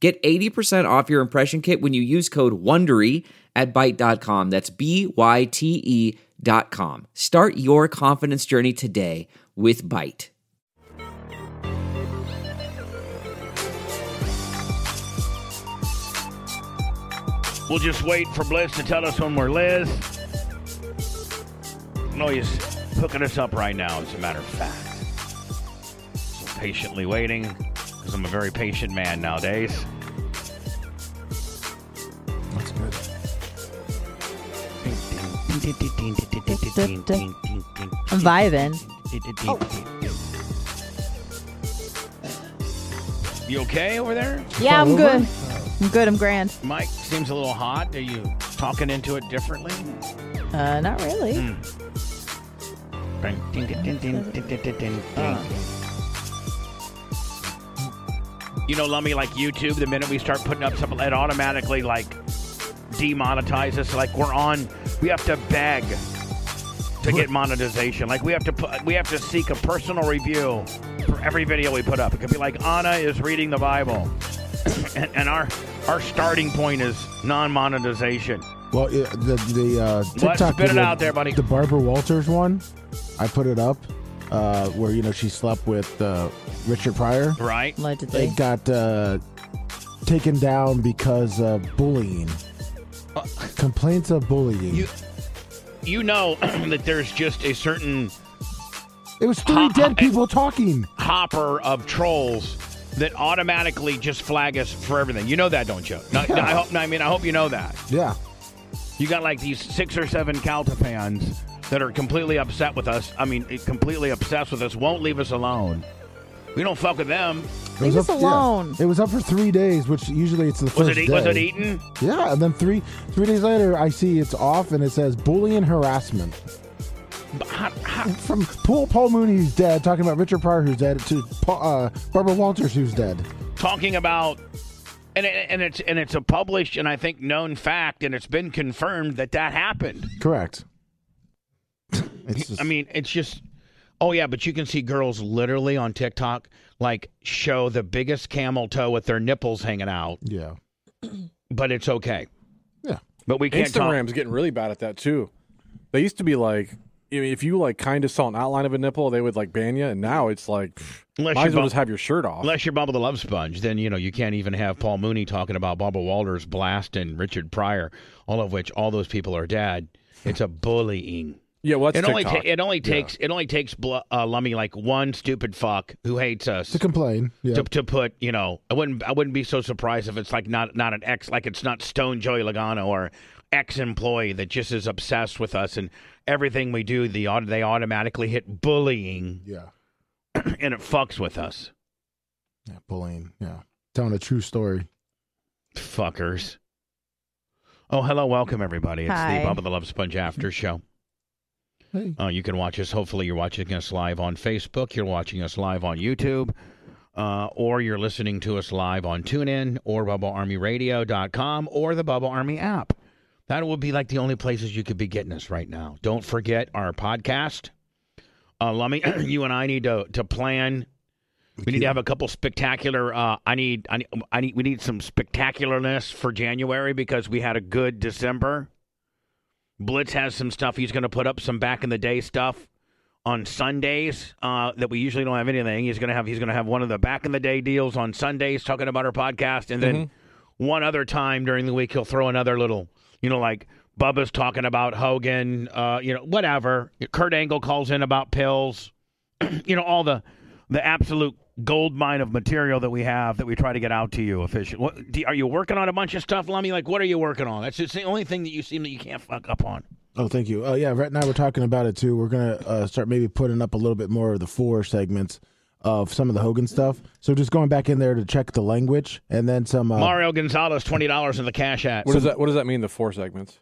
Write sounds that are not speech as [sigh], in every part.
Get 80% off your impression kit when you use code WONDERY at Byte.com. That's b y t e dot com. Start your confidence journey today with Byte. We'll just wait for Bliss to tell us when we're Liz. No, he's hooking us up right now, as a matter of fact. So patiently waiting, because I'm a very patient man nowadays. That's good. I'm vibing. Oh. You okay over there? Yeah, I'm Fall good. over? I'm good. I'm grand. Mike seems a little hot. Are you talking into it differently? Uh, not really. You know, Lummy, like YouTube, the minute we start putting up something, it automatically like demonetizes us. Like we're on, we have to beg to get monetization. Like we have to put, we have to seek a personal review for every video we put up. It could be like Anna is reading the Bible, [coughs] and, and our our starting point is non-monetization. Well, it, the the uh, TikTok spit it video, out there, buddy. The Barbara Walters one, I put it up, uh, where you know she slept with uh, Richard Pryor. Right? Allegedly. It got uh, taken down because of bullying. Complaints of bullying. Uh, You- You know [coughs] that there's just a certain it was three Ha- ha- dead people talking. hopper of trolls that automatically just flag us for everything. You know that, don't you? No, no, I hope. no, I mean, I hope you know that. Yeah. You got like these six or seven Calta fans that are completely upset with us. I mean, completely obsessed with us. Won't leave us alone. We don't fuck with them. It Leave us up- yeah. alone. It was up for three days, which usually it's the Was first it? day. Was it Eaton? Yeah, and then three three days later, I see it's off, and it says bullying harassment. But how- how- From Paul Paul Mooney, who's dead, talking about Richard Pryor, who's dead, to Paul, uh, Barbara Walters, who's dead. talking about. And, it, and it's and it's a published and I think known fact, and it's been confirmed that that happened. Correct. It's just, I mean, it's just, oh yeah, but you can see girls literally on TikTok like show the biggest camel toe with their nipples hanging out, yeah, but it's okay. yeah. But we can't talk. Instagram's getting really bad at that too. They used to be like, I mean, if you like kind of saw an outline of a nipple, they would like ban you, and now it's like, pff, Unless might you as well bu- just have your shirt off. Unless you're Bubba the Love Sponge, then you know you can't even have Paul Mooney talking about Bubba Walters, Blast, and Richard Pryor, all of which all those people are dead. It's a bullying. yeah, well, that's it only TikTok. it only takes it only takes bl- uh, Lummy like one stupid fuck who hates us To complain. Yeah. to, to put you know I wouldn't I wouldn't be so surprised if it's like not not an ex like it's not Stone Joey Logano or ex employee that just is obsessed with us and everything we do the au- they automatically hit bullying yeah. [clears throat] and it fucks with us Yeah. Bullying. Yeah. Telling a true story. fuckers. Oh hello, welcome everybody. It's Hi. the Bump of the Love Sponge after show. Hey. Uh, you can watch us. Hopefully, you're watching us live on Facebook. You're watching us live on YouTube. Uh, or you're listening to us live on TuneIn or BubbleArmyRadio.com or the Bubble Army app. That would be like the only places you could be getting us right now. Don't forget our podcast. Uh, Lummy, [clears throat] you and I need to, to plan. We need to have a couple spectacular. Uh, I need, I need, I need, we need some spectacularness for January because we had a good December. Blitz has some stuff. He's going to put up some back in the day stuff on Sundays uh, that we usually don't have anything. He's going to have he's going to have one of the back in the day deals on Sundays talking about our podcast, and then one other time during the week he'll throw another little, you know, like Bubba's talking about Hogan, uh, you know, whatever. Kurt Angle calls in about pills, [clears throat] you know, all the the absolute gold mine of material that we have that we try to get out to you efficient. What, do, are you working on a bunch of stuff, Lummy? Like, what are you working on? That's just the only thing that you seem that you can't fuck up on. Oh, thank uh, you. Oh, yeah. Rhett and I were talking about it too. We're gonna uh, start maybe putting up a little bit more of the four segments of some of the Hogan stuff. So just going back in there to check the language and then some uh, Mario Gonzalez, twenty dollars in the cash app. What does that? What does that mean? The four segments.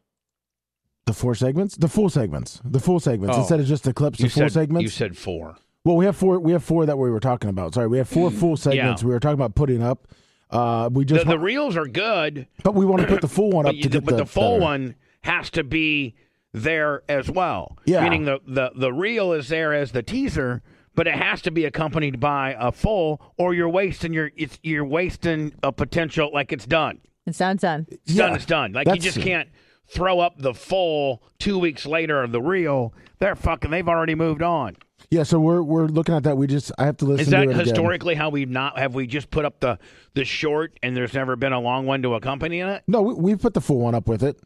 the four segments, the full segments, the full segments Oh. instead of just the clips, you the full said, segments. You said four. Well, we have four. We have four that we were talking about. Sorry, we have four full segments we were talking about putting up. Uh, we Mm, The, just, Oh, the wa- reels are good, but we want to put the full one up but, to you, get but the, full better. one has to be there as well. Yeah. Meaning the, the the reel is there as the teaser, but it has to be accompanied by a full, or you're wasting your it's you're wasting a potential. Like it's done. It's done, done. It's Yeah, done. It's done. Like you that's- just can't throw up the full two weeks later of the reel. They're fucking. They've already moved on. Yeah, so we're we're looking at that. We just I have to listen. Is that to it again. historically how we've not have we just put up the the short and there's never been a long one to accompany it? No, we we put the full one up with it,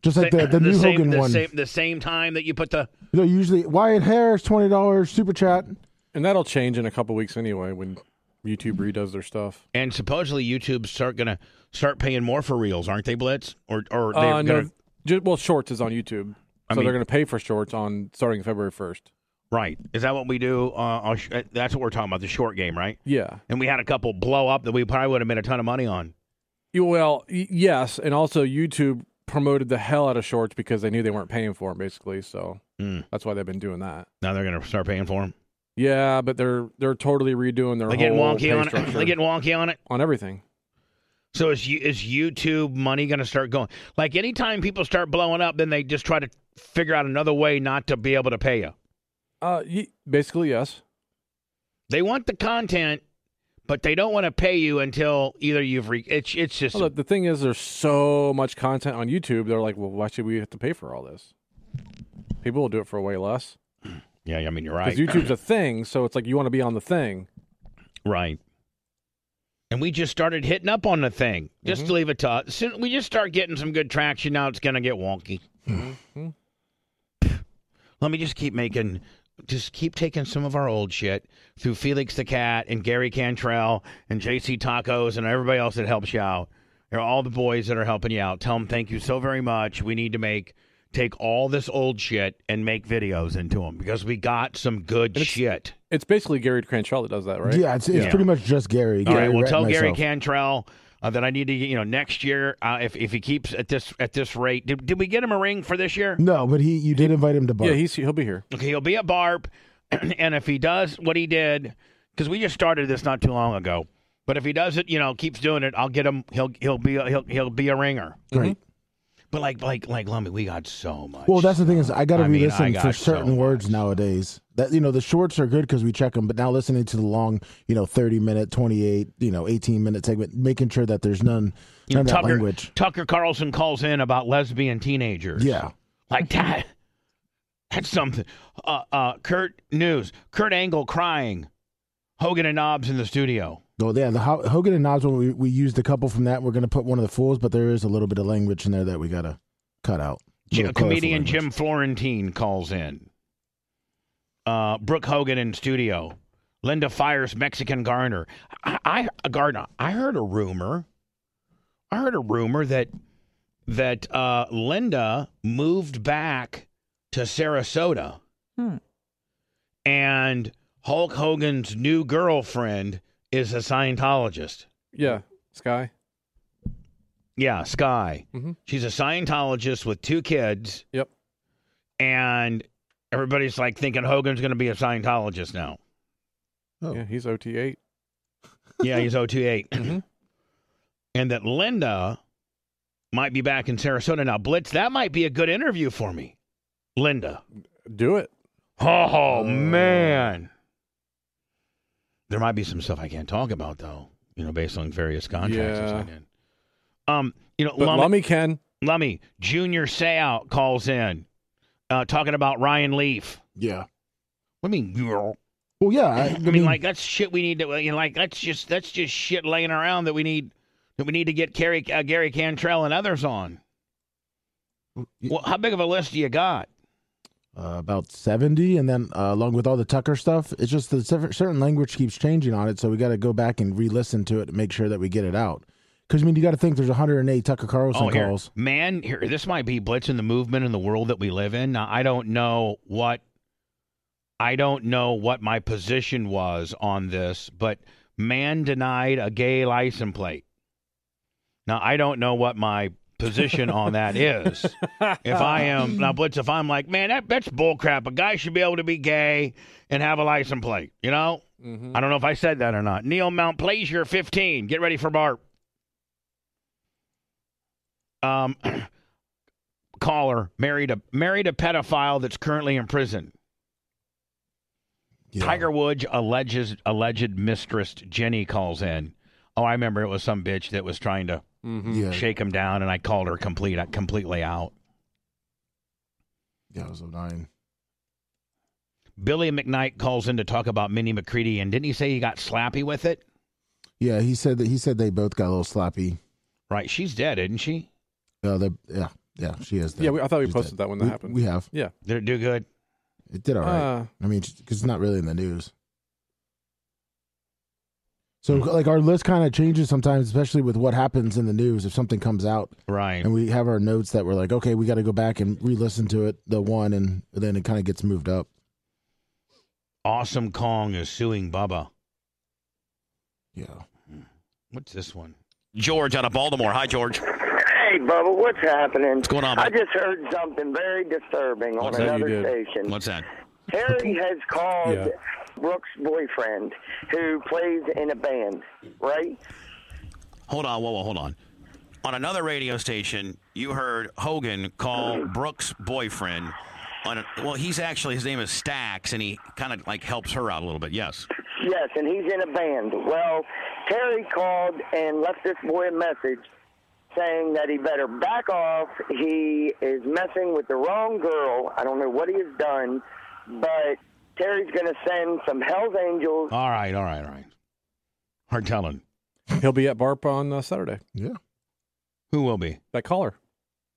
just like the the, new same, Hogan the one. Same, the same time that you put the You know, usually Wyatt Harris twenty dollars super chat. And that'll change in a couple weeks anyway when YouTube redoes their stuff. and supposedly YouTube's start gonna start paying more for reels, aren't they, Blitz? Or or they're Uh, gonna no, ju- well, Shorts is on YouTube, so mean- they're going to pay for Shorts on starting February first. right? Is that what we do? Uh, on sh- uh, that's what we're talking about, the short game, right? Yeah. And we had a couple blow up that we probably would have made a ton of money on. You- Well, y- yes, and also YouTube promoted the hell out of Shorts because they knew they weren't paying for them, basically. So Mm. that's why they've been doing that. Now they're gonna start paying for them. Yeah, but they're they're totally redoing their They're getting whole wonky pay on it. [clears throat] structure They're getting wonky on it. on everything. So is you- is YouTube money going to start going? Like anytime people start blowing up, then they just try to figure out another way not to be able to pay you. Uh, y- basically, yes. They want the content, but they don't want to pay you until either you've re- it's it's just Well, the, the thing is, there's so much content on YouTube. They're like, well, why should we have to pay for all this? People will do it for way less [clears throat] yeah. I mean you're because right, YouTube's a thing. So it's like you want to be on the thing. right. And we just started hitting up on the thing. Just Mm-hmm. to leave it to us. Soon we just start getting some good traction. Now it's going to get wonky. Let me just keep making, just keep taking some of our old shit through Felix the Cat and Gary Cantrell and JC Tacos and everybody else that helps you out. They're all the boys that are helping you out. Tell them thank you so very much. We need to make, take all this old shit and make videos into them because we got some good shit. It's basically Gary Cranchell that does that, right? Yeah, it's, it's Yeah. pretty much just Gary. All Gary right. Well, Rhett tell and Gary myself. Cantrell uh, that I need to. get- You know, next year, uh, if if he keeps at this at this rate, did, did we get him a ring for this year? No, but he you did invite him to bar. Yeah, he's he'll be here. Okay, he'll be a barb, [clears throat] and if he does what he did, because we just started this not too long ago. But if he does it, you know, keeps doing it, I'll get him. He'll he'll be a, he'll he'll be a ringer. Great. Mm-hmm. But like like like Lummy, we got so much. Well, that's the thing is I got to I mean, re-listen I for got certain so words much. nowadays. That you know the shorts are good because we check them, but now listening to the long, you know, thirty minute, twenty eight, you know, eighteen minute segment, making sure that there's none You know, none of that Tucker language. Tucker Carlson calls in about lesbian teenagers. Yeah, Like that. [laughs] That's something. Uh, uh, Kurt News. Kurt Angle crying. Hogan and Knobs in the studio. well, yeah. The Ho- Hogan and Nas one, we, we used a couple from that. We're gonna put one of the fools, but there is a little bit of language in there that we gotta cut out. J- Little colorful comedian language. Jim Florentine calls in. Uh, Brooke Hogan in studio. Linda Fires Mexican Garner. I, I Gardner. I heard a rumor. I heard a rumor that that uh, Linda moved back to Sarasota, Hmm. and Hulk Hogan's new girlfriend is a Scientologist. Yeah, Sky. Yeah, Sky. Mhm. She's a Scientologist with two kids. Yep. And everybody's like thinking Hogan's going to be a Scientologist now. Oh. Yeah, he's OT eight. Yeah, he's 028. Mhm. And that Linda might be back in Sarasota now. Blitz, that might be a good interview for me. Linda. Do it. Oh, man. There might be some stuff I can't talk about, though, you know, based on various contracts I Yeah. signed in. Um, you know, But Lummi- Lummy can. Lummy, Junior Sayout calls in uh, talking about Ryan Leaf. Yeah. What do you mean, girl? Well, yeah. I, I mean, like that's shit we need to you know, like that's just that's just shit laying around that we need that we need to get Gary uh, Gary Cantrell and others on. Well, how big of a list do you got? uh, about 70 and then uh, along with all the tucker stuff it's just the cer- certain language keeps changing on it so we got to go back and re-listen to it to make sure that we get it out because i mean you got to think there's 108 tucker carlson oh, here, calls man, here this might be blitzing the movement in the world that we live in. Now, I don't know what I don't know what my position was on this, but man denied a gay license plate. Now I don't know what my position on that is. If I am now Blitz, if I'm like, man, that that's bullcrap. A guy should be able to be gay and have a license plate. You know, Mhm. I don't know if I said that or not. Neil Mount Plaisir, 15. Get ready for Bart. Um, [clears throat] caller married a married a pedophile that's currently in prison. Yeah. Tiger Woods alleges alleged mistress Jenny calls in. Oh, I remember it was some bitch that was trying to Mhm. Yeah, shake him down, and I called her complete completely out. yeah, it was nine. Billy McKnight calls in to talk about Minnie McCready, and didn't he say he got slappy with it? Yeah, he said that. He said they both got a little sloppy. Right, she's dead, isn't she? Uh, they, yeah, yeah, she is. Dead. Yeah, we- I thought we She's posted that when that We- happened. We have. Did it do good? It did all right. Uh, I mean, because it's not really in the news. So, like, our list kind of changes sometimes, especially with what happens in the news. If something comes out Right. and we have our notes that we're like, okay, we got to go back and re listen to it, the one, and then it kind of gets moved up. Awesome Kong is suing Bubba. Hmm. Yeah. What's this one? George out of Baltimore. Hi, George. Hey, Bubba, what's happening? What's going on, I bud? just heard something very disturbing What's on that you another did? station. What's that? Harry has called Yeah. Brooks' boyfriend, who plays in a band, right? Hold on, whoa, whoa, hold on. On another radio station, you heard Hogan call Hmm. Brooks' boyfriend. On a, well, he's actually his name is Stacks, and he kind of like helps her out a little bit. Yes. Yes, and he's in a band. Well, Terry called and left this boy a message saying that he better back off. He is messing with the wrong girl. I don't know what he has done, but Terry's going to send some Hell's Angels. All right, all right, all right. Hard telling. he'll be at Barp on uh, Saturday. Yeah. Who will be? That caller.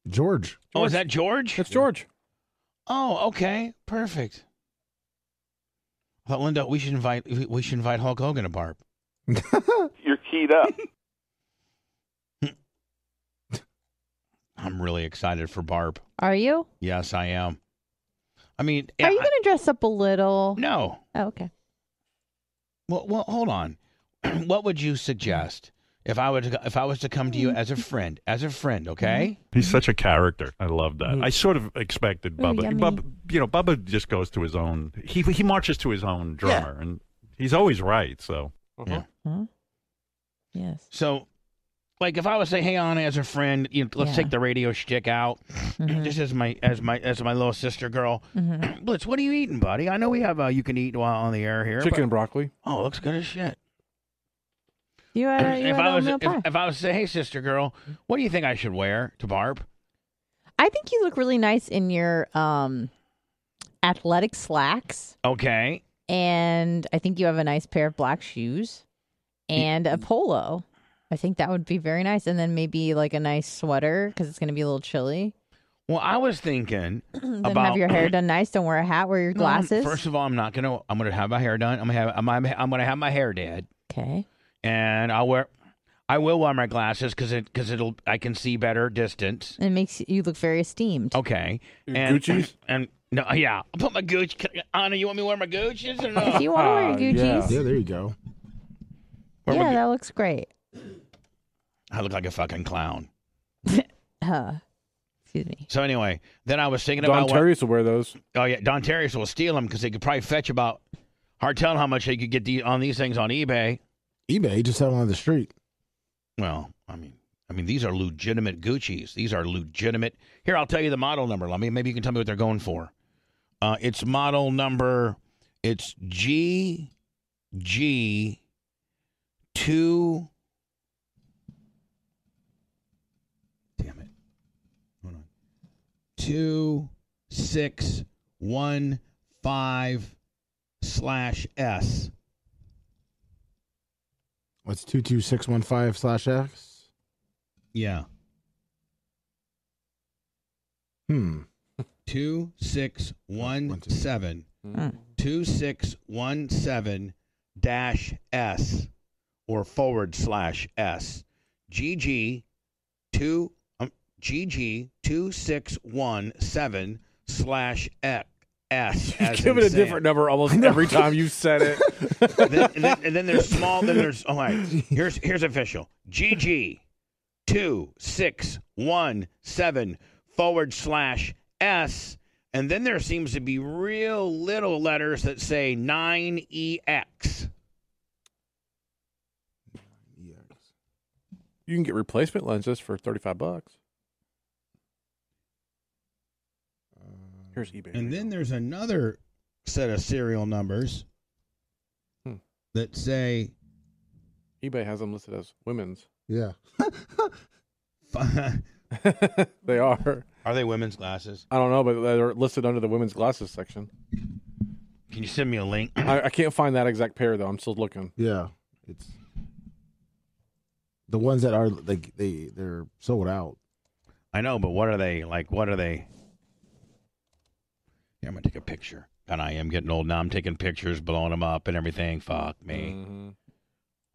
George. Oh, is that George? That's George. Oh, okay, perfect. I thought Linda, we should invite we- we should invite Hulk Hogan to Barb. You're keyed [laughs] up. I'm really excited for Barb. Are you? Yes, I am. I mean, eh, Are you I- going to dress up a little? no. Oh, okay. Well, well, hold on. [clears throat] what would you suggest if I would if I was to come to you as a friend, as a friend? Okay. Mm-hmm. He's such a character. I love that. I sort of expected Ooh, Bubba. yummy. Bubba, you know, Bubba just goes to his own. He he marches to his own drummer, and he's always right. So Uh-huh. Huh? Mm-hmm. Yes. So, like, if I would say, "Hey, Anna, as a friend, you know, let's Yeah. Mm-hmm. take the radio shtick out." Just as my as my as my little sister girl, Blitz. What are you eating, buddy? I know we have uh, you can eat while on the air here. Chicken and broccoli. but- oh, looks good as shit. You had a, you if had I was oatmeal if, pie. if I was to say, "Hey, sister girl, what do you think I should wear to Barb?" I think you look really nice in your um athletic slacks, Okay. and I think you have a nice pair of black shoes and a polo. I think that would be very nice, and then maybe like a nice sweater because it's going to be a little chilly. Well, I was thinking [clears throat] Then about have your hair [clears throat] done nice. Don't wear a hat. Wear your No, I'm- glasses. first of all, I'm not gonna. I'm gonna have my hair done. I'm gonna have. I'm, I'm, I'm gonna have my hair did, okay. and I'll wear. I will wear my glasses because it because it'll I can see better distance. And it makes you look very esteemed. Okay. Your and, Gucci's? [clears throat] And no, yeah. I'll put my Gucci. can- Anna, you want me to wear my Gucci's or If no? you want to wear your Ah, Gucci's, Yeah, there you go. yeah, Wear my Gu- that looks great. I look like a fucking clown. Uh, excuse me. So anyway, then I was thinking Don about what, Terry used to wear those. oh yeah, Don Terry's will steal them because they could probably fetch about hard telling how much they could get the, on these things on eBay. eBay just out on the street. Well, I mean, I mean, these are legitimate Gucci's. These are legitimate. Here, I'll tell you the model number. Let me. Maybe you can tell me what they're going for. Uh, it's model number. It's G G two. Damn it! Hold on. Two six one five slash S. What's 22615 slash X? Yeah. Hmm. two six one seven Hmm. Mm. two six one seven dash s or forward slash s gg two um, gg two six one seven slash X- [laughs] S. As Give in it a Sam. different number almost [laughs] every time you said it. then, then, and then there's small. Then there's oh, all right. Here's here's official. GG two six one seven forward slash S. And then there seems to be real little letters that say nine E EX. You can get replacement lenses for thirty five bucks. Here's eBay. And then there's another set of serial numbers Hmm. that say eBay has them listed as women's. Yeah. they are. Are they [laughs] women's glasses? I don't know, but they're listed under the women's glasses section. Can you send me a link? I, I can't find that exact pair though. I'm still looking. Yeah, it's the ones that are like they they're sold out. I know, but what are they like? What are they? Yeah, I'm gonna take a picture. And I am getting old now. I'm taking pictures, blowing them up, and everything. Fuck me. Mhm.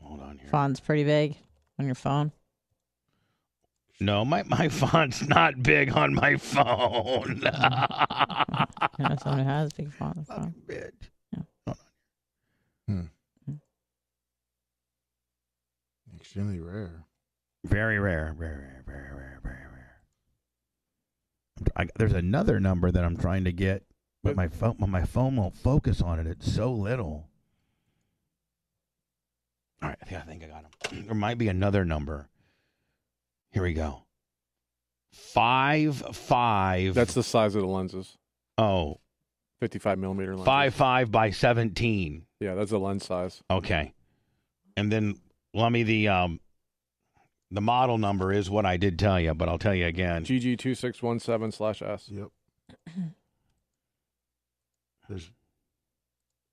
Hold on here. Font's pretty big on your phone. No, my my [laughs] font's not big on [laughs] my phone. [laughs] You know, someone who has big font. on their [laughs] phone. Bitch. Extremely rare. Very rare, very rare, very rare, very rare. I'm tr- I, there's another number that I'm trying to get, but my phone, but my phone won't focus on it. It's so little. All right, I think I think I got him. There might be another number. Here we go. Five five. That's the size of the lenses. oh Fifty five millimeter lenses. five five by seventeen. Yeah, that's the lens size. Okay. And then let me the um the model number is what I did tell you, but I'll tell you again. GG two six one seven slash S. Yep. There's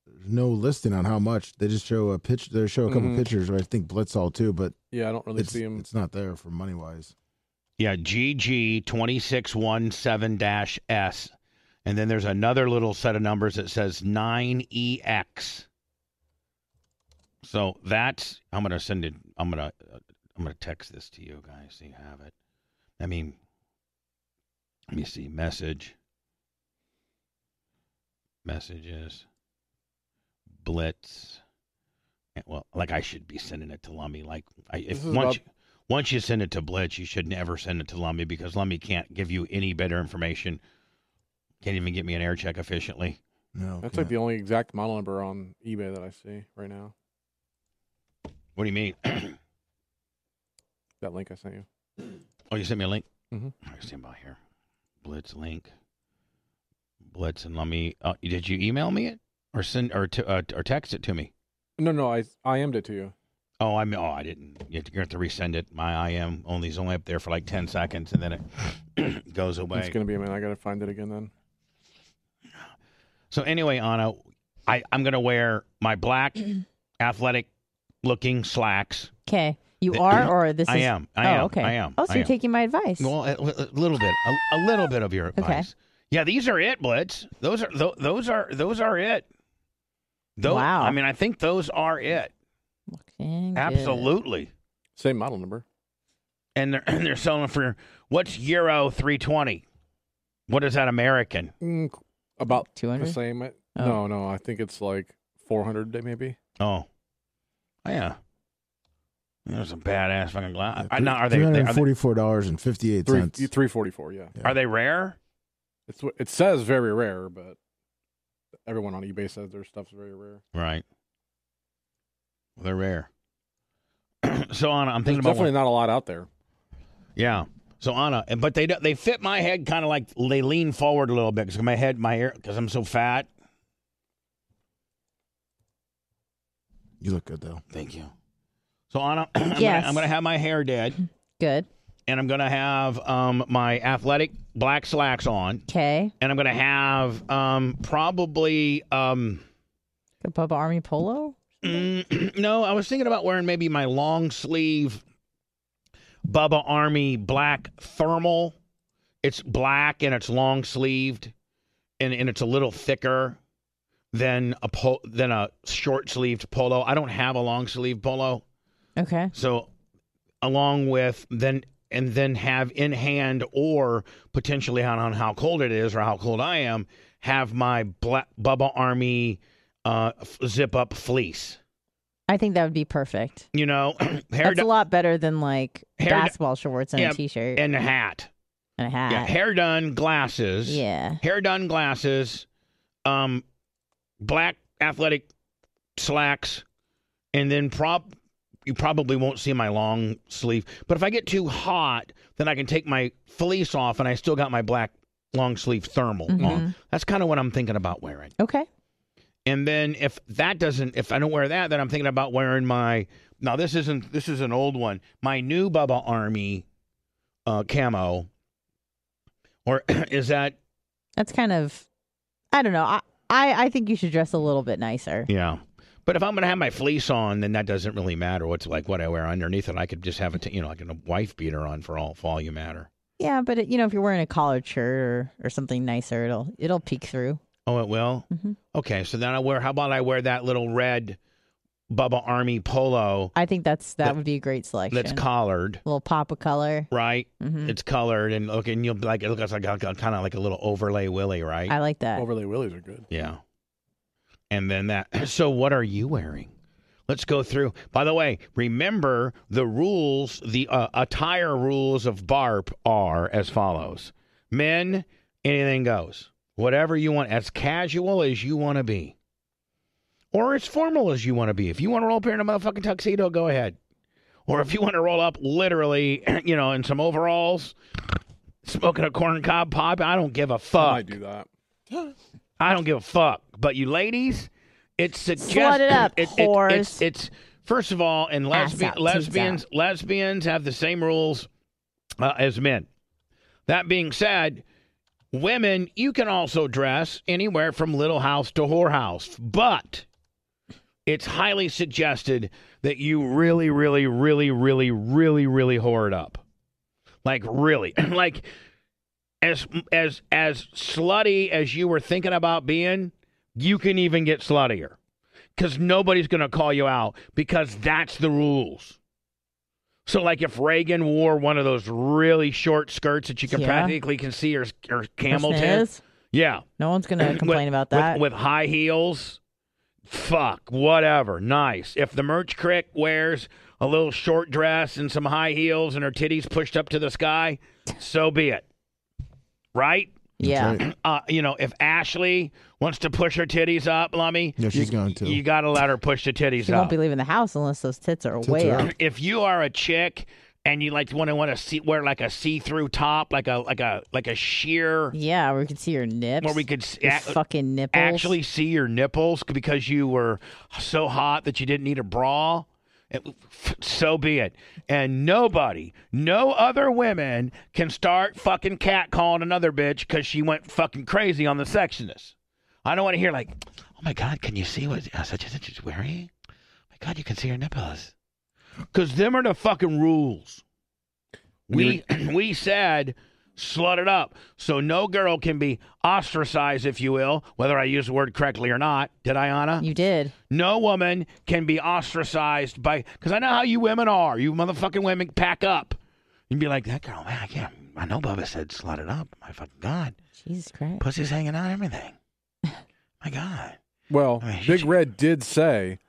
there's no listing on how much. They just show a pitch. They show a couple Mm-hmm. Mhm. pictures. Or I think Blitzall too, but Yeah, I don't really it's, see them. it's not there for money wise. Yeah, GG twenty six one seven dash S, and then there's another little set of numbers that says nine EX. So that's I'm gonna send it. I'm gonna uh, I'm gonna text this to you guys so you have it. I mean, let me see message messages blitz. Yeah, Well, like I should be sending it to Lummy. Like I, if This is once. about- you- once you send it to Blitz, you should never send it to Lummy because Lummy can't give you any better information. Can't even get me an air check efficiently. No, That's can't. like the only exact model number on eBay that I see right now. What do you mean? [clears throat] That link I sent you. oh, you sent me a link? Mhm. All right, stand by here. Blitz link. Blitz and Lummy. Uh, did you email me it or send or to, uh, or text it to me? No, no, I I am it to you. Oh, I mean, oh, I didn't. You have to, you have to resend it. My IM only is only up there for like ten seconds, and then it [clears throat] goes away. It's gonna be a minute. I gotta find it again then. So anyway, Anna, I, I'm gonna wear [clears throat] my black athletic looking slacks. Okay, you Th- are, or this I is. am. I oh, am. okay. I am. Oh, so I you're am. taking my advice. Well, a, a little bit, a, a little bit of your Okay. advice. Yeah, these are it, Blitz. Those are tho- those are those are it. Tho- Wow. I mean, I think those are it. Looking good. Absolutely. Same model number. And they're [clears throat] and they're selling for what's Euro three twenty. What is that American? Mm, c- about the 200? same. uh, I- Oh. No, no, I think it's like four hundred day maybe. Oh, yeah. There's a badass fucking glass. Yeah, now, are they, three they hundred are they forty-four dollars and fifty-eight Three cents? three forty four. Yeah, Are they rare? it's what- it says very rare, but everyone on eBay says their stuff's very rare. Right. Well, they're rare. [clears throat] so Anna, I'm There's thinking about definitely one. not a lot out there. yeah. So Anna, and but they don't- they fit my head kind of like they lean forward a little bit because my head my ear because I'm so fat. You look good though. Thank you. So Anna, [clears throat] I'm, gonna- Yes. I'm gonna have my hair dead [laughs] Good. and I'm gonna have um my athletic black slacks on Okay. and I'm gonna have um probably um. The Bubba Army Polo? Mm, [clears throat] no, I was thinking about wearing maybe my long sleeve Bubba Army black thermal. It's black and it's long sleeved and, and it's a little thicker than a pol- than a short sleeved polo. I don't have a long sleeve polo. Okay. So along with then and then have in hand or potentially on, on how cold it is or how cold I am, have my Bla Bubba Army uh, f- zip up fleece. I think that would be perfect. You know, [clears throat] hair That's do- a lot better than like Hair do- basketball shorts and Yeah, a t-shirt and a hat. and a hat. Yeah, hair done, glasses. Yeah. hair done, glasses. Um, black athletic slacks, and then prob you probably won't see my long sleeve. But if I get too hot, then I can take my fleece off, and I still got my black long sleeve thermal on. Mhm. That's kind of what I'm thinking about wearing. Okay. And then if that doesn't, if I don't wear that, then I'm thinking about wearing my. Now this isn't. This is an old one. My new Bubba Army uh, camo. Or [clears throat] is that? That's kind of I don't know. I, I I think you should dress a little bit nicer. Yeah. But if I'm gonna have my fleece on, then that doesn't really matter. What's like what I wear underneath it. I could just have a t- you know like a wife beater on for all for all you matter. Yeah, but it, you know if you're wearing a collared shirt or, or something nicer, it'll it'll peek through. Oh, it will. Mhm. Okay, so then I wear. How about I wear that little red Bubba Army polo I think that's that That- would be a great selection. that's collared, little pop of color. right? hmm It's colored and look, and you'll be like it looks like a, kind of like a little overlay willy, right? I like that. Overlay willies are good. yeah. And then that. [clears throat] So what are you wearing? Let's go through. By the way, remember the rules. The uh, attire rules of BARP are as follows: men, anything goes. Whatever you want, as casual as you want to be, or as formal as you want to be. If you want to roll up here in a motherfucking tuxedo, go ahead. Or if you want to roll up literally, [clears throat] you know, in some overalls, smoking a corncob pipe, I don't give a I fuck. might do that. I don't give a fuck. But you ladies, it's suggested. Slut it up, whores. it's, it's first of all, and Ass lesbian, out, tits lesbians, lesbians have the same rules uh, as men. That being said, women, you can also dress anywhere from little house to whorehouse, but it's highly suggested that you really, really, really, really, really, really whore it up. Like really, [clears throat] like as as as slutty as you were thinking about being, you can even get sluttier because nobody's going to call you out because that's the rules. So, like, if Reagan wore one of those really short skirts that you can Yeah. practically can see her, her camel Person tit, is. yeah, No one's [coughs] gonna complain with, about with- that. With, high heels, fuck, whatever, nice. If the merch crick wears a little short dress and some high heels and her titties pushed up to the sky, so be it. Right? yeah. [clears throat] uh, you know, if Ashley wants to push her titties up, Lummy, Yeah, she's you, going to. You got to let her push the titties She up. won't be leaving the house unless those tits are way are up. up. if you are a chick and you like want to want to see wear like a see-through top, like a like a like a sheer Yeah, where we could see your nips. where we could s- your ac- fucking nipples. actually see your nipples because you were so hot that you didn't need a bra. It- f- So be it. And nobody, no other women can start fucking catcalling another bitch because she went fucking crazy on the sectionist. I don't want to hear like, oh my God, can you see what uh, such and such is wearing? Oh my God, you can see her nipples. Because them are the fucking rules. We, [clears throat] we said slut it up. So no girl can be ostracized, if you will, whether I use the word correctly or not. Did I, Anna? You did. No woman can be ostracized by because I know how you women are. You motherfucking women pack up and be like, "That girl, man, I can't. I know Bubba said slut it up. My fucking god, Jesus Christ. pussy's hanging out everything. My god, Well, I mean, Big she- Red did say,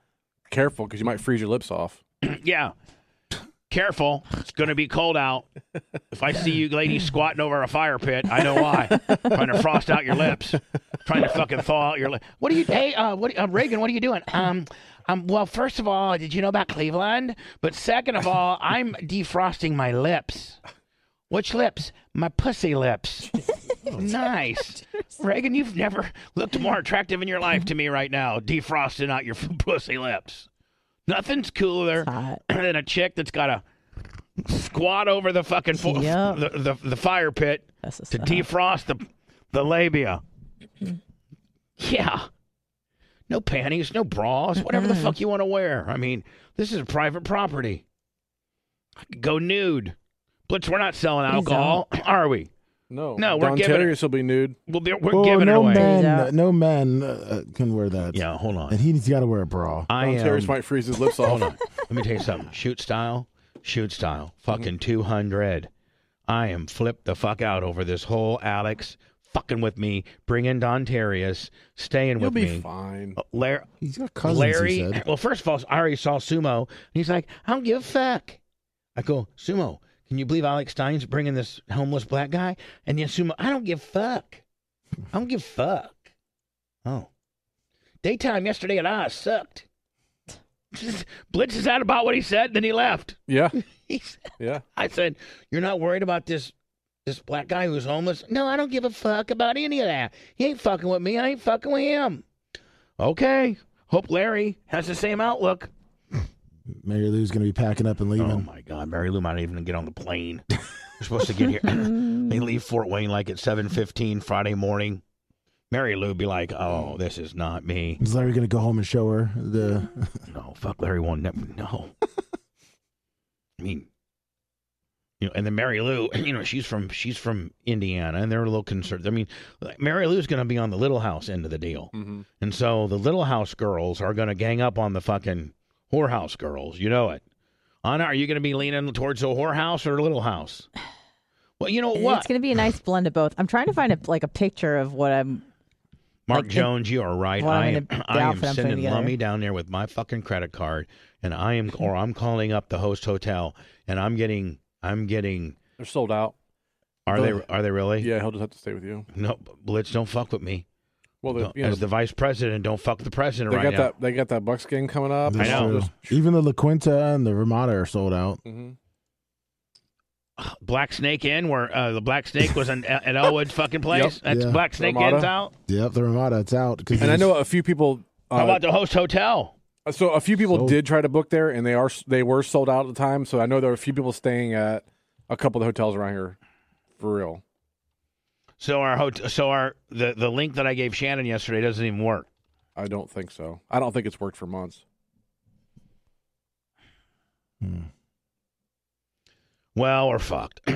"Careful, because you might freeze your lips off." [clears throat] yeah." Careful, it's going to be cold out. If I see you ladies squatting over a fire pit, I know [laughs] why. trying to frost out your [laughs] lips, trying to fucking thaw out your lips. What are you? Hey, uh, what? Uh, Reagan, what are you doing? Um, um. Well, first of all, did you know about Cleveland? But second of all, I'm defrosting my lips. Which lips? My pussy lips. nice, Reagan. You've never looked more attractive in your life to me right now. Defrosting out your [laughs] pussy lips. Nothing's cooler Hot. [clears throat] than a chick that's got a squat over the fucking fo- Yep. [laughs] the, the the fire pit That's the to stuff. defrost the the [clears throat] labia. yeah. No panties, no bras, whatever the fuck you want to wear. I mean, this is private property. I could go nude. Blitz, we're not selling Please alcohol, are we? No, No, we're Don giving it- Terrius will be nude. We'll be, we're Well, giving Oh, no it away. Yeah. men, no men uh, can wear that. Yeah, hold and on. he's got to wear a bra. I um, Don am. Terrius might freeze his lips off. Mm-hmm. Let me tell you something. Shoot style, shoot style. Fucking two hundred. I am flipped the fuck out over this whole Alex fucking with me, bringing Don Terrius, staying You'll with be me. fine. Uh, Lar- He's got cousins. Larry. He said. Well, first of all, I already saw Sumo, and he's like, "I don't give a fuck." I go, Sumo, can you believe Alex Stein's bringing this homeless black guy? And then Sumo, I don't give a fuck. I don't give a fuck. Oh, daytime yesterday and I sucked. [laughs] Blitz is out about what he said, then he left. [laughs] Yeah, He said, yeah. [laughs] I said, "You're not worried about this." This black guy who's homeless? No, I don't give a fuck about any of that. He ain't fucking with me. I ain't fucking with him. Okay. Hope Larry has the same outlook. Mary Lou's gonna be packing up and leaving. Oh my God, Mary Lou might even get on the plane. We're supposed to get here. [laughs] they leave Fort Wayne like at seven fifteen Friday morning. Mary Lou be like, "Oh, this is not me. Is Larry gonna go home and show her the? [laughs] No, fuck Larry won't never no." I mean, you know, and then Mary Lou, [clears throat] you know, she's from she's from Indiana, and they're a little concerned. I mean, like, Mary Lou's going to be on the Little House end of the deal, Mm-hmm. and so the Little House girls are going to gang up on the fucking whorehouse girls. You know it. Anna, are you going to be leaning towards the whorehouse or Little House? Well, you know what, It's gonna be a nice blend of both. I'm trying to find a, like a picture of what I'm. Mark like, it- Jones, you are right. Well, I I mean, am, the I am outfit I'm putting sending together. Lummy down there with my fucking credit card, and I am, or I'm calling up the host hotel, and I'm getting, I'm getting. They're sold out. Are they? Are they really? Yeah, he'll just have to stay with you. No, Blitz, don't fuck with me. Well, they, Don't- you know, As the vice president, don't fuck with the president they right got now. that. They got that Bucks game coming up. That's I know. Mm-hmm. true. Even the La Quinta and the Ramada are sold out. hmm Black Snake Inn, where uh, the Black Snake was an, at Elwood fucking place. That's Yeah. Black Snake Ramada. Inn's out. Yep, the Ramada it's out. 'cause And I it's- know a few people. Uh, How about the host hotel? So a few people Sold. did try to book there, and they are they were sold out at the time. So I know there are a few people staying at a couple of the hotels around here, for real. So our hot- so our the, the link that I gave Shannon yesterday doesn't even work. I don't think so. I don't think it's worked for months. Well, we're fucked. [clears throat]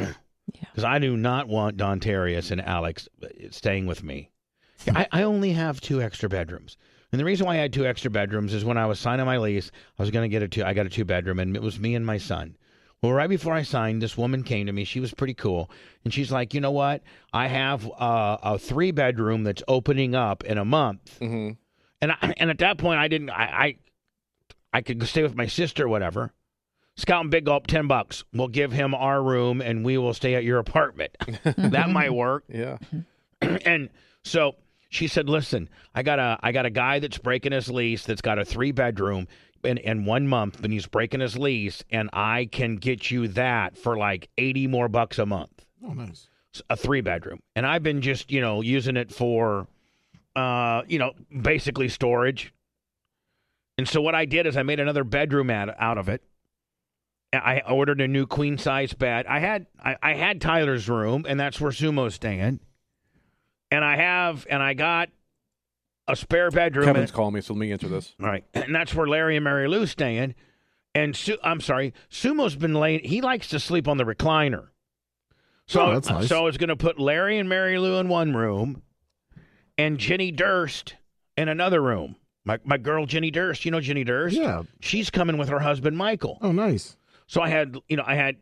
Because I do not want Don Terrius and Alex uh, staying with me. I, I only have two extra bedrooms. And the reason why I had two extra bedrooms is when I was signing my lease, I was going to get a two. I got a two bedroom, and it was me and my son. Well, right before I signed, this woman came to me. She was pretty cool, and she's like, "You know what? I have uh, a three bedroom that's opening up in a month." Mm-hmm. and I, and at that point I didn't I, I I could stay with my sister or whatever. Scout and Big Gulp, ten bucks. We'll give him our room and we will stay at your apartment. [laughs] that might work. Yeah. [clears throat] and so she said, "Listen, I got a I got a guy that's breaking his lease that's got a three bedroom in in one month, and he's breaking his lease, and I can get you that for like eighty more bucks a month." Oh, nice. a three bedroom, and I've been just you know using it for, uh, you know, basically storage. And so what I did is I made another bedroom out, out of it. I I ordered a new queen size bed. I had I, I had Tyler's room, and that's where Sumo's staying. And I have and I got a spare bedroom. and- Kevin's calling me, so let me answer this. all right, and that's where Larry and Mary Lou staying. And Su- I'm sorry, Sumo's been laying. He likes to sleep on the recliner. So, Oh, that's nice. so I was going to put Larry and Mary Lou in one room, and Jenny Durst in another room. My my girl Jenny Durst, you know Jenny Durst. Yeah. she's coming with her husband Michael. Oh, nice. So I had, you know, I had,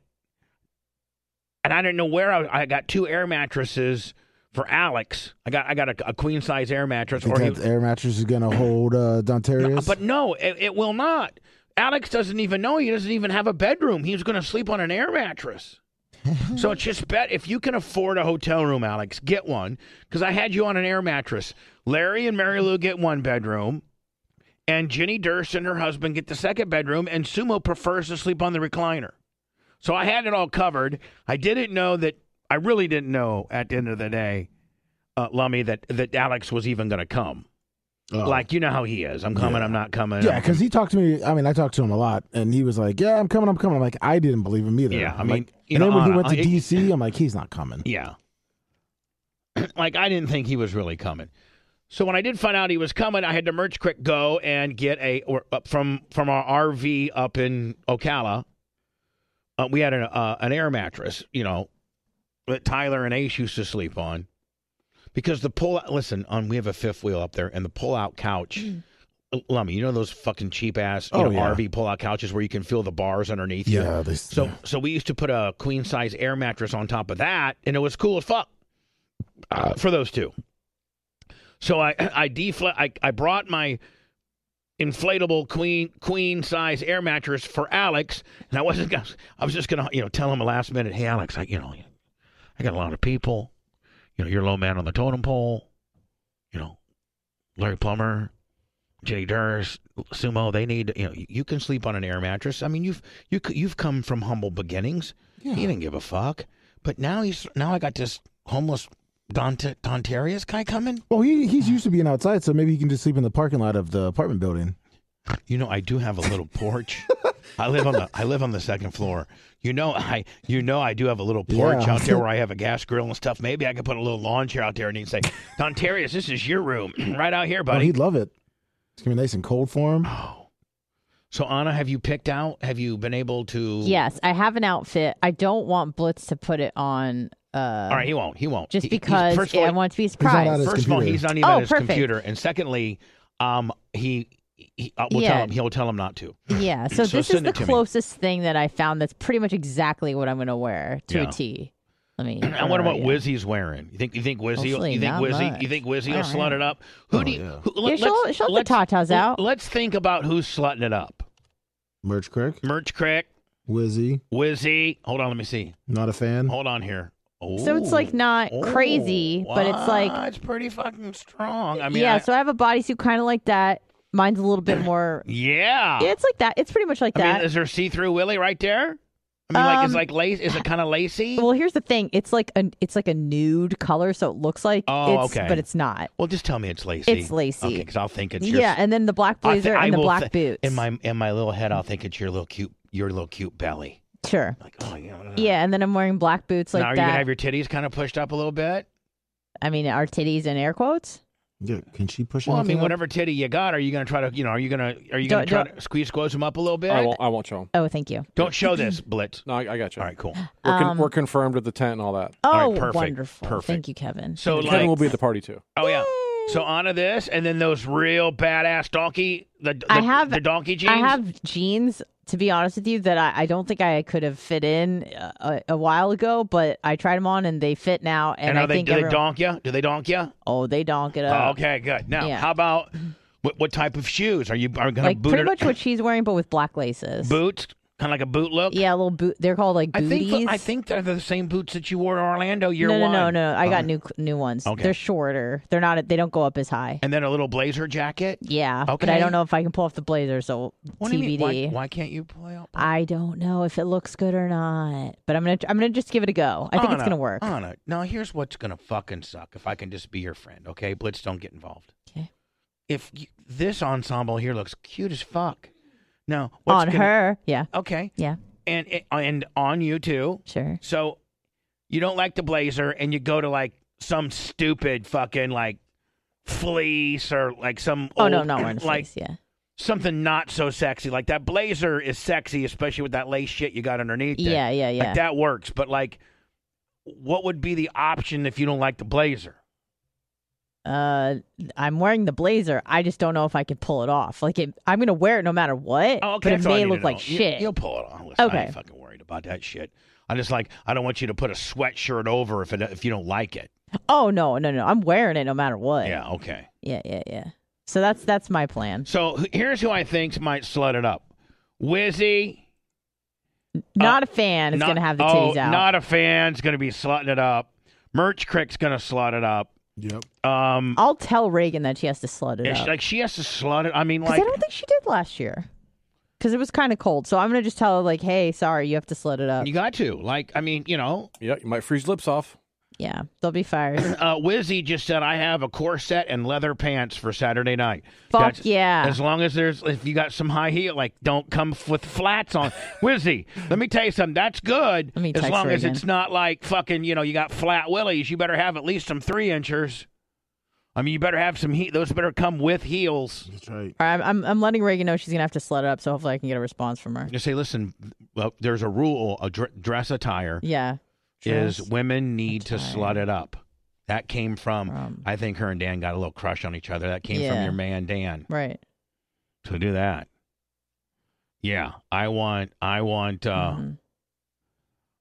and I didn't know where I, was, I got two air mattresses for Alex. I got I got a, a queen size air mattress. Think or he- that air mattress is gonna hold uh, no, Dontarius? but no, it, it will not. Alex doesn't even know. He doesn't even have a bedroom. He's going to sleep on an air mattress. [laughs] so it's just bet if you can afford a hotel room, Alex, get one. Because I had you on an air mattress. Larry and Mary Lou get one bedroom, and Jenny Durst and her husband get the second bedroom, and Sumo prefers to sleep on the recliner. So I had it all covered. I didn't know that. I really didn't know at the end of the day, uh, Lummy, that that Alex was even going to come. Oh. Like you know how he is. I'm coming. I'm not coming. Yeah, because he talked to me. I mean, I talked to him a lot, and he was like, "Yeah, I'm coming. I'm coming." I'm like, I didn't believe him either. Yeah, I I'm mean, like- you and know, then when on- he went on- to DC, I'm like, he's not coming. yeah. [clears throat] like I didn't think he was really coming. So when I did find out he was coming, I had to merch quick go and get a or uh, from from our RV up in Ocala. Uh, we had an uh, an air mattress, you know, that Tyler and Ace used to sleep um, on, because the pull. Listen, on we have a fifth wheel up there, and the pull out couch Lummy, you know those fucking cheap ass you Mm. Oh, know, yeah. RV pull out couches where you can feel the bars underneath you? Yeah, they- so yeah. so we used to put a queen size air mattress on top of that, and it was cool as fuck uh, for those two. So I [clears throat] I defla- I, I brought my inflatable queen queen size air mattress for Alex, and I wasn't gonna, I was just gonna you know tell him last minute, hey Alex, I you know I got a lot of people, you know you're a low man on the totem pole, you know Larry Plummer, Jenny Durst, Sumo, they need you know you can sleep on an air mattress. I mean you've you c- you've come from humble beginnings. He didn't give a fuck, but now he's now I got this homeless Dante Dontarius guy coming. Well, he he's used to being outside, so maybe he can just sleep in the parking lot of the apartment building. Oh, You know, I do have a little [laughs] porch. I live on the I live on the second floor. You know, I you know I do have a little porch Yeah. out there where I [laughs] have a gas grill and stuff. Maybe I could put a little lawn chair out there and he'd say, Dontarius, this is your room, [clears throat] right out here, Oh, buddy. he'd love it. It's gonna be nice and cold [gasps] for him. so Anna, have you picked out? Have you been able to? Yes, I have an outfit. I don't want Blitz to put it on. Uh, All right, he won't. He won't. Just He- he's- because first of all, I want it to be not surprised. out his First of all, computer. he's not even Oh, at his perfect. computer, and secondly, um, he, he uh, we'll tell Yeah. him he'll tell him not to. [clears throat] Yeah, so, So this is send the it to me. closest thing that I found that's pretty much exactly what I'm going to wear to Yeah. a T. Let me. [clears throat] I wonder what yeah. Wizzy's wearing. You think you think Wizzy Hopefully you think not Wizzy much. you think Wizzy I will don't slut know. it up? Oh, Who do you who, Yeah, she'll- let's- she'll get let's- tatas out. Let's think about who's slutting it up. Merch Crick, Merch Crick, Wizzy, Wizzy. Hold on, let me see. not a fan. Hold on here. Oh, So it's like not Oh, crazy, but it's wow, like Ah, it's pretty fucking strong. I mean, yeah. I- so I have a bodysuit kind of like that. Mine's a little bit more. [coughs] yeah. Yeah, it's like that. It's pretty much like I that. mean, is there see-through Willie right there? I mean, like, is Um, like lace? Is it kind of lacy? well, here's the thing. It's like a it's like a nude color, so it looks like Oh, it's, okay. but it's not. Well, just tell me it's lacy. It's lacy. Okay, because I'll think it's your Yeah, and then the black I thi- blazer I and the will black thi- boots. In my in my little head, I'll think it's your little cute your little cute belly. sure. Like, oh yeah. look at that. Yeah, and then I'm wearing black boots like now, are you that. gonna have your titties kind of pushed up a little bit? I mean, are titties in air quotes? Yeah, can she push? Well, I mean, anything up? whatever titty you got, are you gonna try to you know are you gonna are you Don't- gonna try to squeeze squoze them up a little bit? I won't. I won't show him. Oh, thank you. Don't show [clears throat] this, Blitz. No, I, I got you. All right, cool. We're, con- Um, we're confirmed with the tent and all that. Oh, right, perfect, wonderful. perfect. Thank you, Kevin. So Thank you. like, Kevin will be at the party too. oh yeah. So honor this, and then those real badass donkey the, the I have- the donkey jeans. I have jeans. To be honest with you, that I, I don't think I could have fit in a, a while ago, but I tried them on and they fit now. And, And are I they think do they everyone- donk you? Do they donk you? oh, they donk it Oh, up. okay, good. Now, yeah. how about what, what type of shoes are you are gonna Like boot pretty it- much what she's wearing, but with black laces. boots? Kind of like a boot look. Yeah, a little boot. They're called like I booties. think I think they're the same boots that you wore to Orlando year no, no, one. Uh-huh. no, no. I got new new ones. Okay. They're shorter. They're not. They don't go up as high. And then a little blazer jacket. Yeah, but Okay. I don't know if I can pull off the blazer. So What do you TBD. mean? Why, why can't you play out? I don't know if it looks good or not, but I'm gonna I'm gonna just give it a go. I think it's Anna, gonna work. Anna, now here's what's gonna fucking suck. If I can just be your friend, okay? Blitz, don't get involved. Okay. If you, this ensemble here looks cute as fuck. Now On what's gonna- her, yeah, Okay. yeah, And and on you too. sure. So you don't like the blazer and you go to like some stupid fucking like fleece or like some Oh no, old- [clears throat] not wearing a like face. Yeah, something not so sexy. Like that blazer is sexy, especially with that lace shit you got underneath. it. yeah, yeah, yeah. Like that works. But like, what would be the option if you don't like the blazer? uh, I'm wearing the blazer. I just don't know if I could pull it off. Like it, I'm gonna wear it no matter what. Oh, okay. but it that's all I may need to look like know. You- shit. You'll pull it off. Listen, I Okay. ain't fucking worried about that shit. I just like I don't want you to put a sweatshirt over if it, if you don't like it. oh no, no, no. I'm wearing it no matter what. Yeah. Okay. yeah, yeah, yeah. So that's that's my plan. So h- here's who I think might slut it up. Wizzy. Not a fan is Uh, not- gonna have the oh, titties out. Not a fan's gonna be slutting it up. Merch Crick's gonna slut it up. Yep. Um, I'll tell Reagan that she has to slut it Yeah, up. she- like she has to slut it. I mean, 'Cause like I don't think she did last year. Because it was kind of cold, so I'm gonna just tell her like, "Hey, sorry, you have to slut it up." you got to. Like, I mean, you know, Yeah, you might freeze lips off. Yeah, there'll be fires. uh, Wizzy just said I have a corset and leather pants for Saturday night. Fuck That's- yeah. As long as there's, if you got some high heel, like don't come f- with flats on. Wizzy, let me tell you something. That's good. Let me as text long her as again. it's not like fucking, you know, you got flat willies. You better have at least some three inchers. I mean, you better have some heat. Those better come with heels. That's right. All right, I'm, I'm I'm letting Reagan know she's gonna have to slut it up, so hopefully I can get a response from her. Just say, listen, well, there's a rule. A dr- dress attire Yeah. is Dress. women need to slut it up. That came from, From- I think her and Dan got a little crush on each other. That came from Yeah. your man Dan. right. So do that. Yeah, I want, I want, uh, Mm-hmm.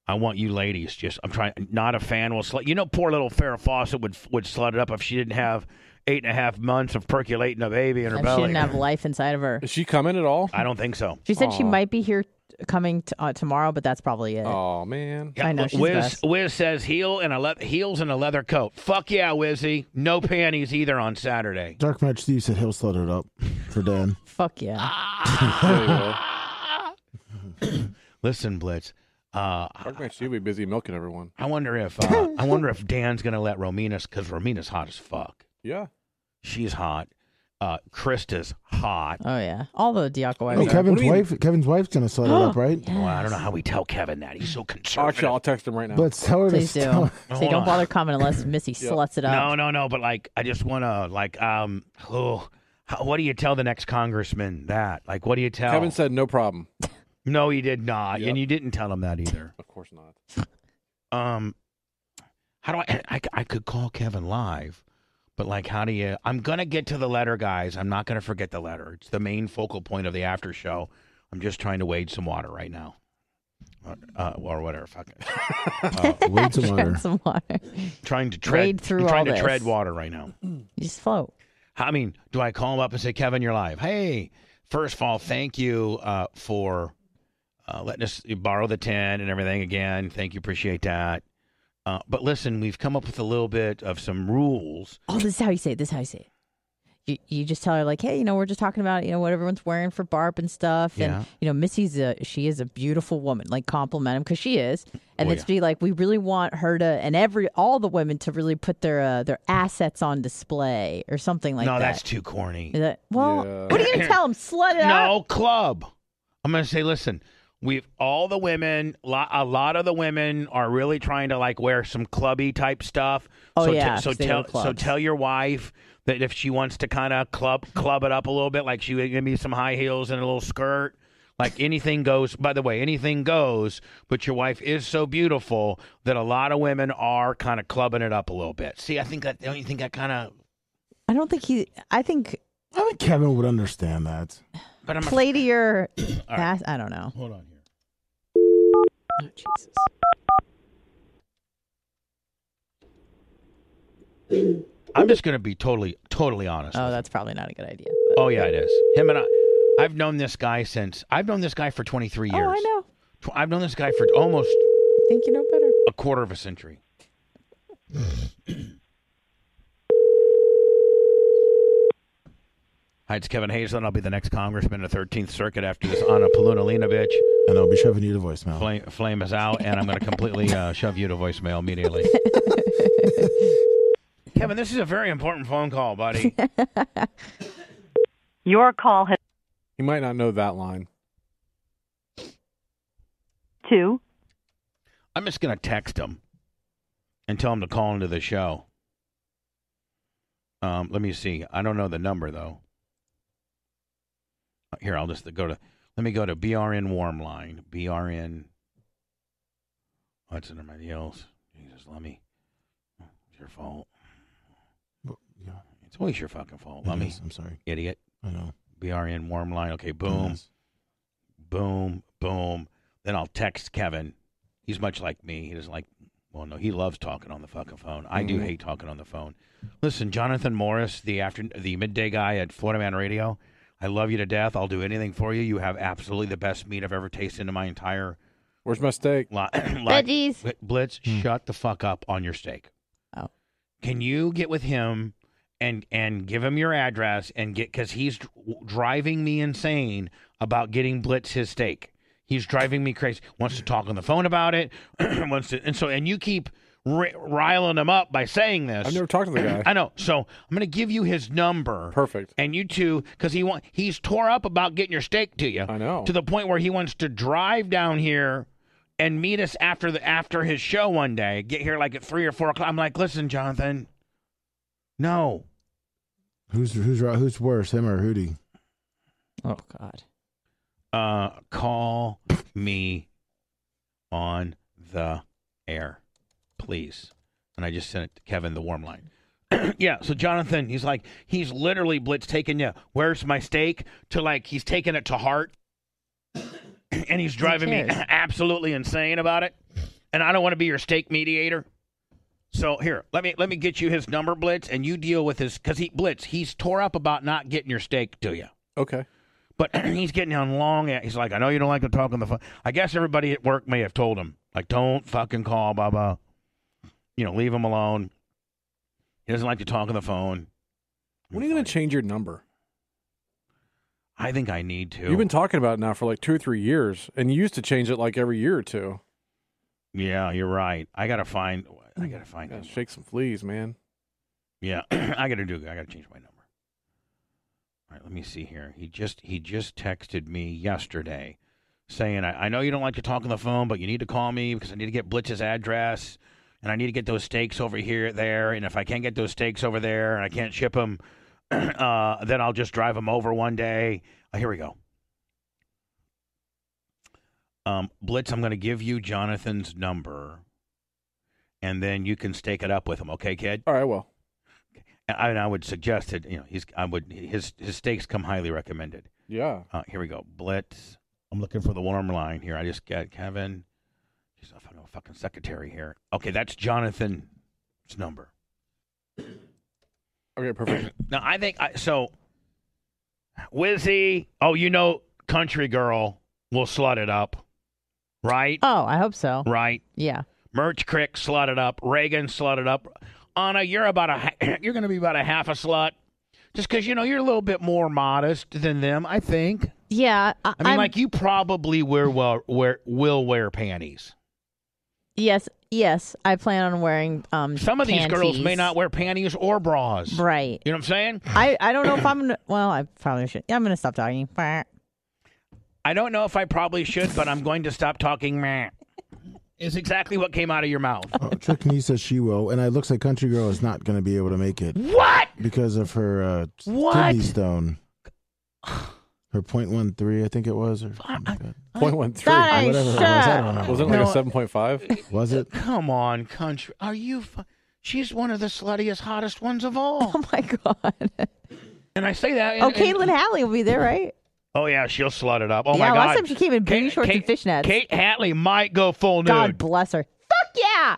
I want you ladies. Just, I'm trying. Not a fan will slut. You know, poor little Farrah Fawcett would would slut it up if she didn't have eight and a half months of percolating a baby in her If she belly. didn't have life inside of her. Is she coming at all? I don't think so. She said she might be here t- coming t- uh, tomorrow, but that's probably it. Oh man. I know Wh- she's Wiz, best. Wiz says heel and a le- heels and a leather coat. Fuck yeah, Wizzy. No panties either on Saturday. Dark Match Steve said he'll slut it up for Dan. [laughs] Fuck yeah. Ah! Listen, Blitz. Uh, Dark Knight, she'll be busy milking everyone. I wonder if uh, I wonder if Dan's gonna let Romina because Romina's hot as fuck. Yeah. She's hot. Uh, Krista's hot. [laughs] Oh yeah. All the Diaco Oh, wives. are- Kevin's What do you- wife. Kevin's wife's gonna slut [gasps] it up, right? Well, I don't know how we tell Kevin that he's so Actually, conservative. I'll text him right now. But tell her Please to do. tell- See, Hold don't on. bother coming unless [laughs] Missy sluts it No, up. no, no. But like, I just wanna like, um, oh, how, what do you tell the next congressman that? Like, what do you tell? Kevin said no problem. no, he did not, Yep. and you didn't tell him that either. Of course not. um how do I, I i could call kevin live but like how do you i'm gonna get to the letter guys i'm not gonna forget the letter it's the main focal point of the after show i'm just trying to wade some water right now Uh, uh, or whatever fuck [laughs] it. Wade Drink Uh, some water. some water. trying to tread Wade through I'm trying all to tread this. water right now You just float. I mean, do I call him up and say, Kevin, you're live? Hey, first of all, thank you uh, for uh, letting us borrow the tent and everything again. Thank you, appreciate that. Uh, but listen, we've come up with a little bit of some rules. Oh, this is how you say it. This is how you say it. You, you just tell her like, hey, you know, we're just talking about you know what everyone's wearing for Barb and stuff, Yeah. and you know, Missy's a she is a beautiful woman. Like compliment him because she is, and Oh, then yeah. to be like, we really want her to and every all the women to really put their uh, their assets on display or something like no, that. that's too corny. Is that- well, Yeah. what are you gonna tell him? Slut it up. No, club. I'm going to say, listen, we've all the women, lo- a lot of the women are really trying to like wear some clubby type stuff. Oh, so yeah, so 'cause they tell go to so clubs. tell your wife that if she wants to kind of club club it up a little bit, like she would give me some high heels and a little skirt. Like anything goes. By the way, anything goes. But your wife is so beautiful that a lot of women are kind of clubbing it up a little bit. See, I think that don't you think that kind of. I don't think he. I think I think Kevin would understand that. But I'm a- play to [clears throat] your ass. I don't know. hold on here. Oh, Jesus. I'm just gonna be totally totally honest. Oh, with that's probably not a good idea. you. but- oh yeah, it is. Him and I. I've known this guy since I've known this guy for 23 years. Oh, I know. Tw- I've known this guy for almost I think you know better. a quarter of a century. Hi, it's Kevin Hazelton. I'll be the next congressman of 13th Circuit after this Anna Palunalinavich. And I'll be shoving you to voicemail. Flame, flame is out, and I'm going to completely uh, shove you to voicemail immediately. [laughs] Kevin, this is a very important phone call, buddy. Your call has He might not know that line. two. [laughs] I'm just gonna text him and tell him to call into the show. Um, let me see. I don't know the number though. Uh, Here, I'll just go to. Let me go to BRN Warm Line. BRN. What's under my heels? Jesus, let me. oh, It's your fault. Yeah, It's always your fucking fault. it Let me, is. Oh, I'm sorry. idiot. I know. BRN Warm Line. Okay, boom. Yes. boom, boom. Then I'll text Kevin. He's much like me. He doesn't like, well, no, he loves talking on the fucking phone. I Mm-hmm. do hate talking on the phone. Listen, Jonathan Morris, the after the midday guy at Florida Man Radio. I love you to death. I'll do anything for you. You have absolutely the best meat I've ever tasted in my entire Where's my steak? [coughs] life. Veggies. Blitz, Hmm. shut the fuck up on your steak. Oh. Can you get with him and and give him your address and get because he's dr- driving me insane about getting Blitz his steak. He's driving me crazy. Wants to talk on the phone about it. [clears throat] wants to and so and you keep ri riling him up by saying this. I've never talked to the guy. [clears throat] I know. So I'm gonna give you his number. Perfect. And you two, because he want he's tore up about getting your steak to you. I know. To the point where he wants to drive down here and meet us after the after his show one day. Get here like at three or four o'clock. I'm like, listen, Jonathan. No, Who's who's right? Who's worse, him or Hootie? Oh God. uh, call me on the air, please. And I just sent it to Kevin the warm line. [clears throat] yeah, so Jonathan, he's like, he's literally blitz taking you. Where's my steak? To like, he's taking it to heart, [clears throat] and he's driving me cares? [clears throat] absolutely insane about it. And I don't want to be your steak mediator. So here, let me let me get you his number, Blitz, and you deal with his because he Blitz, he's tore up about not getting your steak to you. Okay. But [clears throat] he's getting on long. at- He's like, I know you don't like to talk on the phone. I guess everybody at work may have told him, like, don't fucking call, blah blah. You know, leave him alone. He doesn't like to talk on the phone. When are you going to change your number? I think I need to. You've been talking about it now for like two or three years, and you used to change it like every year or two. Yeah, you're right. I gotta find. I gotta find. Gotta shake some fleas, man. Yeah, [clears throat] I gotta do. I gotta change my number. All right, let me see here. He just he just texted me yesterday, saying, I, "I know you don't like to talk on the phone, but you need to call me because I need to get Blitz's address, and I need to get those steaks over here, there, and if I can't get those steaks over there, and I can't ship them, [clears throat] uh, then I'll just drive them over one day." Uh, here we go. Um, Blitz, I'm going to give you Jonathan's number, and then you can stake it up with him. Okay, kid. All right. Well, I, and I would suggest that you know he's I would his his stakes come highly recommended. Yeah. [laughs] Uh, here we go. Blitz. I'm looking for the warm line here. I just got Kevin. She's a fucking, fucking secretary here. Okay, that's Jonathan's number. Okay, perfect. now I think I, so. Wizzy, oh, you know, country girl will slut it up, right? Oh, I hope so. Right. Yeah. Merch Crick slut it up. Reagan slut it up. Anna, you're about a ha- [clears throat] you're going to be about a half a slut, just because you know you're a little bit more modest than them. I think. Yeah. I, I mean, am like you probably wear well wear will wear panties. Yes. Yes. I plan on wearing um. Some of these girls may panties. not wear panties or bras. Right. You know what I'm saying? I I don't know if I'm. gonna- Well, I probably should. I'm gonna stop talking. I don't know if I probably should, but I'm going to stop talking. Meh. Is exactly what came out of your mouth. Oh, Trick Knee says she will, and it looks like Country Girl is not going to be able to make it. What? Because of her uh, What? kidney stone. Her point one three, I think it was. Or Point one three. Or whatever it was, I don't know. Was it like a seven point five? Was it? Come on, country. Are you? Fu- She's one of the sluttiest, hottest ones of all. Oh my god. And I say that. Oh, and- and- Caitlin Hatley will be there, right? Oh yeah, she'll slut it up. Oh my yeah. god. Last time she came in booty shorts and fishnets. Kate Hatley might go full nude. God bless her. Fuck yeah.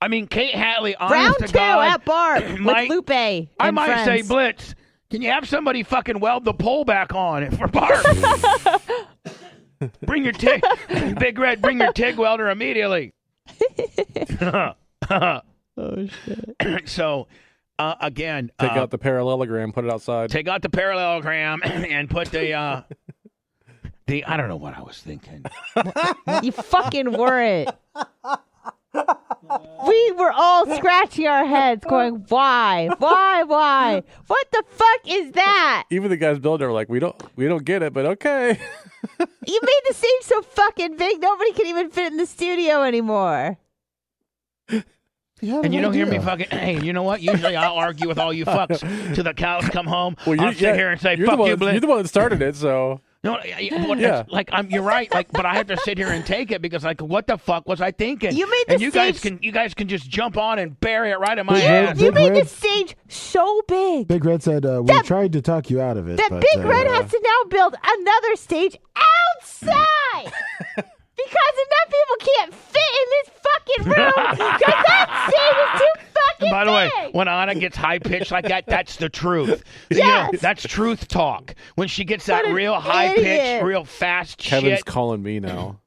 I mean, Kate Hatley. Round honest to two God, at [clears throat] bar with might- Lupe. And I might friends. say, Blitz, can you have somebody fucking weld the pole back on for Barb? bring your TIG, [laughs] Big Red, bring your TIG welder immediately. oh, shit. [clears throat] so, uh, again, Take uh, out the parallelogram, put it outside. take out the parallelogram [clears throat] and put the, uh, [laughs] the, I don't know what I was thinking. you fucking were it. We were all scratching our heads, going, "Why? Why? Why? What the fuck is that? Even the guys building are like, we don't, we don't get it, but okay. [laughs] You made the stage so fucking big, nobody can even fit in the studio anymore." And you don't hear me fucking. Hey, you know what? Usually I'll argue with all you fucks till the cows come home. Well, you- I'll sit yeah, here and say, you're the "Fuck one you, that- Blitz." You're the one that started it, so No, I- I- but Yeah. it's like I'm. You're right. Like, but I have to sit here and take it because, like, what the fuck was I thinking? You made and the you guys stage- can you guys can just jump on and bury it right in my Big ass. Red- You made the Red- stage so big Big Red said uh, we tried to talk you out of it. that but, Big uh, Red has to now build another stage [laughs] outside because enough people can't fit in this fucking room [laughs] because that stage is too fucking And by the way, big. when Anna gets high pitched like that, that's the truth. You know, Yes. that's truth talk. When she gets that What an real high pitched, idiot. real fast [laughs] Kevin's shit, calling me now.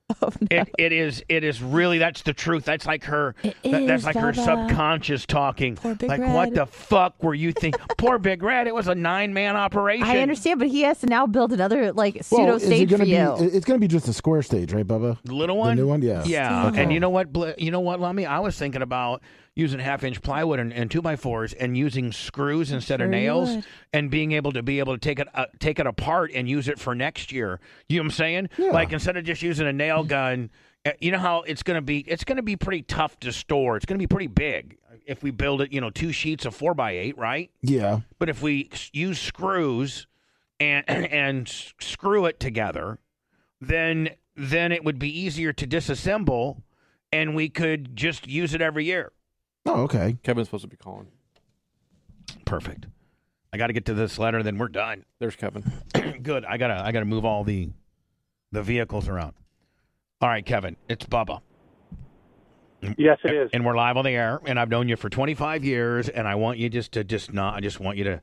it, it is it is really that's the truth. That's like her that- is, that's like her Bubba. subconscious talking. Big like what Red. the fuck were you thinking? [laughs] Poor Big Red, it was a nine man operation. I understand, but he has to now build another like pseudo Well, is it stage for gonna be? you. it- It's going to be just a square stage, right, Bubba? The little one, new one, yeah. yeah. Still. And you know what, Bl- you know what, Lummy? I was thinking about using half inch plywood and, and two by fours and using screws instead Sure of you nails would. and being able to be able to take it uh, take it apart and use it for next year. You know what I'm saying? Like instead of just using a nail gun, uh, you know how it's gonna be? It's gonna be pretty tough to store. It's gonna be pretty big if we build it. You know, two sheets of four by eight, right? Yeah. But if we s- use screws and [clears throat] and s- screw it together, then then it would be easier to disassemble, and we could just use it every year. Oh, okay. Kevin's supposed to be calling. perfect. I got to get to this letter, then we're done. There's Kevin. [clears throat] Good. I gotta I gotta move all the the vehicles around. All right, Kevin. It's Bubba. Yes, it is. And we're live on the air. And I've known you for 25 years, and I want you just to just not. I just want you to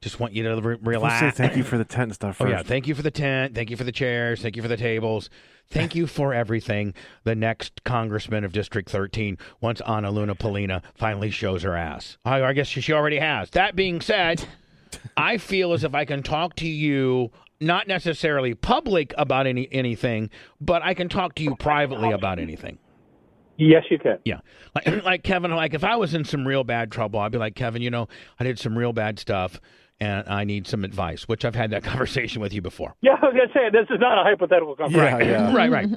just want you to re- Let's relax. say thank you for the tent stuff Oh first. yeah, thank you for the tent, thank you for the chairs, thank you for the tables, thank you for everything. The next congressman of District 13, once Ana Luna Polina finally shows her ass. I, I guess she, she already has. That being said, I feel as if I can talk to you, not necessarily public about any anything, but I can talk to you privately about anything. Yes, you can. Yeah. Like, [clears throat] like Kevin, like if I was in some real bad trouble, I'd be like, Kevin, you know, I did some real bad stuff and I need some advice, which I've had that [laughs] conversation with you before. Yeah, I was gonna say this is not a hypothetical right. conversation. [laughs] right, right.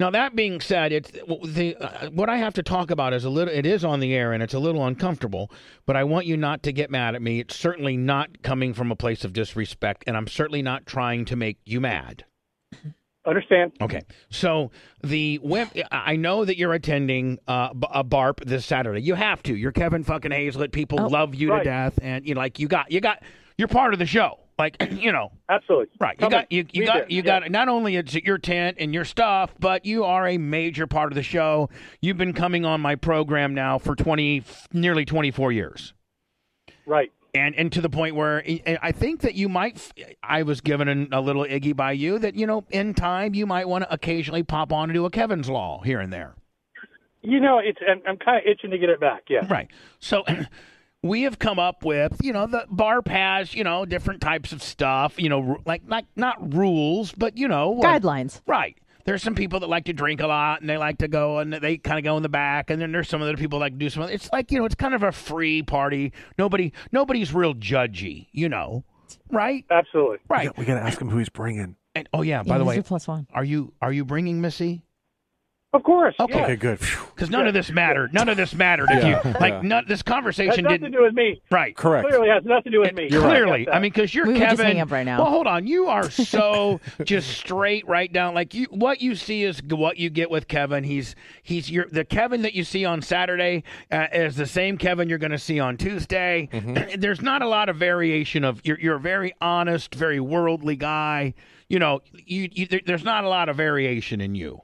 Now that being said, it's the uh, what I have to talk about is a little. It is on the air and it's a little uncomfortable, but I want you not to get mad at me. It's certainly not coming from a place of disrespect, and I'm certainly not trying to make you mad. Understand? Okay. So the web, I know that you're attending uh, b- a BARP this Saturday. You have to. You're Kevin fucking Hazlett. People love you to right. death, and you know, like you got you got you're part of the show. Like [clears throat] you know, [laughs] absolutely right. You Come got on. you, you Be got there. you got not only is it your tent and your stuff, but you are a major part of the show. You've been coming on my program now for twenty nearly twenty four years Right. and and to the point where eh, I- I think that you might. f- I was given an, a little iggy by you that you know in time you might want to occasionally pop on and do a Kevin's Law here and there. You know, it's I'm, I'm kind of itching to get it back. Yeah. Right. So [clears throat] we have come up with, you know, the BARP has, you know, different types of stuff, you know, ru- like like not rules, but you know, like- Guidelines. right. There's some people that like to drink a lot and they like to go and they kind of go in the back and then there's some other people that like do some other, it's like, you know, it's kind of a free party. Nobody nobody's real judgy, you know. Right? Absolutely. Right. We gotta ask him who he's bringing. And oh yeah, by the he's way, a plus one. Are you are you bringing Missy? Of course. Okay. Okay, good. Phew. Because none of this mattered. None of this mattered if Yeah, you like. yeah. None, this Has conversation nothing didn't to do with me. right. Correct. Clearly has nothing to do with me. It- Clearly, I mean, because you're We would Kevin. just hang up right now. Well, hold on. [laughs] You are so just straight right down. Like you, what you see is what you get with Kevin. He's he's your the Kevin that you see on Saturday uh, is the same Kevin you're going to see on Tuesday. [clears throat] There's not a lot of variation of you're you're a very honest, very worldly guy. You know, you, you there, there's not a lot of variation in you.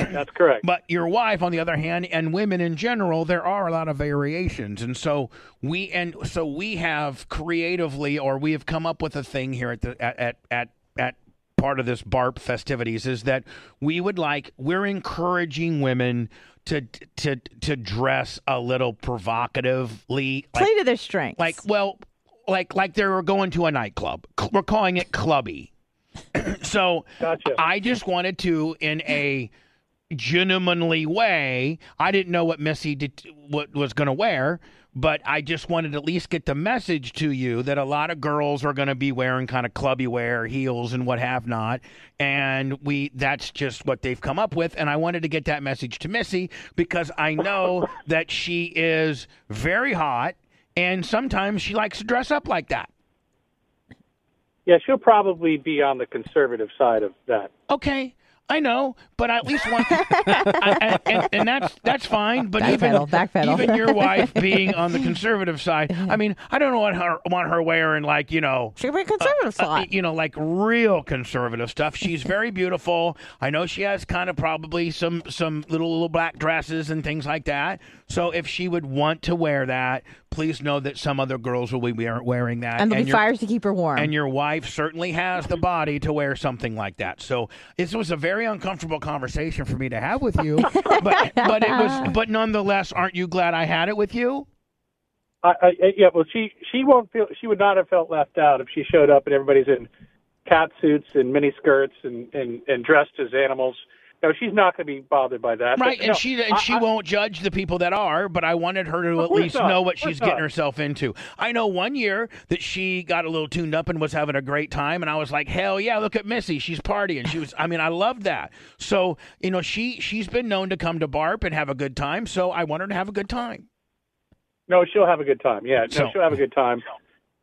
That's correct. But your wife, on the other hand, and women in general, there are a lot of variations, and so we and so we have creatively, or we have come up with a thing here at the at at at. at part of this barp festivities is that we would like we're encouraging women to to to dress a little provocatively like, Play to their strengths. like well like like they were going to a nightclub C- we're calling it clubby [clears throat] so i just wanted to in a gentlemanly way i didn't know what missy did, what was going to wear but i just wanted to at least get the message to you that a lot of girls are going to be wearing kind of clubby wear heels and what have not and we that's just what they've come up with and i wanted to get that message to missy because i know that she is very hot and sometimes she likes to dress up like that. Yeah, she'll probably be on the conservative side of that. Okay, I know, but I at least [laughs] want, I, I- and, and that's that's fine. But even Backpedal, backpedal. [laughs] even your wife being on the conservative side, I mean, I don't want her want her wearing like you know She could be a conservative uh, slot. you know, like real conservative stuff. She's very beautiful. I know she has kind of probably some some little little black dresses and things like that. So if she would want to wear that, please know that some other girls will be wear- wearing that. And there'll be you're- fires to keep her warm. And your wife certainly has the body to wear something like that. So this was a very uncomfortable conversation for me to have with you, but but it was but nonetheless, aren't you glad I had it with you? I, I, yeah, well, she she won't feel she would not have felt left out if she showed up and everybody's in cat suits and mini skirts and and, and dressed as animals. No, she's not going to be bothered by that. Right, But, and no, she and I- she I- won't judge the people that are, but I wanted her to at course least not. know what Of course she's getting not. herself into. I know one year that she got a little tuned up and was having a great time, and I was like, "Hell yeah, look at Missy, she's partying." She was, I mean, I love that. So you know, she she's been known to come to Barp and have a good time, so I want her to have a good time. No, she'll have a good time. Yeah, no, So- she'll have a good time.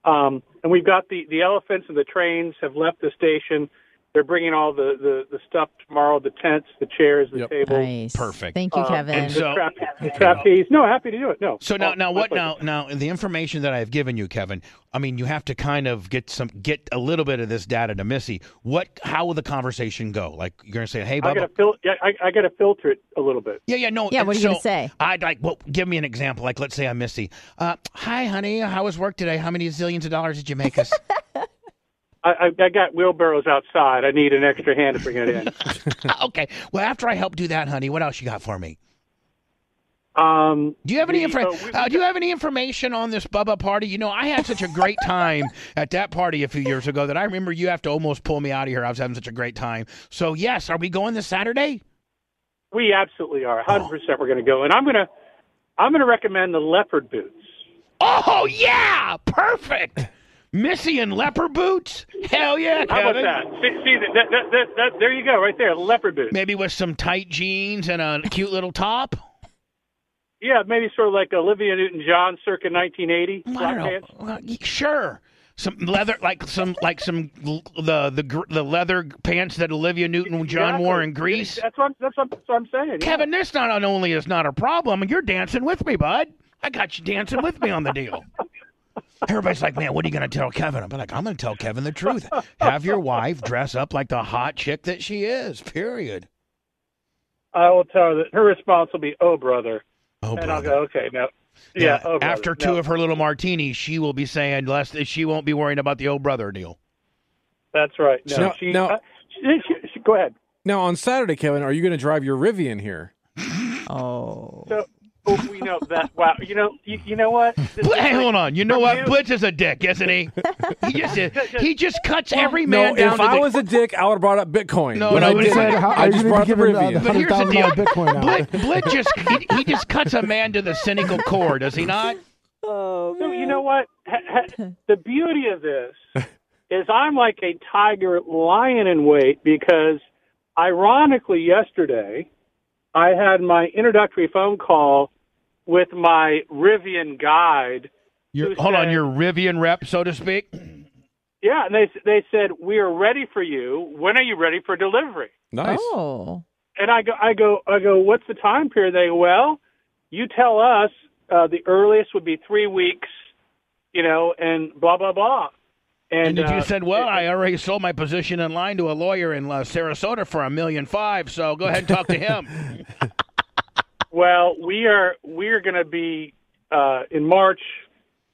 Um, and we've got the the elephants and the trains have left the station, They're bringing all the, the, the stuff tomorrow, the tents, the chairs, the tables. Perfect. Thank you, Kevin. And so, the trapeze. No, happy to do it. No. So now, Oh, now my what? pleasure. Now, now the information that I've given you, Kevin. I mean, you have to kind of get some, get a little bit of this data to Missy. What? How will the conversation go? Like you're gonna say, "Hey, I Bubba." gotta fil- yeah, I, I gotta filter it a little bit. yeah, yeah, no. Yeah, and what are you gonna so say? I'd like, well, give me an example. Like, let's say I'm Missy. Uh, Hi, honey. How was work today? How many zillions of dollars did you make us? I, I, I got wheelbarrows outside. I need an extra hand to bring [laughs] it in. okay. Well, after I help do that, honey, what else you got for me? Um, do you have any the- infra- uh, we- uh, Do you have any information on this Bubba party? You know, I had such a great time at that party a few years ago that I remember you have to almost pull me out of here. I was having such a great time. So yes, are we going this Saturday? We absolutely are. 100% we're going to go. And I'm going to I'm going to recommend the leopard boots. Oh yeah, perfect. Missy and leopard boots. Hell Oh, yeah, How about Kevin. that? See, see that, that, that, that, there you go, right there, leopard boots. Maybe with some tight jeans and a cute little top. Yeah, maybe sort of like Olivia Newton-John circa 1980. I Black don't pants. know. Well, Sure. Some leather, like some, like some l- the the gr- the leather pants that Olivia Newton John Exactly. wore in Greece. That's what I'm, that's what, that's what I'm saying. yeah. Kevin, this not only is not a problem, you're dancing with me, bud. I got you dancing with me on the [laughs] deal. Everybody's like, man, what are you going to tell Kevin? I'm like, I'm going to tell Kevin the truth. Have your wife dress up like the hot chick that she is, period. I will tell her that her response will be, "Oh brother." Oh And I'll go, "Okay, no." Yeah, oh, brother, after two no. of her little martinis, she will be saying, less, she won't be worrying about the old brother deal. That's right. No, Now- she, now- uh, she- she- she- go ahead. Now on Saturday, Kevin, are you going to drive your Rivian here? [laughs] Oh. So oh, we know that. Wow, you know, you, you know what? This- Hey, hold on. You know what? Review- Blitz is a dick, isn't [laughs] he? He just, [laughs] he just cuts every No, man if down to I the- was a dick, I would have brought up Bitcoin. No, But no, I but didn't. said, how- I are just you gonna brought up give him the- Rivian. But here's the deal. Bitcoin Blit, Blit just he, he just cuts a man to the cynical core, does he not? So you know what? Ha- ha- the beauty of this is I'm like a tiger lion in wait because, ironically, yesterday I had my introductory phone call with my Rivian guide. Your, who hold on, said- your Rivian rep, so to speak. Yeah, and they they said we are ready for you. When are you ready for delivery? Nice. Oh. And I go I go I go. What's the time period? They go, well, you tell us. Uh, the earliest would be three weeks, you know, and blah blah blah. And, And, if you uh, said, "Well, I already sold my position in line to a lawyer in uh, Sarasota for a million five, so go ahead and talk to him." Well, we are we are going to be uh, in March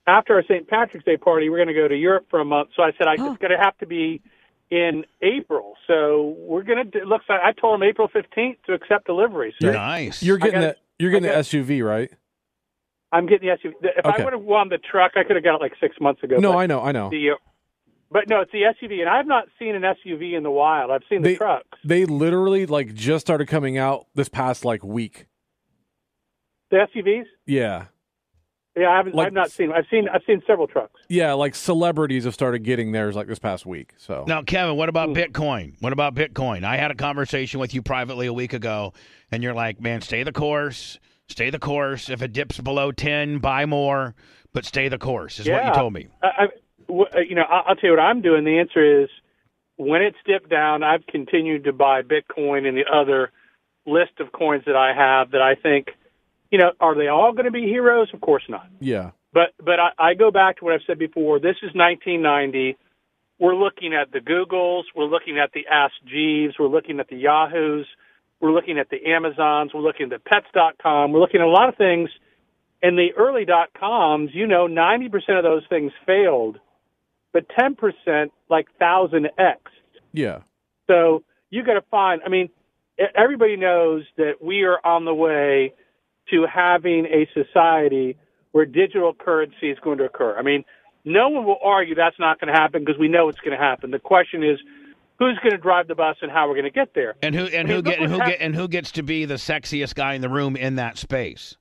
after our St. Patrick's Day party. We're going to go to Europe for a month. So I said I, Oh. it's going to have to be in April. So we're going to. It looks like I told them April fifteenth to accept delivery. So nice. You're getting I got- the you're getting the SUV, right? I'm getting the SUV. If Okay. I would have won the truck, I could have got it like six months ago. No, but I know, I know. The, uh, but no, it's the SUV, and I've not seen an SUV in the wild. I've seen the They- truck. They literally like just started coming out this past like week. The SUVs. Yeah. Yeah, I haven't. Like- I've not seen. them. I've seen. I've seen several trucks. Yeah, like celebrities have started getting theirs like this past week. So Now, Kevin, what Hmm. about Bitcoin? What about Bitcoin? I had a conversation with you privately a week ago, and you're like, man, stay the course, stay the course. If it dips below 10, buy more, but stay the course, is what you Yeah. told me. I, I, w- uh, you know, I, I'll tell you what I'm doing. The answer is when it's dipped down, I've continued to buy Bitcoin and the other list of coins that I have that I think, you know, are they all going to be heroes? Of course not. yeah. But but I, I go back to what I've said before. This is 1990. We're looking at the Googles. We're looking at the Ask Jeeves. We're looking at the Yahoos. We're looking at the Amazons. We're looking at the Pets.com. Um, We're looking at a lot of things. And the early dot coms, you know, 90% of those things failed, but 10% like 1000x. Yeah. So you got to find, I mean, e- everybody knows that we are on the way to having a society where digital currency is going to occur. I mean, no one will argue that's not going to happen because we know it's going to happen. The question is, who's going to drive the bus and how we're going to get there? And who and I mean, who look get and what's who hap- get and who gets to be the sexiest guy in the room in that space?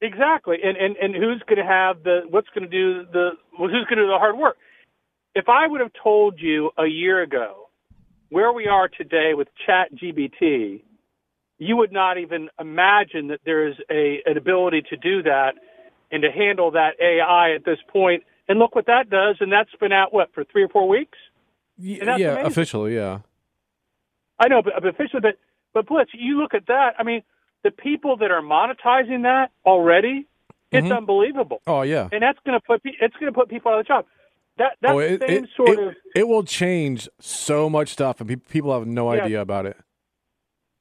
Exactly, and and and who's going to have the what's going to do the well, who's going to do the hard work? If I would have told you a year ago where we are today with Chat GBT, you would not even imagine that there is a an ability to do that and to handle that AI at this point. And look what that does, and that's been out what for three or four weeks. Y- And that's yeah, amazing. officially, yeah. I know, but, but officially, but but Blitz, you look at that. I mean, the people that are monetizing that already, it's Mhm. unbelievable. Oh yeah. and that's going to put pe- it's going to put people out of the job. That that oh, it, same it- sort it- of it will change so much stuff, and pe- people have no Yeah. idea about it.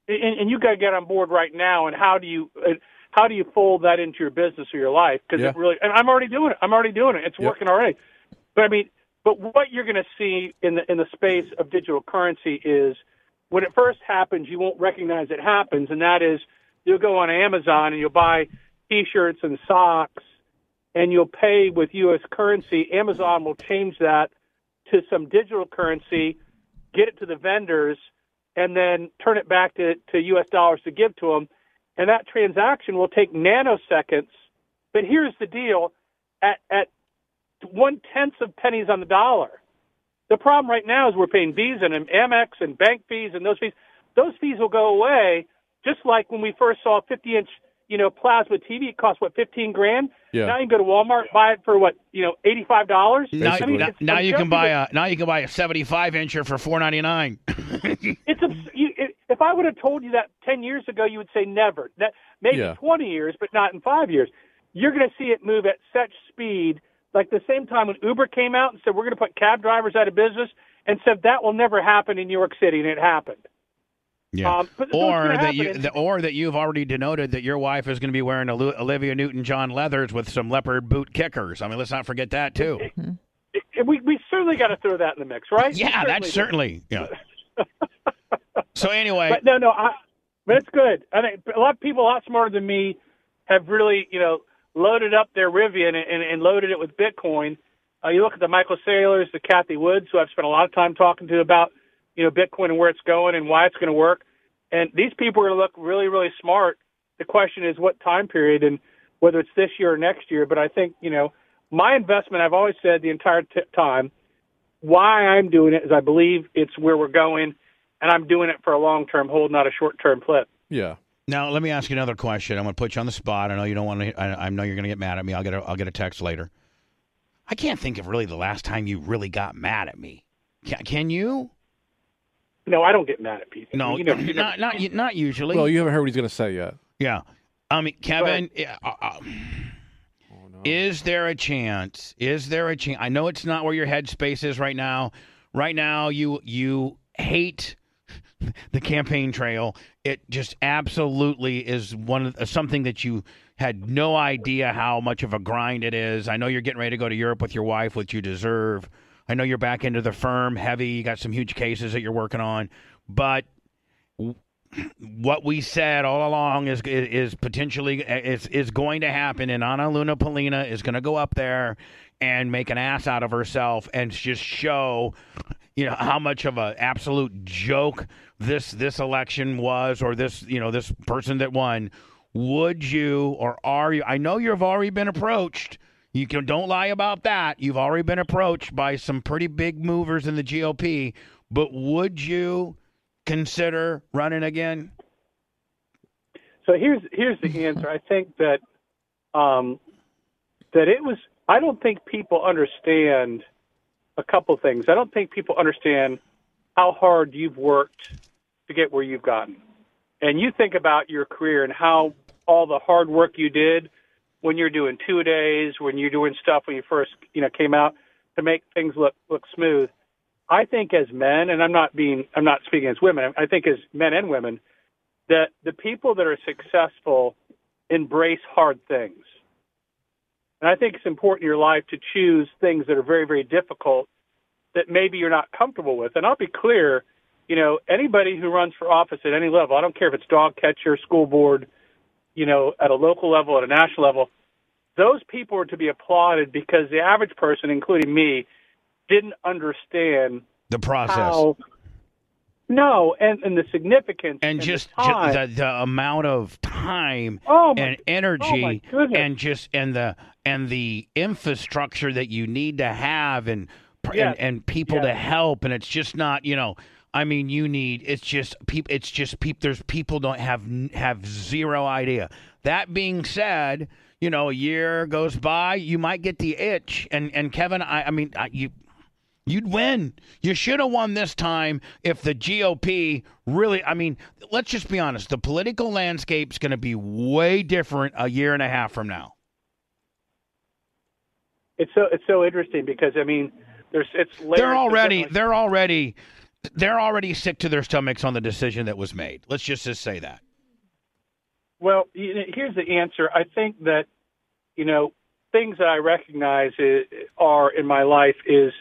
and, and you got to get on board right now. And how do you uh, how do you fold that into your business or your life? Because Yeah. it really, and I'm already doing it. I'm already doing it. It's Yep. working already. But I mean, but what you're going to see in the in the space of digital currency is when it first happens, you won't recognize it happens, and that is you'll go on Amazon and you'll buy T-shirts and socks, and you'll pay with U.S. currency. Amazon will change that to some digital currency, get it to the vendors, and then turn it back to, to U.S. dollars to give to them. And that transaction will take nanoseconds. But here's the deal at, at one tenth of pennies on the dollar. The problem right now is we're paying Visa and Amex and bank fees and those fees. Those fees will go away, just like when we first saw a 50 inch, you know, plasma TV. It cost what 15 grand. Yeah. Now you can go to Walmart, buy it for what you know, 85 dollars. Now, now- now you can buy a. a now you can buy a seventy five incher for four ninety nine. It's abs- you, it, if I would have told you that ten years ago, you would say never. That maybe Yeah. twenty years, but not in five years. You're going to see it move at such speed. Like the same time when Uber came out and said we're going to put cab drivers out of business, and said that will never happen in New York City, and it happened. Yeah. Um, but so it's or gonna that you happen. the, or that you've already denoted that your wife is going to be wearing a Lu- Olivia Newton John leathers with some leopard boot kickers. I mean, let's not forget that [laughs] too. And we we certainly got to throw that in the mix, [laughs] right? Yeah, We that's do. certainly yeah. so anyway, But no, no, I, but it's good. I think a lot of people, a lot smarter than me, have really, you know, loaded up their Rivian and, and, and loaded it with Bitcoin. Uh, you look at the Michael Saylors, the Kathy Woods, who I've spent a lot of time talking to about, you know, Bitcoin and where it's going and why it's going to work. And these people are going to look really, really smart. The question is what time period and whether it's this year or next year. But I think, you know, my investment, I've always said the entire t- time, why I'm doing it is I believe it's where we're going, and I'm doing it for a long term hold, not a short term flip. Yeah. Now let me ask you another question. I'm going to put you on the spot. I know you don't want to. I, I know you're going to get mad at me. I'll get a, I'll get a text later. I can't think of really the last time you really got mad at me. Can, can you? No, I don't get mad at people. No, You know, you not not u- not usually. Well, you haven't heard what he's going to say yet. Yeah. I mean, Kevin, yeah, uh, uh, is there a chance? Is there a chance? I know it's not where your headspace is right now. Right now, you you hate [laughs] the campaign trail. It just absolutely is one of, something that you had no idea how much of a grind it is. I know you're getting ready to go to Europe with your wife, which you deserve. I know you're back into the firm heavy. You got some huge cases that you're working on, but what we said all along is is potentially is is going to happen, and Ana Luna Polina is going to go up there and make an ass out of herself and just show, you know, how much of a absolute joke this this election was, or this you know this person that won. Would you or are you? I know you've already been approached. You can, don't lie about that. You've already been approached by some pretty big movers in the GOP, but would you? consider running again? So here's here's the answer. I think that um, that it was. I don't think people understand a couple things. I don't think people understand how hard you've worked to get where you've gotten. And you think about your career and how all the hard work you did when you're doing two days, when you're doing stuff when you first you know came out to make things look look smooth. I think as men, and I'm not being I'm not speaking as women. I think as men and women that the people that are successful embrace hard things. And I think it's important in your life to choose things that are very, very difficult that maybe you're not comfortable with. And I'll be clear, you know, anybody who runs for office at any level, I don't care if it's dog catcher, school board, you know, at a local level, at a national level, those people are to be applauded because the average person, including me, didn't understand The process. how. Oh, No, and, and the significance and, the just, ju- time. the, the amount of time Oh, my- and oh, my energy goodness. and just and the and the infrastructure that you need to have and pr- Yes. and, and people to help and it's just not you know I mean you need it's just people it's just people there's people don't have n- have zero idea that being said you know a year goes by you might get the itch and and Kevin I I mean I, you You'd win. You should have won this time if the GOP really. I mean, let's just be honest. The political landscape's going to be way different a year and a half from now. It's so it's so interesting because I mean, there's it's layers They're of already. They're already. They're already sick to their stomachs on the decision that was made. Let's just, just say that. Well, you know, here's the answer. I think that, you know, things that I recognize i are in my life is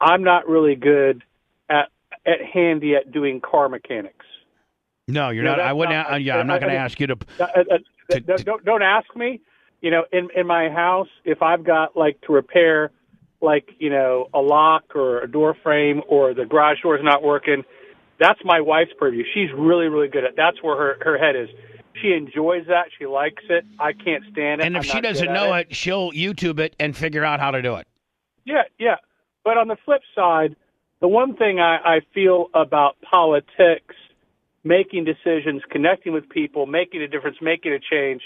I'm not really good at at handy at doing car mechanics. No, you're No, not. that's I wouldn't. not- uh, yeah, I'm I- not I going to mean- ask you to. Uh, uh, uh, don't, don't don't ask me. You know, in in my house, if I've got like to repair, like you know, a lock or a door frame or the garage door's not working, that's my wife's purview. She's really really good at. That's where her her head is. She enjoys that. She likes it. I can't stand it. And if I'm she not good doesn't at know it, she'll YouTube it and figure out how to do it. Yeah, yeah. But on the flip side, the one thing I, I feel about politics, making decisions, connecting with people, making a difference, making a change,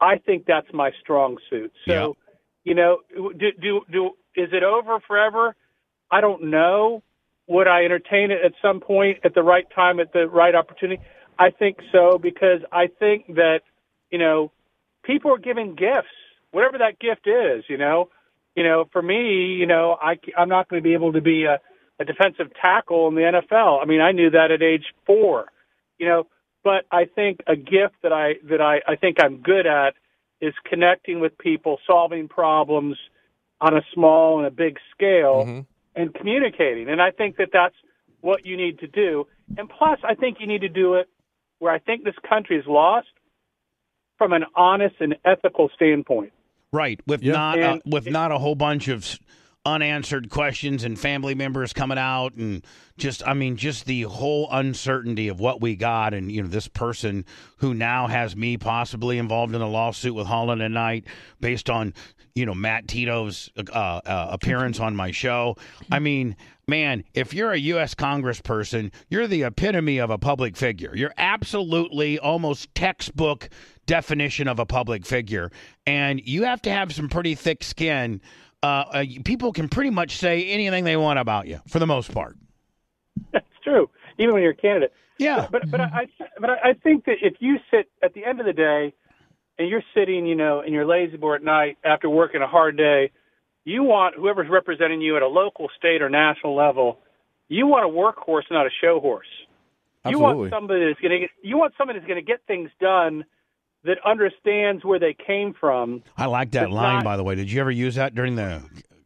I think that's my strong suit. So, you know, do, do do is it over forever? I don't know. Would I entertain it at some point at the right time at the right opportunity? I think so because I think that you know people are giving gifts, whatever that gift is. You know, you know, for me, you know, I, am not going to be able to be a, a defensive tackle in the NFL. I mean, I knew that at age four, you know, but I think a gift that I, that I, I think I'm good at is connecting with people, solving problems on a small and a big scale Mm-hmm. and communicating. And I think that that's what you need to do. And plus, I think you need to do it where I think this country is lost from an honest and ethical standpoint. Right, with not And- a, with not a whole bunch of s- unanswered questions and family members coming out and just I mean just the whole uncertainty of what we got and you know this person who now has me possibly involved in a lawsuit with Holland and Knight based on you know Matt Tito's uh, uh, appearance on my show. I mean, man, if you're a U.S. Congressperson, you're the epitome of a public figure. You're absolutely almost textbook definition of a public figure, and you have to have some pretty thick skin. Uh, uh, you- people can pretty much say anything they want about you for the most part. It's true, even when you're a candidate. Yeah. But but I I- but I I think that if you sit at the end of the day, and you're sitting, you know, in your lazy board at night after working a hard day, you want whoever's representing you at a local, state, or national level, you want a workhorse, not a show horse. You Absolutely. want somebody that's going to you want somebody that's going to get things done that understands where they came from. I like that It's line, not- by the way. Did you ever use that during the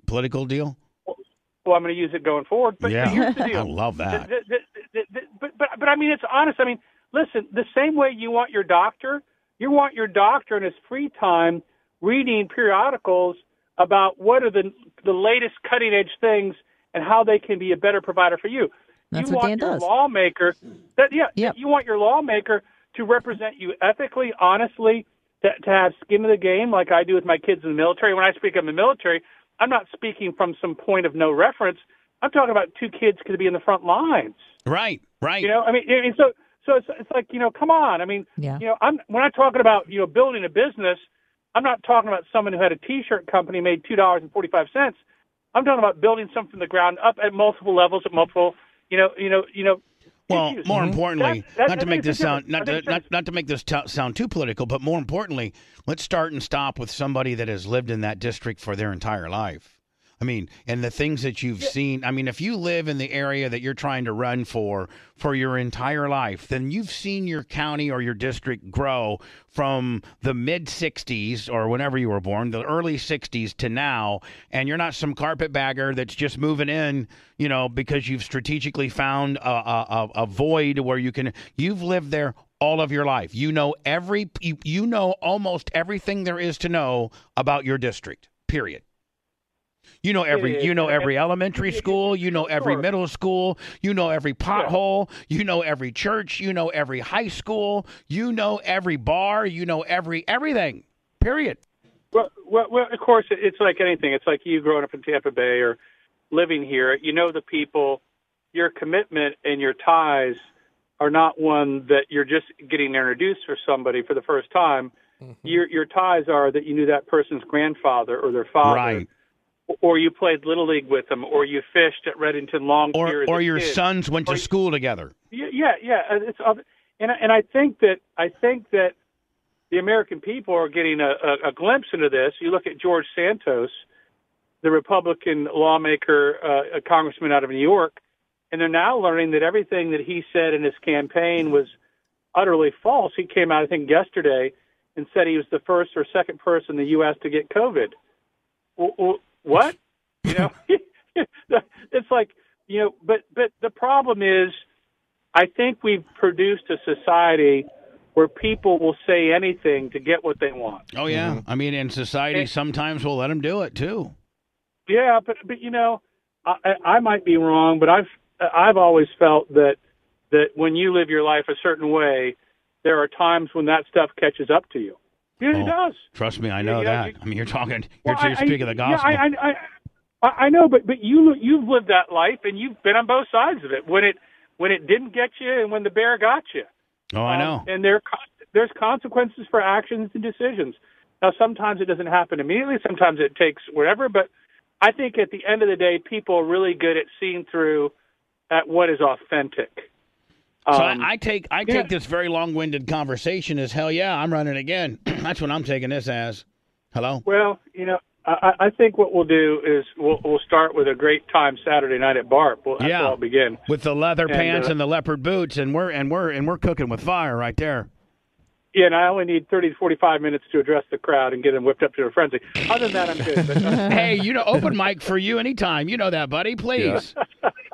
political deal? Well, I'm going to use it going forward. But yeah, here's the [laughs] deal. I love that. Th- th- th- th- th- but, but but I mean, it's honest. I mean, listen, the same way you want your doctor, you want your doctor in his free time reading periodicals about what are the the latest cutting edge things and how they can be a better provider for you. That's you what want Dan your does. lawmaker that yeah, you want your lawmaker to represent you ethically, honestly, to, to have skin in the game like I do with my kids in the military. When I speak of the military, I'm not speaking from some point of no reference. I'm talking about two kids could be in the front lines. Right, right. You know, I mean, I mean, so so it's, it's like you know, come on. I mean, you know, I'm when I'm talking about you know building a business, I'm not talking about someone who had a T-shirt company made two dollars and forty five cents. I'm talking about building something from the ground up at multiple levels, at multiple, you know, you know, you know. Well, issues. more importantly, That- that- not I to think make it's a this sound not difference. I to, think not, not to make this t- sound too political, but more importantly, let's start and stop with somebody that has lived in that district for their entire life. I mean, and the things that you've seen. I mean, if you live in the area that you're trying to run for for your entire life, then you've seen your county or your district grow from the mid 60s or whenever you were born, the early 60s to now, and you're not some carpetbagger that's just moving in, you know, because you've strategically found a, a, a- a void where you can, you've lived there all of your life. You know every, you, you know almost everything there is to know about your district, period. You know Yeah, every yeah, you know yeah. every [laughs] elementary school, you know every middle school, you know every pothole, you know every church, you know every high school, you know every bar, you know every everything. Period. Well, well, well, of course, it- it's like anything. It's like you growing up in Tampa Bay or living here. You know the people. Your commitment and your ties are not one that you're just getting introduced for somebody for the first Mm-hmm. time. Your your ties are that you knew that person's grandfather or their father, Right. or you played little league with them, or you fished at Reddington Long Pier Or, as or a your kid. sons went to school together. Yeah, yeah, yeah. and uh, It's other, and I- and I think that I think that the American people are getting a, a, a glimpse into this. You look at George Santos, the Republican lawmaker, uh, a congressman out of New York, and they're now learning that everything that he said in his campaign was utterly false. He came out, I think, yesterday and said he was the first or second person in the U.S. to get COVID. W- w- What? you know, [laughs] it's like you know, but but the problem is. I think we've produced a society where people will say anything to get what they want. Oh yeah, I mean, in society, sometimes we'll let them do it too. Yeah, but but you know, I, I- I might be wrong, but I've I've always felt that that when you live your life a certain way, there are times when that stuff catches up to you. Yeah, it does. Trust me, I know yeah, that. I mean, you're talking, Oh. you're, Well, you're I- speaking the I- yeah, gospel. I, I, I, I know, but but you you've lived that life and you've been on both sides of it. When it when it didn't get you and when the bear got you. oh, I know. and there there's consequences for actions and decisions. Now, sometimes it doesn't happen immediately. Sometimes it takes whatever. But I think at the end of the day, people are really good at seeing through at what is authentic. So Um, I, I take I take this very long-winded conversation as hell yeah I'm running again. [clears throat] That's what I'm taking this as. Hello. Well, you know, I, I I think what we'll do is we'll, we'll start with a great time Saturday night at Barb. We'll, that's Yeah. where I'll begin. With the leather And, pants uh, and the leopard boots, and we're and we're and we're cooking with fire right there. Yeah, and I only need 30 to 45 minutes to address the crowd and get them whipped up to a frenzy. Other than that, I'm good. But, [laughs] uh, hey, you know, open mic for you anytime. You know that, buddy. Please.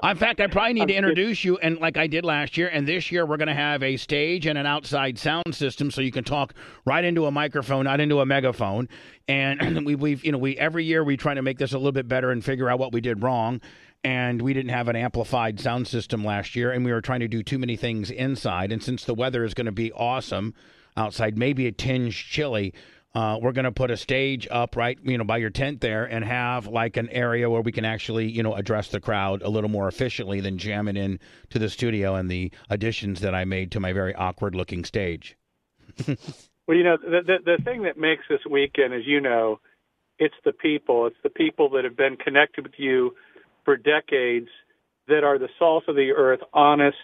In fact, I probably need to introduce you, and like I did last year, and this year we're going to have a stage and an outside sound system, so you can talk right into a microphone, not into a megaphone. And [clears throat] we, we've, you know, we every year we try to make this a little bit better and figure out what we did wrong. And we didn't have an amplified sound system last year, and we were trying to do too many things inside. And since the weather is going to be awesome outside, maybe a tinge chilly. Uh, we're going to put a stage up right, you know, by your tent there, and have like an area where we can actually, you know, address the crowd a little more efficiently than jamming in to the studio and the additions that I made to my very awkward-looking stage. Well, you know, the, the the thing that makes this weekend, as you know, it's the people. It's the people that have been connected with you for decades, that are the salt of the earth, honest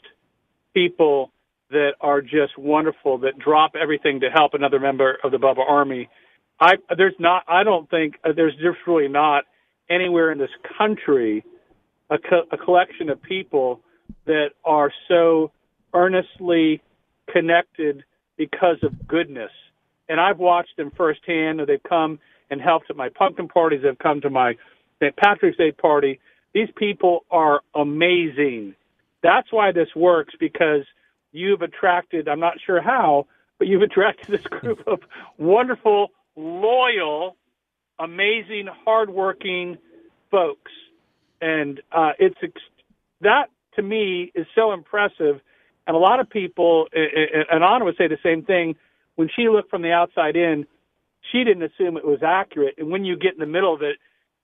people that are just wonderful, that drop everything to help another member of the Bubba Army. I there's not. I don't think uh, there's just really not anywhere in this country a, co- a collection of people that are so earnestly connected because of goodness. And I've watched them firsthand. They've come and helped at my pumpkin parties. They've come to my St. Patrick's Day party. These people are amazing. That's why this works because you've attracted, I'm not sure how, but you've [laughs] attracted this group of wonderful, loyal, amazing, hardworking folks. And uh, it's ex- that to me is so impressive. And a lot of people, a- a- and Anna would say the same thing. When she looked from the outside in, she didn't assume it was accurate. And when you get in the middle of it,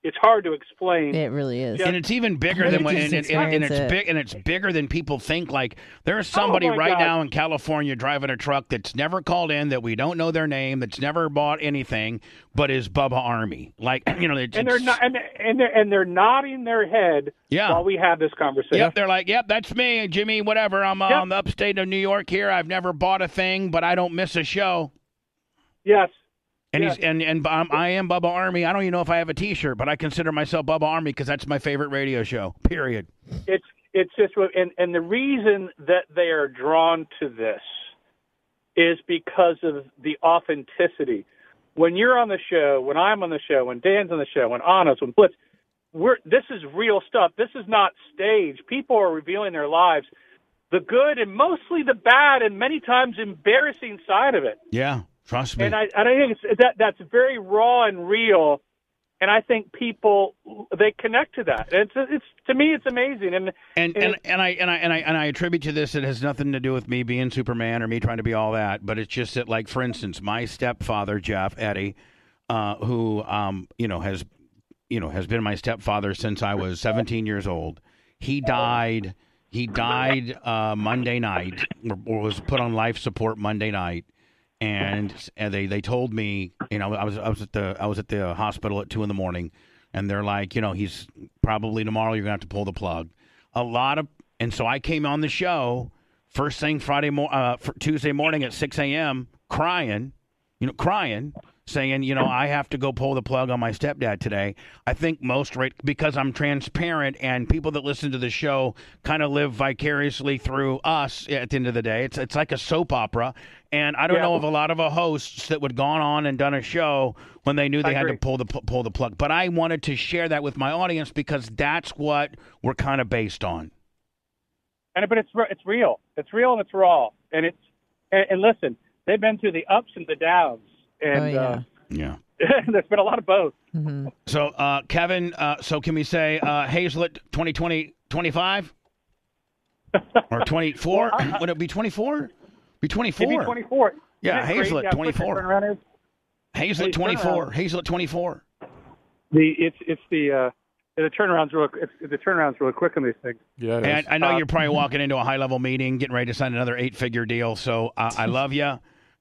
it's hard to explain. It really is. And it's even bigger than when, and, and, and, and it's big, and it's bigger than people think. Like there's somebody Oh my right God. now in California driving a truck that's never called in, that we don't know their name, that's never bought anything, but is Bubba Army. Like [clears throat] you know, it's, and they're it's- not, and, and they're and they're nodding their head Yeah. while we have this conversation. Yep, they're like, yep, that's me, Jimmy, whatever. I'm uh, I'm upstate of New York here. I've never bought a thing, but I don't miss a show. Yes. And he's and and I'm, I am Bubba Army. I don't even know if I have a T-shirt, but I consider myself Bubba Army because that's my favorite radio show. Period. it's it's just what- and and the reason that they are drawn to this is because of the authenticity. When you're on the show, when I'm on the show, when Dan's on the show, when Anna's, when Blitz, we're this is real stuff. This is not stage. People are revealing their lives, the good and mostly the bad, and many times embarrassing side of it. Yeah, trust me. And I, and I think it's, that that's very raw and real. And I think people they connect to that. It's it's to me it's amazing. And and and, and I and I and I and I attribute to this. It has nothing to do with me being Superman or me trying to be all that, but it's just that, like, for instance, my stepfather Jeff Eddie, uh, who um, you know has, you know, has been my stepfather since I was 17 years old. He died. He died uh, Monday night, or, or was put on life support Monday night, and, and they they told me, you know, I was I was at the I was at the hospital at two in the morning and they're like, you know, he's probably tomorrow you're going to have to pull the plug. A lot of, and so I came on the show first thing Friday, mo- uh, fr- Tuesday morning at 6 a.m., crying, you know, crying, saying, you know, I have to go pull the plug on my stepdad today. I think most, right, because I'm transparent and people that listen to the show kind of live vicariously through us at the end of the day. It's, it's like a soap opera. And I don't Yeah. know of a lot of uh, hosts that would gone on and done a show when they knew they I had to agree. pull the pl- pull the plug. But I wanted to share that with my audience because that's what we're kind of based on. and but it's re- it's real. It's real and it's raw. And it's and, and listen, they've been through the ups and the downs, and Oh, uh, [laughs] Yeah. there's been a lot of both. So, uh, Kevin, uh, so can we say uh, Hazlet 2020 25 or 24? Would it be 24? Be 24. Maybe 24. Yeah, Isn't Hazlet, it crazy how quick the 24. turnaround is? Hey, Hazlet 24. Hazlet 24. The it's it's the uh, the turnarounds real it's, the turnarounds real quick on these things. Yeah, And I know Uh, you're [laughs] probably walking into a high level meeting, getting ready to sign another eight figure deal. So uh, I love you.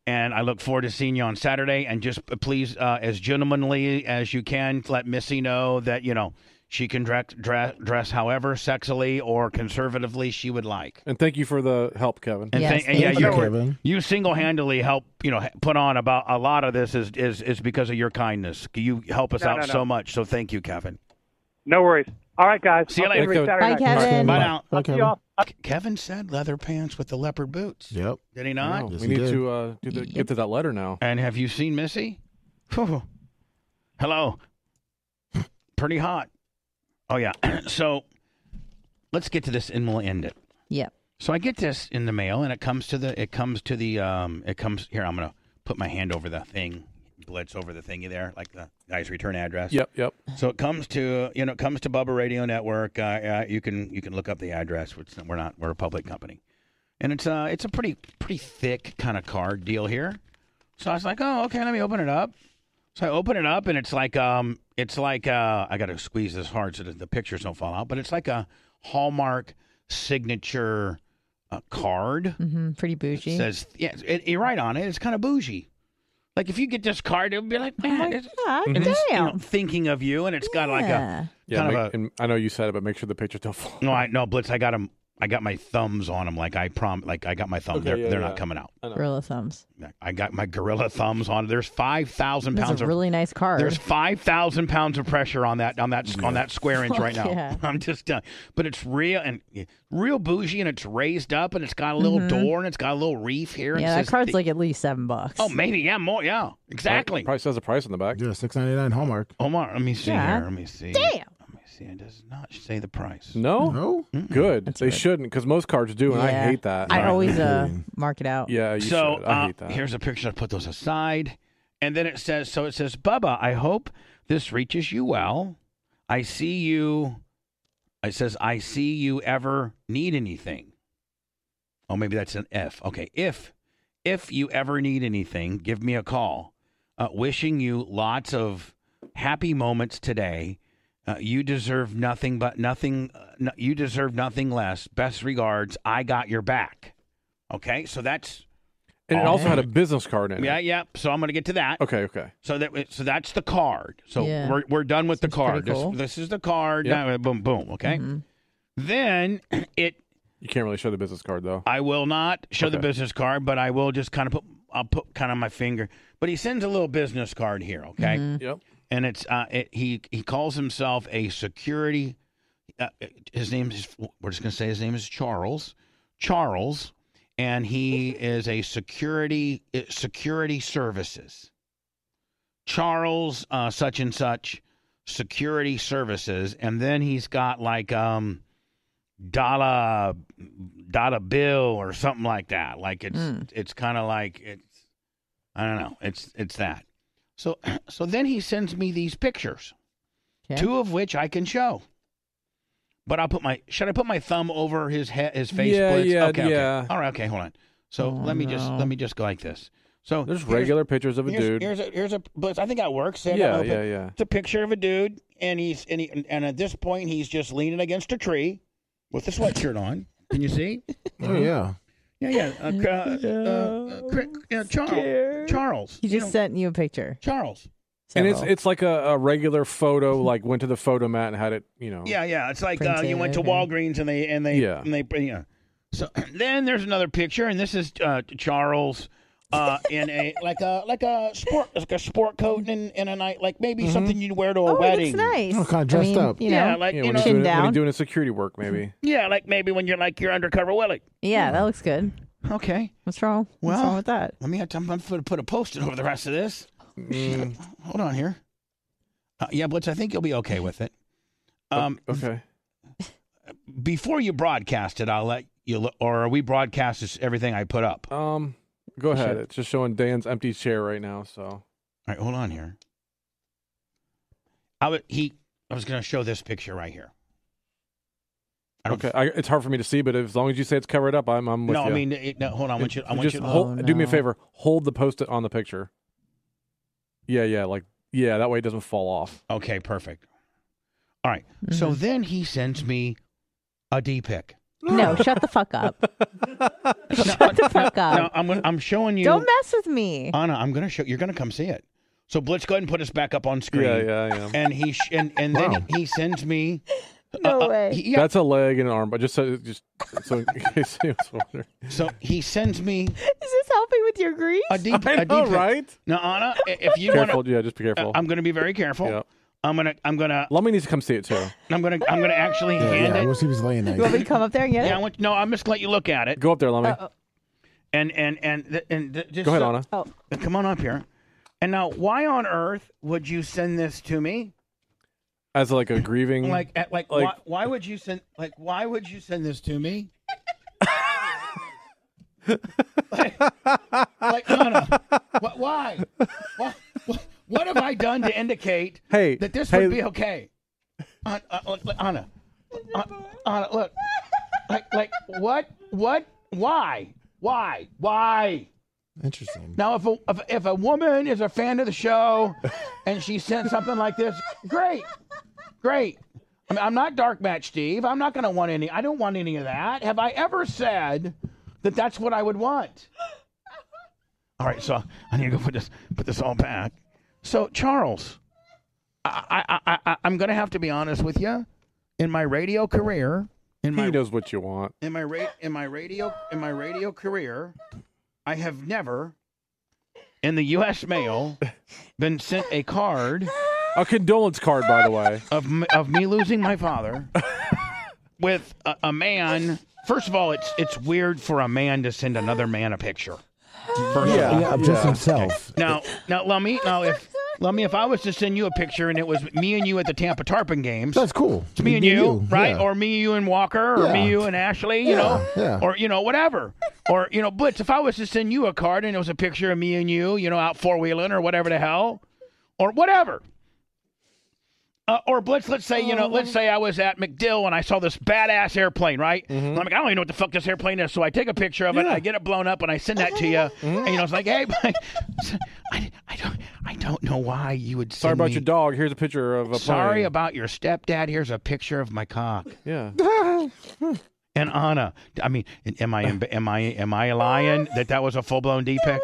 And I look forward to seeing you on Saturday. And just p- please, uh, as gentlemanly as you can, let Missy know that, you know, she can dress, dress, dress however sexily or conservatively she would like. And thank you for the help, Kevin. And, thank- and yeah, you, you single-handedly help, you know, put on about a lot of this is is, is because of your kindness. You help us No, out no, no. so much. So thank you, Kevin. No worries. All right, guys. See you I'll see later. everybody Saturday night. Bye now. I'll see y'all. K- Kevin said leather pants with the leopard boots. Yep. Did he not? Wow, we need to uh, do the, get to that letter now. And have you seen Missy? Phew. Hello. Pretty hot. Oh yeah. [clears throat] so let's get to this and we'll end it. Yep. So I get this in the mail, and it comes to the it comes to the um it comes here. I'm gonna put my hand over the thing, blitz over the thingy there, like the guy's return address. Yep, yep. So it comes to you know it comes to Bubba Radio Network. Uh, uh, you can you can look up the address. Which we're not we're a public company, and it's uh it's a pretty pretty thick kind of card deal here. So I was like, oh okay, let me open it up. So I open it up, and it's like um it's like uh I got to squeeze this hard so that the pictures don't fall out, but it's like a Hallmark signature uh, card. hmm Pretty bougie. Says yeah, it, you're right on it. It's kind of bougie. Like if you get this card, it would be like, Uh-huh. man, it's, Mm-hmm. God and it's, you know, damn. thinking of you, and it's got like a Yeah, kind make- of a and I know you said it, but make sure the pictures don't fall. no, I no Blitz. I got them. I got my thumbs on them. Like I prom, like I got my thumb. Okay, they're yeah, they're yeah. not coming out. Gorilla thumbs. I got my gorilla thumbs on. There's five thousand That's pounds a of really nice card. There's five thousand pounds of pressure on that on that on that square inch Fuck right now. yeah. [laughs] I'm just done. But it's real and yeah, real bougie, and it's raised up, and it's got a little Mhm. door, and it's got a little reef here. and it yeah, that says card's the- like at least seven bucks. oh maybe yeah more yeah exactly. Probably says the price on the back. Yeah, six ninety nine Hallmark. Omar, let me see Yeah. here. Let me see. Damn. Let me see. It does not say the price. No, no, good. they shouldn't because most cards do, and I Yeah. hate that. I always uh, mark it out. Yeah, you so should. I uh, hate that. here's a picture. I put those aside, and then it says, "So it says, Bubba, I hope this reaches you well. I see you. It says, I see you ever need anything. Oh, maybe that's an F. Okay, if if you ever need anything, give me a call. Uh, wishing you lots of happy moments today. Uh, you deserve nothing but nothing. Uh, no, you deserve nothing less. Best regards. I got your back. Okay, so that's and it also had a Alright. business card in it. yeah, yeah. So I'm gonna get to that. Okay, okay. So that so that's the card. So Yeah. we're we're done with the Seems card. pretty This- cool. This, is the card. Yep. Now, boom, boom. Okay. Mm-hmm. Then it. You can't really show the business card though. I will not show the Okay. business card, but I will just kind of put I'll put kind of my finger. But he sends a little business card here. Okay. Yep. And it's uh it, he he calls himself a security. Uh, his name is we're just gonna say his name is Charles. Charles, and he is a security uh, security services. Charles uh, such and such security services, and then he's got like um dollar dollar bill or something like that. Like it's it's kind of like it's I don't know. It's it's that. So [clears throat] so then he sends me these pictures, two of which I can show. But I'll put my should I put my thumb over his head his face? Yeah, blitz? yeah, okay, okay. yeah. All right, okay, hold on. So let me just no. let me just go like this. So There's here's- regular pictures of a here's, dude. Here's a here's a blitz. I think that works. There, Yeah, open. yeah, yeah. It's a picture of a dude, and he's and, he, and at this point he's just leaning against a tree with a sweatshirt on. Can you see? Oh yeah. Yeah, yeah. Uh, [laughs] cr- uh, uh, cr- yeah Charles. Charles. He you just know, sent you a picture. Charles. and it's Several. it's like a, a regular photo, like went to the photo mat and had it, you know. Yeah, yeah. It's like uh, you went to Printed Walgreens and they and they Yeah. and they yeah. So [clears throat] then there's another picture, and this is uh, Charles uh, in a [laughs] like a like a sport like a sport coat and in a night like maybe something you'd wear to a Oh, it wedding. looks nice. Mm-hmm. Oh, kinda dressed up. yeah, like Yeah, you when, know, he's doing, when he's doing a security work, maybe. yeah, like maybe when you're like you're undercover Willie. Yeah, that looks good. Okay. What's wrong? What's Well, wrong with that? Let me. Have to, I'm gonna put a post-it over the rest of this. Mm. Hold on here. Uh, yeah, Blitz. I think you'll be okay with it. Um, okay. Before you broadcast it, I'll let you. Look, or are we broadcast this, everything I put up? Um, Go ahead. It's just showing Dan's empty chair right now. So All right, hold on here. I would he. I was going to show this picture right here. okay, I, it's hard for me to see, but as long as you say it's covered up, I'm I'm with no, you. I mean, it, no, hold on. I want you. I want just you. to- hold, do me a favor. Hold the post-it on the picture. Yeah, yeah, like yeah. That way it doesn't fall off. Okay, perfect. All right. Mm-hmm. So then he sends me a D pic. No, [laughs] shut the fuck up. shut the fuck up. No, I'm gonna- I'm showing you. Uh, Don't mess with me. Anna, I'm going to show. You're going to come see it. So Blitz, go ahead and put us back up on screen. Yeah, yeah, I am. And he sh- and and then he sends me. No uh, uh, way. he- yeah. That's a leg and an arm, but just so just so in [laughs] case he was wondering. So he sends [laughs] me Is this helping with your grief? a D. [laughs] I a know, D pic. right? Now, Anna, i- if you want careful, to, yeah, just be careful. I'm going to be very careful. Yep. I'm gonna. I'm gonna. Lummy needs to come see it too. I'm gonna. I'm gonna actually Yeah, hand yeah, it. we'll see if he's laying [laughs] there. You want me to come up there and get Yeah, I it? want, no, I'm just gonna let you look at it. Go up there, Lummy. And and and th- and th- just Go ahead, so- Anna. Oh, Come on up here. And now, why on earth would you send this to me? As like a grieving, Like, at, like, Like- why, why would you send? Like, why would you send this to me? like, like, Anna, wh- why? What, what have I done to indicate hey, that this hey, would be okay? An- uh, look, look, Anna, An- Anna, look, like, like, what, what, why, why, why? Interesting. Now, if a, if, if a woman is a fan of the show and she sent something like this, great, great. I mean, I'm not dark match, Steve. I'm not going to want any. I don't want any of that. Have I ever said that that's what I would want? All right, so I need to go put this put this all back. So Charles, I I I, I I'm going to have to be honest with you. In my radio career, in my he knows what you want. in my ra- in my radio in my radio career, I have never in the U.S. mail been sent a card A condolence card, by the way. of m- of me losing my father with a, a man. First of all, it's it's weird for a man to send another man a picture. First Yeah, of all, yeah, of just [laughs] yeah. himself. now now Lummy, now if Lummy, if I was to send you a picture and it was me and you at the Tampa Tarpon games, That's cool. it's me and you, right? yeah. Or me, you, and Walker, or Yeah. me, you, and Ashley, you Yeah, know, yeah. or you know, whatever, or you know, Blitz. If I was to send you a card and it was a picture of me and you, you know, out four wheeling or whatever the hell, or whatever, uh, or Blitz. Let's say you know, Oh. let's say I was at McDill and I saw this badass airplane, right? Mm-hmm. And I'm like, I don't even know what the fuck this airplane is, so I take a picture of it, I get it blown up, and I send [laughs] that to you, Mm-hmm. and you know, it's like, hey, [laughs] I, I don't, I don't know why you would. Sorry send about me- your dog. Here's a picture of a Sorry plane. about your stepdad. Here's a picture of my cock. yeah. And Anna, I mean, am I am I am I lying that that was a full blown D pic?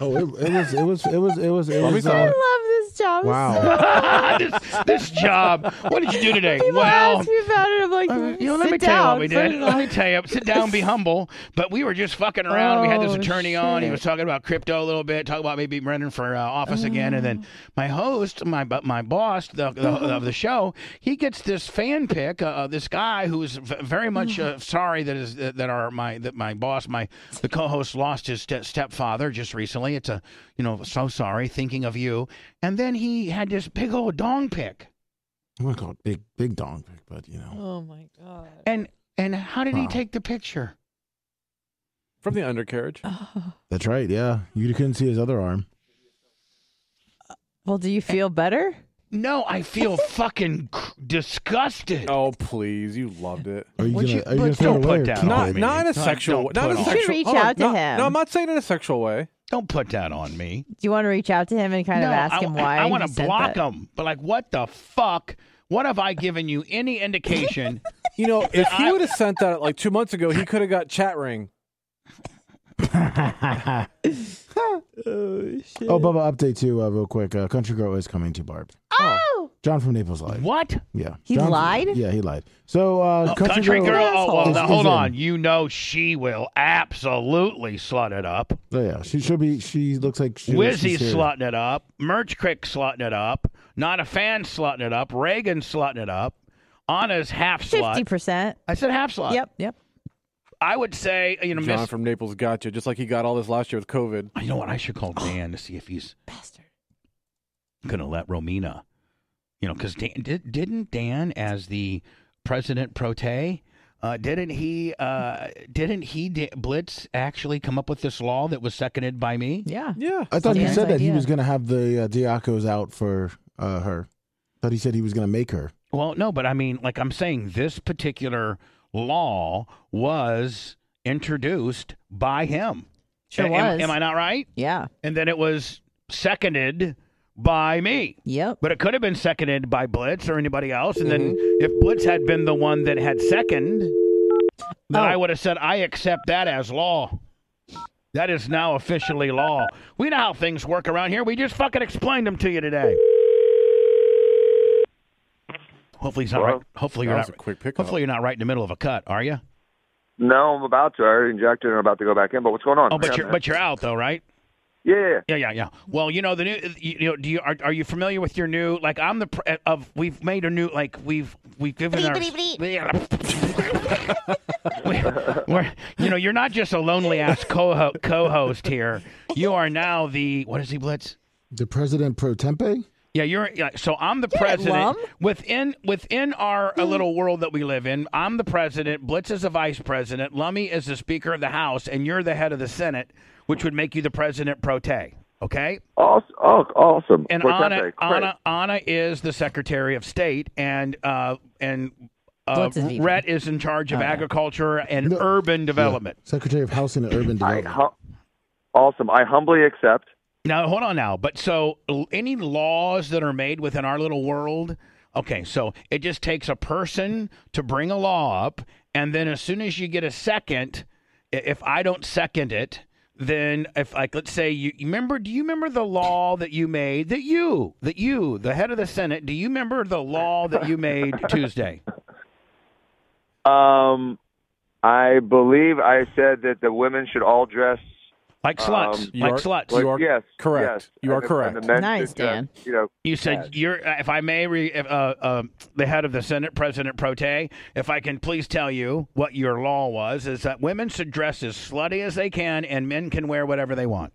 Oh, it, it was, it was, it was, it was, it Let me was. tell Uh, you. I love this job. wow. this, this job. What did you do today? People well, ask me about it. I'm like, uh, you know, let sit me tell you down. what we put [laughs] did. it Let on. me tell you. Sit down, be humble. But we were just fucking around. we had this Oh, attorney on. He shit. was talking about crypto a little bit, talking about maybe running for uh, office again. And then Oh. my host, my bu- my boss the, the, of the show, he gets this fan pick uh, of this guy who's v- very much Oh. uh, sorry that is that that our my that my boss my the co-host lost his ste- stepfather just recently. It's a you know so sorry thinking of you. And then he had this big old dong pick. I'm gonna call it big, big dong pick, but you know, Oh my god. And and how did he Wow. take the picture? [laughs] From the undercarriage. that's right. Yeah, you couldn't see his other arm. Well, do you feel better? No, I [laughs] feel fucking cr- disgusted. Oh please, you loved it. Are you Would gonna? you- are but you gonna throw don't it away put or that keep on it? Not me. not in a Don't- sexual. don't put on. not in a You should [laughs] sexual. reach hold on, out to not- him. No, I'm not saying in a sexual way. Don't put that on me. Do you want to reach out to him and kind of No, ask I- him why? I, he want to sent block that? him. But like, what the fuck? What have I given you [laughs] any indication? You know, if he would have sent that like two months ago, he could have got chat ring. [laughs] oh, shit. Oh, Bubba, update too, uh, real quick. Uh, Country Girl is coming to Barb. Oh! John from Naples lied. What? Yeah. He John- lied? Yeah, he lied. So, uh, Oh, country, girl. Oh well, is- now, is hold in. on. You know she will absolutely slut it up. Oh, yeah, she should be. She looks like she. Wizzy's she's here. slutting it up. Merch Crick slutting it up. Not a fan slutting it up. Reagan slutting it up. Anna's half slut. 50%. I said half slot. Yep, yep. I would say you know John Miss. from Naples got you, just like he got all this last year with COVID. You know what? I should call Dan to see if he's Oh. bastard. gonna let Romina. You know, because Dan did, didn't Dan as the president pro te. Uh, didn't he? Uh, didn't he? Da- Blitz actually come up with this law that was seconded by me. Yeah, yeah. I thought you said that he was going to have the uh, Diacos out for uh, her. thought he said he was going to make her. Well, no, but I mean, like I'm saying, this particular law was introduced by him. Sure A- am- was. am I not right? Yeah. And then it was seconded by me. Yep. But it could have been seconded by Blitz or anybody else. And then Mm-hmm. if Blitz had been the one that had second, then Oh. I would have said, I accept that as law. That is now officially law. We know how things work around here. We just fucking explained them to you today. Hopefully he's not Hello? right. Hopefully That you're was not a quick Hopefully you're not right in the middle of a cut, are you? No, I'm about to. I already injected and I'm about to go back in. But what's going on? Oh, but you're but you're out though, right? Yeah. Yeah, yeah, yeah. Well, you know the new. You, you know, do you are, are you familiar with your new? Like, I'm the pr- of. We've made a new. Like, we've we've given our. We're, you know, you're not just a lonely ass co co-host here. You are now the what is he blitz? The president pro tempe. Yeah, you're. Yeah, so I'm the You're a president lum. within within our uh, little world that we live in. I'm the president. Blitz is the vice president. Lummy is the speaker of the House, and you're the head of the Senate, which would make you the president pro te. Okay. Awesome. Oh, awesome. And Well, Anna, perfect. Great. Anna, Anna is the Secretary of State, and uh, and uh, What's his name? Rhett is in charge of Oh, yeah. agriculture and urban development. Secretary of House and Urban Development. awesome. I humbly accept. Now, hold on now. But so l- any laws that are made within our little world, okay, so it just takes a person to bring a law up, and then as soon as you get a second, i- if I don't second it, then if like let's say you you remember do you remember the law that you made that you that you the head of the senate do you remember the law that you made [laughs] tuesday Um, I believe I said that the women should all dress Like Um, sluts. You Like are- sluts. you are yes. correct. yes. You are And the- and the uh, correct. men Nice, should dress, Dan. You know. You said as. you're, if I may, re, if, uh, um the head of the Senate, President Pro Te, if I can please tell you what your law was, is that women should dress as slutty as they can and men can wear whatever they want.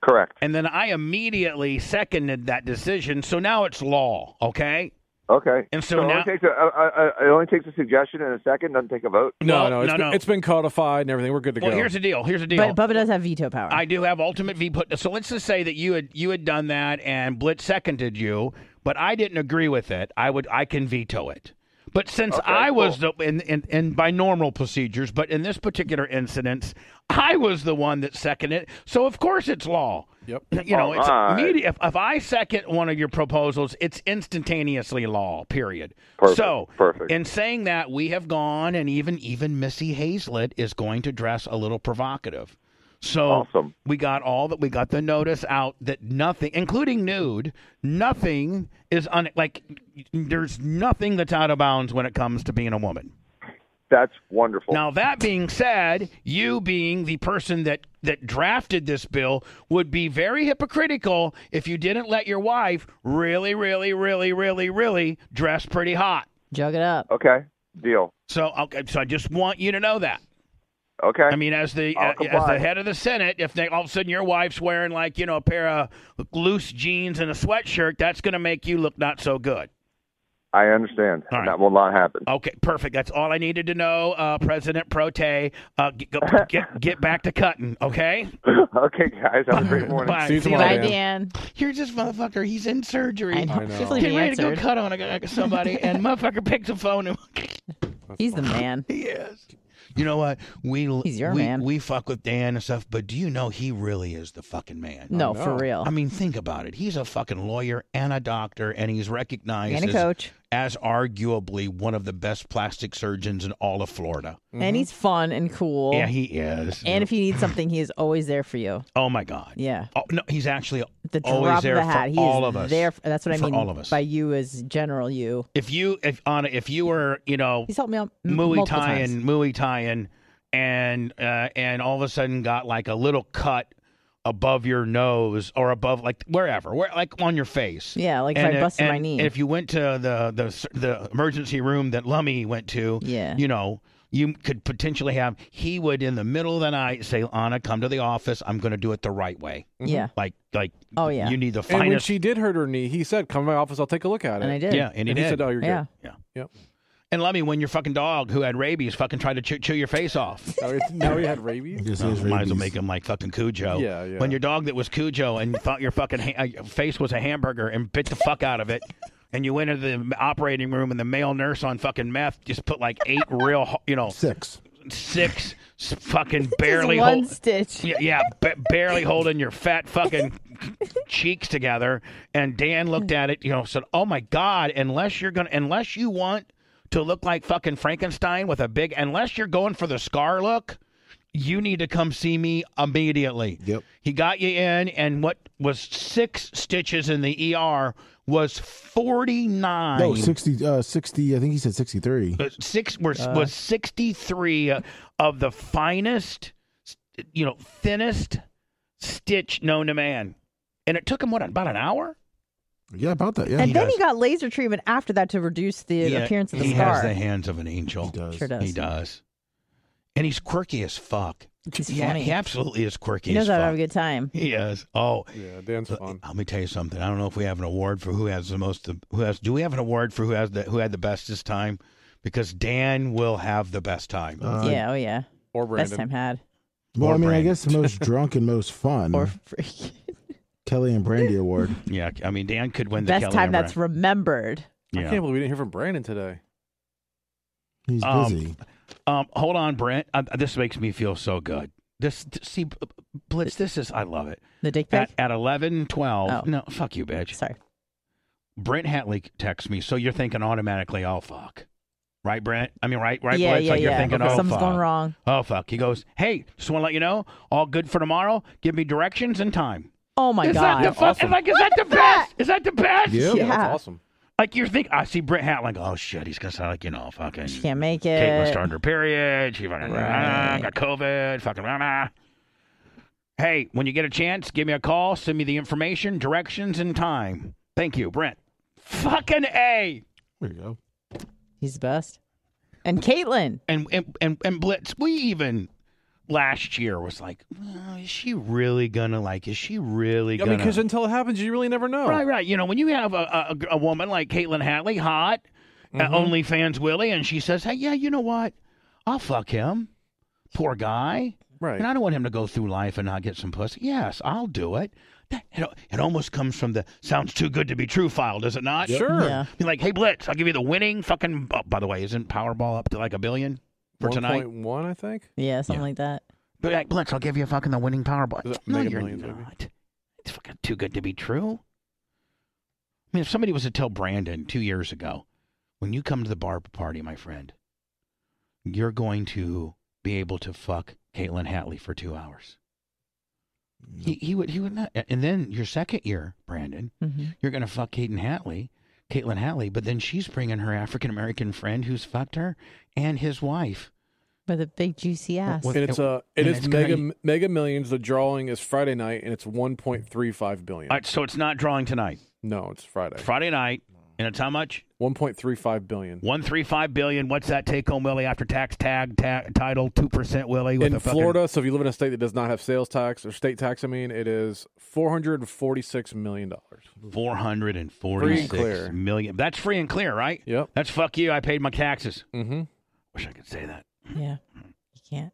Correct. And then I immediately seconded that decision. So now it's law, okay? Okay. And so it only now- takes a, a, a, a- it only takes a suggestion and a second. Doesn't take a vote. No, Well, no, it's Oh, no, been, no. it's been codified and everything. We're good to Well, go. here's the deal. Here's the deal. But Bubba does have veto power. I do have ultimate V put. So let's just say that you had you had done that and Blitz seconded you, but I didn't agree with it. I would I can veto it. But since I was the in, in in by normal procedures, but in this particular incident, I was the one that seconded it. So of course it's law. Yep. [clears throat] You know, All it's right. immediate. If, if I second one of your proposals, it's instantaneously law. Period. Perfect, So perfect. in saying that, we have gone, and even even Missy Hazlett is going to dress a little provocative. So we got all that. We got the notice out that nothing, including nude, nothing is un like. There's nothing that's out of bounds when it comes to being a woman. That's wonderful. Now that being said, you being the person that that drafted this bill would be very hypocritical if you didn't let your wife really, really, really, really, really dress pretty hot. Jug it up. Okay. Deal. So, okay, so I just want you to know that. Okay. I mean, as the I'll uh, as comply. the head of the Senate, if they, all of a sudden your wife's wearing like you know a pair of loose jeans and a sweatshirt, that's going to make you look not so good. I understand. That will not happen. Okay, perfect. That's all I needed to know, uh, President Pro Te. Uh, get, go, get get back to cutting, okay? [laughs] okay, guys. Have a [laughs] great morning. Bye. See you tomorrow, Bye, Dan. Here's this motherfucker. He's in surgery. I know. I know. Hopefully Getting he ready to go answered. cut on [laughs] a, somebody, and motherfucker picks a phone. And [laughs] He's the man. he is. You know what? We He's your we, man. We fuck with Dan and stuff, but do you know he really is the fucking man? No, for real. I mean, think about it. He's a fucking lawyer and a doctor, and he's recognized And a as- coach. as arguably one of the best plastic surgeons in all of Florida. Mm-hmm. And he's fun and cool. Yeah, he is. And if you need something, he is always there for you. Oh my God. Yeah. Oh, no, he's actually The drop always there of the hat. for he all is of us. There. For, that's what I for mean all of us. by you as general you. If you if on if you were you know He's helped me out m- Muay multiple Thai times. and Muay Thai and and uh, and all of a sudden got like a little cut above your nose or above like wherever where like on your face Yeah, like if I if- busted my and knee. if you went to the the s- the emergency room that Lummy went to Yeah. you know you could potentially have he would in the middle of the night say Anna come to the office I'm going to do it the right way Yeah. like like Oh, yeah. you need the And when finest she did hurt her knee, he said, "Come to my office. I'll take a look at it." And I did. Yeah, and he did. said, "Oh, you're Yeah. good." Yeah. Yep. And Lemmy, when your fucking dog who had rabies fucking tried to chew, chew your face off. [laughs] Now he, now he had rabies. Oh, might as well make him like fucking Cujo. Yeah, yeah. When your dog that was Cujo and you thought your fucking ha- uh, your face was a hamburger and bit the fuck out of it, and you went into the operating room and the male nurse on fucking meth just put like eight real, ho- you know, six, six s- [laughs] fucking barely one hol- stitch. Yeah, yeah ba- barely holding your fat fucking cheeks together. And Dan looked at it, you know, said, "Oh my god, unless you're gonna, unless you want to look like fucking Frankenstein with a big, unless you're going for the scar look." You need to come see me immediately. Yep. He got you in, and what was six stitches in the ER was 49. No, 60, uh, 60, I think he said 63. Uh, six were Uh. was 63 uh, of the finest you know thinnest stitch known to man and it took him what about an hour Yeah, about that. and then he got laser treatment after that to reduce the Yeah, appearance of the he scar. has the hands of an angel he does. Sure does. he does and he's quirky as fuck He's yeah funny. he absolutely is quirky He knows as how fuck to have a good time. [laughs] he is oh yeah Dan's fun let me tell you something I don't know if we have an award for who has the most who has do we have an award for who has the who had the bestest time because Dan will have the best time yeah, oh yeah. Or Best time had. Uh, Well, Or I mean, I Brandy. guess [laughs] the most drunk and most fun. Or freak. Kelly and Brandy Award. Yeah, I mean Dan could win the Best Kelly time and that's Bra- remembered. I Yeah. can't believe we didn't hear from Brandon today. He's Um, busy. Um, hold on, Brent. Uh, this makes me feel so good. This see, B- B- Blitz. This is I love it. The dick pic. Oh. At, at eleven twelve. No, fuck you, bitch. Sorry. Brent Hatley texts me, so you're thinking automatically, oh fuck, right, Brent? I mean, right, right, Yeah, Blitz. like yeah, you're yeah. thinking, Okay. oh Something's fuck. going wrong. Oh fuck. He goes, hey, just want to let you know, all good for tomorrow. Give me directions and time. Oh my is god. That the fuck, Like, is that the best? Is that the best? Yeah. Yeah, that's awesome. Like you're thinking, I see Brent Hatley. Oh shit, he's gonna sound like you know, fucking. She can't make it. Caitlyn started her period. She fucking Right. got COVID. Fucking rah, rah. Hey, when you get a chance, give me a call. Send me the information, directions, and time. Thank you, Brent. Fucking a. There you go. He's the best. And Caitlin. And and and, and Blitz. We even last year was like, well, is she really gonna like? Is she really Yeah, gonna? because until it happens, you really never know. Right, right. You know, when you have a, a, a woman like Caitlin Hatley, hot, Mm-hmm. uh, OnlyFans Willie, and she says, hey, yeah, you know what? I'll fuck him. Poor guy. Right. And I don't want him to go through life and not get some pussy. Yes, I'll do it. That, it, it almost comes from the sounds too good to be true file, does it not? Yep. Sure. Yeah. Be like, hey, Blitz, I'll give you the winning fucking. Oh, by the way, isn't Powerball up to like a billion for tonight? 1.1, I think. Yeah, something like that. But like, Blitz, I'll give you fucking the winning Powerball. No, Mega you're Millions, not. maybe? It's fucking too good to be true. I mean, if somebody was to tell Brandon two years ago, when you come to the bar party, my friend, you're going to be able to fuck Caitlin Hatley for two hours. He, he would he would [laughs] not. And then your second year, Brandon, you're going to fuck Caitlin Hatley, Caitlin Hatley, but then she's bringing her African American friend who's fucked her and his wife. With a big juicy ass. and it's uh, and it is it's gonna- mega mega millions. The drawing is Friday night, and it's 1.35 billion. All right, so it's not drawing tonight. No, it's Friday. Friday night, and it's how much? 1.35 billion. One three five billion. What's that take home, Willie? After tax, tag, ta title, two percent, Willie. With in a fucking- Florida, so if you live in a state that does not have sales tax or state tax, I mean, it is four hundred forty-six million dollars. four hundred and Free and clear. forty-six million. That's free and clear, right? Yep. That's fuck you. I paid my taxes. Mm-hmm. Wish I could say that. Hmm. Yeah. You can't.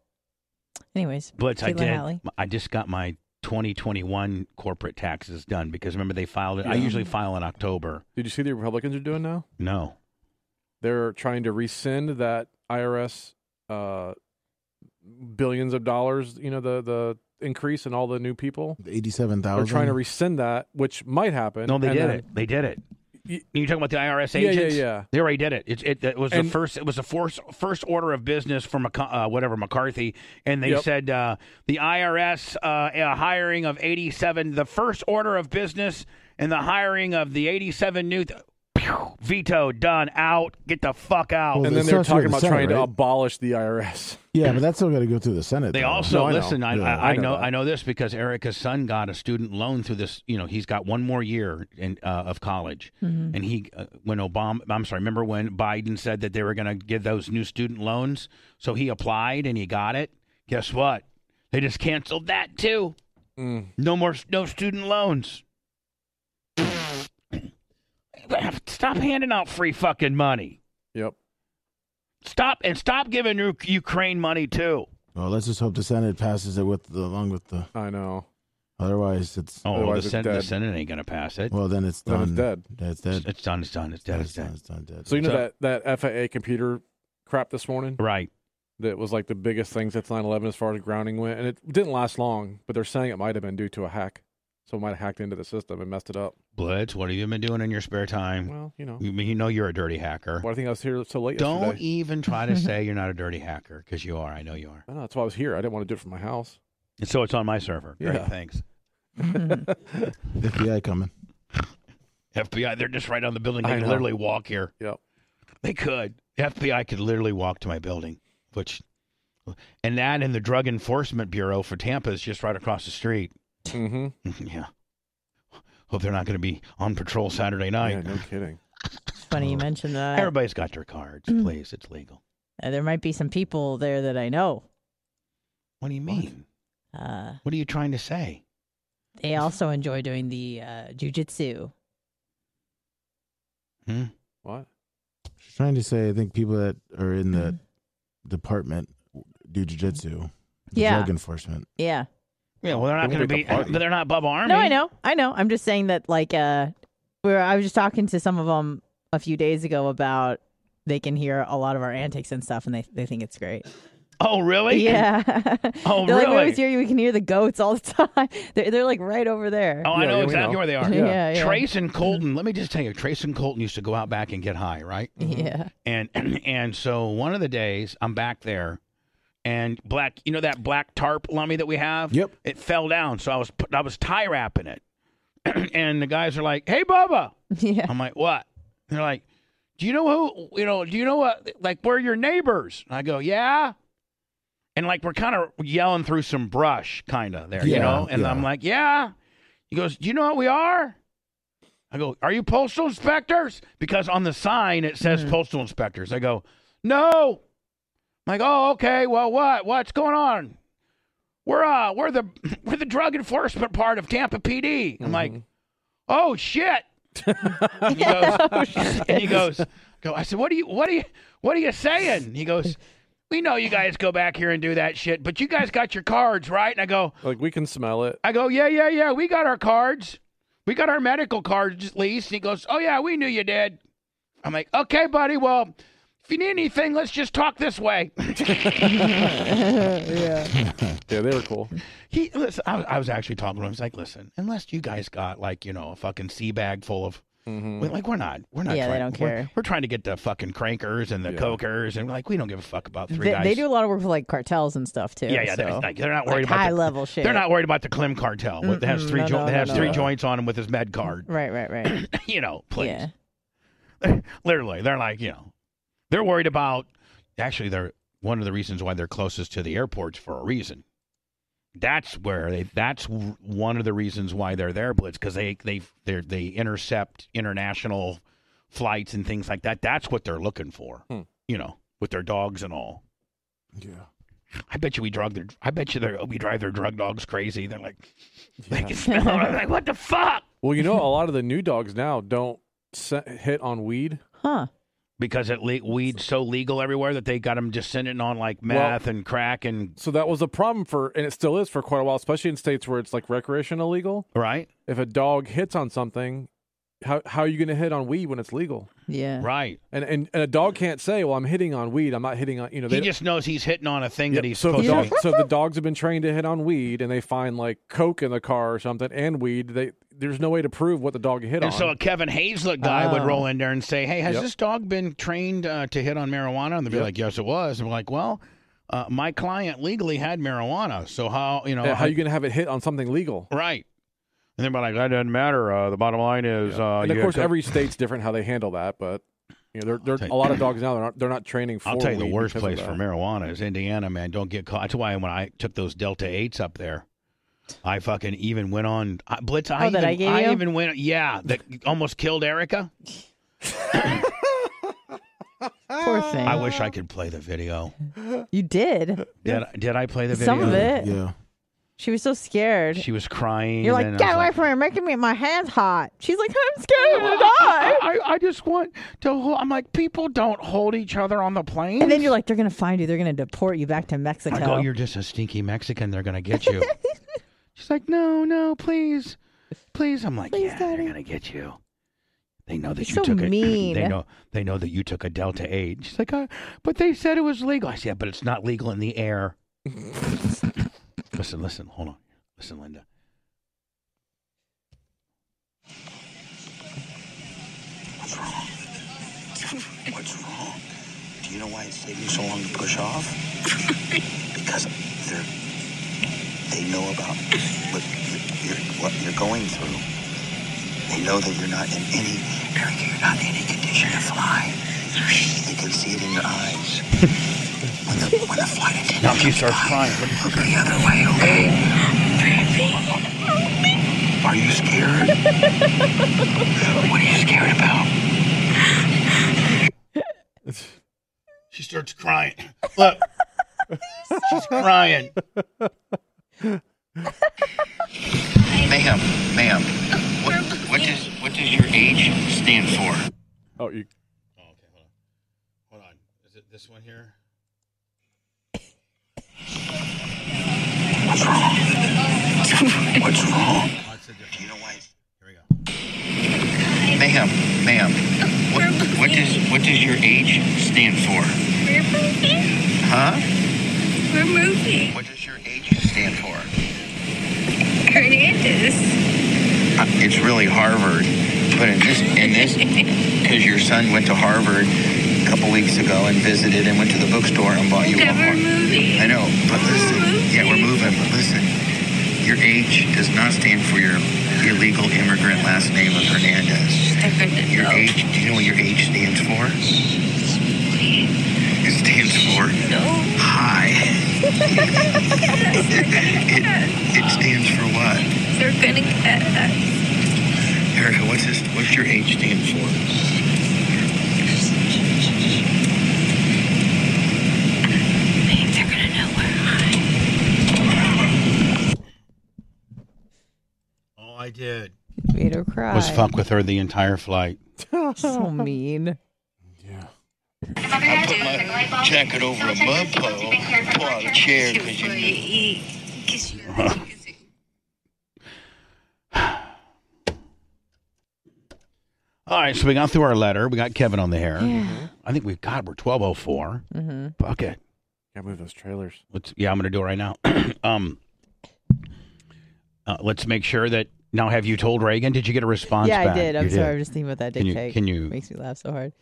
Anyways. Blitz, I Caitlin did. Hatley. I just got my 2021 corporate taxes done because remember they filed it. I Yeah. usually file in October. Did you see the Republicans are doing now? No. They're trying to rescind that IRS uh, billions of dollars. You know the the increase in all the new people. Eighty-seven They're thousand. trying to rescind that, which might happen. No, they and did then- it. They did it. You talking about the IRS Yeah, yeah, agents? yeah. They already did it. It, it, it was And- the first. It was the first first order of business from Maca- uh, whatever McCarthy, and they Yep. said uh, the IRS uh, uh, hiring of eighty seven. The first order of business and the hiring of the eighty seven new. Th- Pew! veto done out. Get the fuck out. and then they're starts with talking the about Senate, trying to right? abolish the IRS. Yeah, but that's still got to go through the Senate. They though. also listen. I, Yeah. I, I know. I know this because Erica's son got a student loan through this. You know, he's got one more year in, uh, of college, Mhm. and he uh, when Obama. I'm sorry. Remember when Biden said that they were going to give those new student loans? So he applied and he got it. Guess what? They just canceled that too. No more. No student loans. [coughs] Stop handing out free fucking money. Yep. Stop and stop giving Uk- Ukraine money too. Well, let's just hope the Senate passes it with the, along with the. I know. Otherwise, it's. Oh, well, the, Sen- the Senate ain't gonna pass it. Well, then it's Then done. it's dead. It's dead. It's done. It's done. It's dead. It's dead. So you know that that FAA computer crap this morning, right? That was like the biggest thing since 9/11 as far as grounding went, and it didn't last long. But they're saying it might have been due to a hack. So it might have hacked into the system and messed it up. Blitz, what have you been doing in your spare Hmm. time? Well, you know. you, mean- you know you're a dirty hacker. Well, I think I was here so late. Don't yesterday. [laughs] even try to say you're not a dirty hacker because you are. I know you are. I know, that's why I was here. I didn't want to do it from my house. And so it's on my server. Great, Yeah. thanks. [laughs] FBI coming. FBI, they're just right on the building. They I can know. literally walk here. Yep. They could. The FBI could literally walk to my building, which, and that and the Drug Enforcement Bureau for Tampa is just right across the street. Mm-hmm. [laughs] yeah. Hope they're not going to be on patrol Saturday night. no kidding. It's funny you mentioned that. [sighs] Everybody's got their cards, Mm. please. It's legal. Uh, there might be some people there that I know. What do you mean? Uh, What are you trying to say? They also enjoy doing the uh, jujitsu. Hmm? What? She's trying to say, I think people that are in the department do jujitsu. the Mm-hmm. Yeah. Drug enforcement. Yeah. Yeah, well, they're not They going to be. won't make a party. [laughs] They're not Bubba Army. No, I know, I know. I'm just saying that, like, uh, where I was just talking to some of them a few days ago about they can hear a lot of our antics and stuff, and they they think it's great. Oh, really? Yeah. Oh, [laughs] they're like, we really? always hear you. We can hear the goats all the time. [laughs] They're, they're like right over there. Oh, I know exactly where they [laughs] are. Yeah, [laughs] yeah. Trace and Colton. Let me just tell you, Trace and Colton used to go out back and get high, right? [laughs] Yeah. And [clears throat] and so one of the days I'm back there, and black, you know that black tarp lummy that we have. Yep. It fell down, so I was put, I was tie wrapping it, [clears throat] and the guys are like, "Hey, Bubba." Yeah. I'm like, "What?" They're like, "Do you know who? You know? Do you know what? Like, we're your neighbors." And I go, "Yeah." And like we're kind of yelling through some brush, kind of there, you Yeah, know. And I'm yeah. like, "Yeah." He goes, "Do you know what we are?" I go, Are you postal inspectors? Because on the sign it says postal inspectors. I go, No. I'm like, oh, okay, well what? What's going on? We're uh we're the [clears throat] we're the drug enforcement part of Tampa PD. I'm like, Oh shit. And he goes, and he goes, go, I said, What are you what are you what are you saying? He goes, We know you guys go back here and do that shit, but you guys got your cards, right? And I go, Like we can smell it. I go, yeah, yeah, yeah. We got our cards. We got our medical cards at least. And he goes, oh, yeah, we knew you did. I'm like, okay, buddy. Well, if you need anything, let's just talk this way. [laughs] [laughs] [laughs] yeah. Yeah, they were cool. He, listen, I, I was actually talking to him. I was like, listen, unless you guys got like, you know, a fucking sea bag full of, Mm-hmm. we- like, we're not, we're not, Yeah, they trying, don't we're- care. We're, trying to get the fucking crankers and the cokers and like, we don't give a fuck about three They, guys. they do a lot of work with like cartels and stuff too. Yeah, yeah, so. they're, like, they're not worried Like, about the- high level shit. They're not worried about the Clem cartel that has Mm-mm, three no, jo- no, that no, has no, three no. joints on him with his med card. [laughs] Right, right, right. [laughs] you know, please. Yeah. Literally, they're like, you know, they're worried about. Actually, they're one of the reasons why they're closest to the airports for a reason. That's where they. That's w- one of the reasons why they're there, Blitz, because they they they they intercept international flights and things like that. That's what they're looking for. Hmm. You know, with their dogs and all. Yeah. I bet you we drug their. I bet you they are we drive their drug dogs [laughs] crazy. [laughs] They're like, they can smell. it. I'm [laughs] like, what the fuck? Well, you know, a lot of the new dogs now don't se- hit on weed. Huh. because it le- weed's so legal everywhere that they got them just sending on like meth and crack and So that was a problem for, and it still is for quite a while, especially in states where it's like recreational legal. Right. If a dog hits on something, how how are you going to hit on weed when it's legal? Yeah. Right. And, and and a dog can't say, "Well, I'm hitting on weed. I'm not hitting on you know." He just knows he's hitting on a thing Yeah, that he's so if supposed the to. dog- so if the dogs have been trained to hit on weed, and they find like coke in the car or something, and weed. They there's no way to prove what the dog hit And on. so a Kevin Hazlett guy would Oh. roll in there and say, "Hey, has Yep. this dog been trained uh, to hit on marijuana?" And they'd be Yep. like, "Yes, it was." And we're like, "Well, uh, my client legally had marijuana, so how you know Yeah, how you going to have it hit on something legal? Right. And they're like, that doesn't matter. Uh, the bottom line is, uh, and of you course, got- every state's different how they handle that, but you know, there, there [clears throat] a lot of dogs now they're not they're not training. For I'll tell you the weed worst because of place for that. marijuana is Indiana, man. Don't get caught. That's why when I took those Delta Eights up there, I fucking even went on I, Blitz. I Oh, even, that I gave you? even went. Yeah, that almost killed Erica. Poor thing. I wish I could play the video. you did. Did I, did I play the video? Some of it. Yeah. She was so scared. She was crying. You're like, and I get was away from her, making me my hands hot. She's like, I'm scared to die. [laughs] I, I just want to hold. I'm like, people don't hold each other on the plane. And then you're like, they're gonna find you. They're gonna deport you back to Mexico. I go, you're just a stinky Mexican. They're gonna [laughs] get you. She's like, no, no, please, please. I'm like, yeah, they're gonna get you. They know that He's you so took a, mean. They know they know that you took a Delta Eight. She's like, uh, but they said it was legal. I said, "Yeah, but it's not legal in the air. listen, listen, hold on, listen, Linda. [laughs] What's wrong? Do you know why it's taking so long to push off? because they're they know about what you're, what you're going through. They know that you're not in any Erica, you're not in any condition to fly. They can see it in your eyes. When the, when the flight attendant Now she starts crying. look the other way, okay? Baby, Are you scared? what are you scared about? She starts crying. Look, she's crying. Ma'am, ma'am, what, what does what does your age stand for? Oh, you Hold on, is it this one here? What's wrong? What's wrong? Do you know why? Here we go. Ma'am, ma'am, what what does what does your age stand for? We're moving. Huh? We're moving. What does your age stand for? Hernandez. Uh, It's really Harvard, but in this in this because your son went to Harvard a couple weeks ago and visited and went to the bookstore and bought you one. Never moving. I know, but listen. Yeah, we're moving, but listen. Your age does not stand for your illegal immigrant last name of Hernandez. Your age, do you know what your age stands for? It stands for high. it, [laughs] it stands for what? They're gonna get us. Erica, what's this? What's your age stand for? They're gonna know where I All Oh, I did Made her cry. was fuck with her the entire flight. [laughs] so mean. I put my jacket over a mud pole, pull out a chair because you knew. All right, so we got through our letter. We got Kevin on the hair. Mm-hmm. Yeah. I think we've got we're twelve oh four. Mm-hmm. Fuck it. gotta move those trailers. Let's yeah, I'm gonna do it right now. [clears throat] um uh, let's make sure that now have you told Reagan? Did you get a response yeah, back? I did. I'm You sorry. I'm just thinking about that dick Can you- fake. can you- Makes me laugh so hard.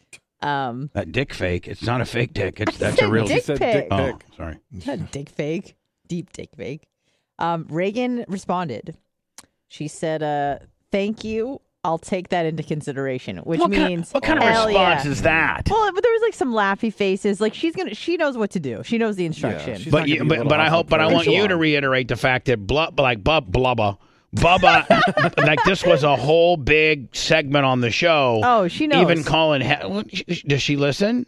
Um, That dick fake. [laughs] It's not a fake dick. It's that's a said real dick She said dick pic. Oh, sorry. not dick fake, deep dick fake. Um, Reagan responded. She said, uh, "Thank you. I'll take that into consideration." Which What kind- means what kind of hell response yeah. is that? Well, but there was like some laughy faces. Like she's gonna, she knows what to do. She knows the instruction. but you, but, but I hope but I want you to reiterate the fact that blah like bub blubba [laughs] Bubba, like this was a whole big segment on the show. Oh, she knows. Even Colin, he- does she listen?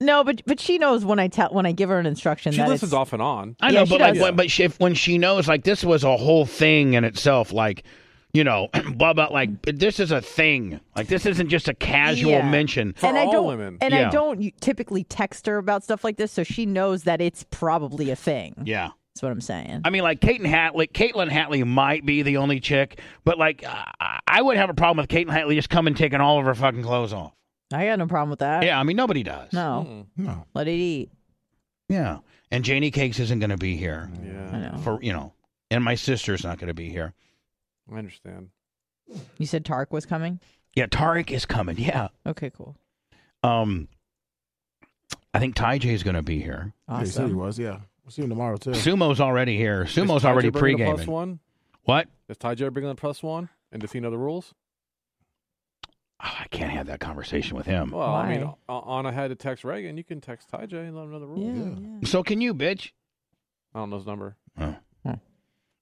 No, but but she knows when I tell when I give her an instruction. She that listens it's, off and on. I know, but like, when, but she, if, when she knows, like, this was a whole thing in itself, like, you know, [clears throat] blah blah, like, this is a thing. Like, this isn't just a casual Yeah. mention. and I don't, and yeah. I don't typically text her about stuff like this, so she knows that it's probably a thing. Yeah. That's what I'm saying. I mean, like Caitlin Hatley. Caitlin Hatley might be the only chick, but like I, I wouldn't have a problem with Caitlin Hatley just coming and taking all of her fucking clothes off. I got no problem with that. Yeah, I mean nobody does. Uh, No. No. Let it eat. Yeah, and Janie Cakes isn't going to be here. Yeah, for you know, and my sister's not going to be here. I understand. You said Tark was coming? Yeah, Tarek is coming. Yeah. Okay, cool. Um, I think Ty J is going to be here. Yeah, he said he was. Yeah, we'll see him tomorrow too. Sumo's already here. Is Sumo's Ty J already bringing the pre-gaming. plus one? What? Is Ty J bringing the plus one? And does he know the rules? Oh, I can't have that conversation with him. Well, I mean, A- Anna had to text Reagan. You can text Ty J and let him know the rules. So can you, bitch? I don't know his number. Oh.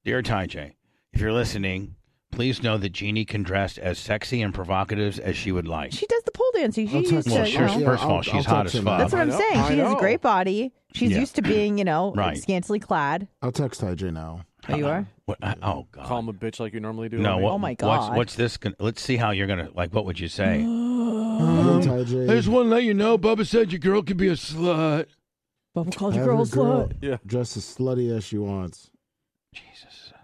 Dear Ty J, if you're listening, please know that Jeannie can dress as sexy and provocative as she would like. She does the pole dancing. She I'll used touch to, Well, you sure, know, first of all, I'll- she's I'll hot touch as him. fuck. That's what I I'm know, saying. I She has a know. great body. She's Yeah. used to being, you know, [clears throat] Right. Uh-huh. scantily clad. I'll text Ty J now. Oh, you are? What? I, oh God! Call him a bitch like you normally do. No. I mean- what- What's, what's this? Gonna, let's see how you're gonna like. What would you [gasps] say? Oh. Ty J. want to let you know, Bubba said your girl could be a slut. Bubba called Have your girl a girl slut. Dressed as slutty as she wants.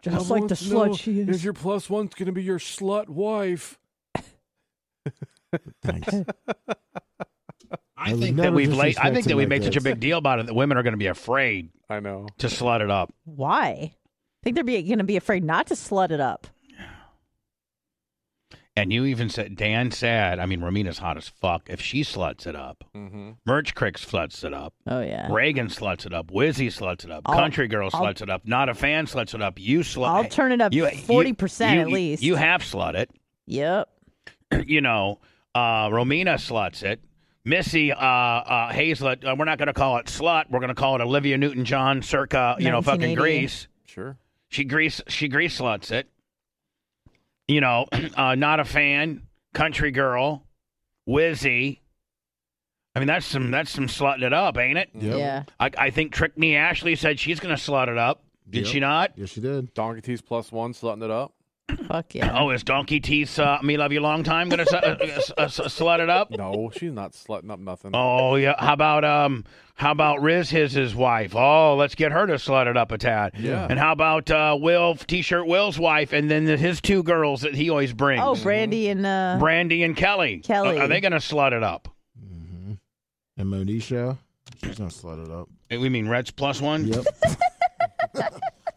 I want to know If your plus one's going to be your slut wife. I, would think never that we've laid. I disrespect think that him we like make such a this. big deal about it that women are going to be afraid. I know to slut it up. Why? I think they're be, gonna be afraid not to slut it up. And you even said Dan said. I mean, Ramina's hot as fuck. If she sluts it up, Mhm. Merch Crick sluts it up. Oh yeah. Reagan sluts it up. Wizzy sluts it up. I'll- Country Girl I'll- sluts it up. Not a fan sluts it up. You slut. I'll turn it up 40% you- at you- least. You have slut it. Yep. [clears throat] You know, uh, Romina sluts it. Missy uh, uh, Hazlett. Uh, we're not going to call it slut. We're going to call it Olivia Newton-John, circa you know fucking 1980. Grease. Sure. She grease. She grease sluts it. You know, [clears throat] uh, not a fan. Country Girl, Wizzy. I mean, that's some that's some slutting it up, ain't it? Yep. Yeah. I, I think Trick Me Ashley said she's going to slut it up. Did she not? Yes, she did. Donkey T's plus one, slutting it up. [laughs] Fuck yeah. Oh, is Donkey Teeth uh, Me Love You Long Time going to uh, s- slut it up? No, she's not slutting up nothing. Oh yeah. How about um? How about Riz his his wife? Oh, let's get her to slut it up a tad. Yeah. And how about uh, Will T-shirt Will's wife, and then his two girls that he always brings. Oh, Mm-hmm. Brandy and uh Brandy and Kelly. Kelly. Are, are they going to slut it up? And Monisha, she's gonna slut it up. Eh, We mean Red's plus one. Yep.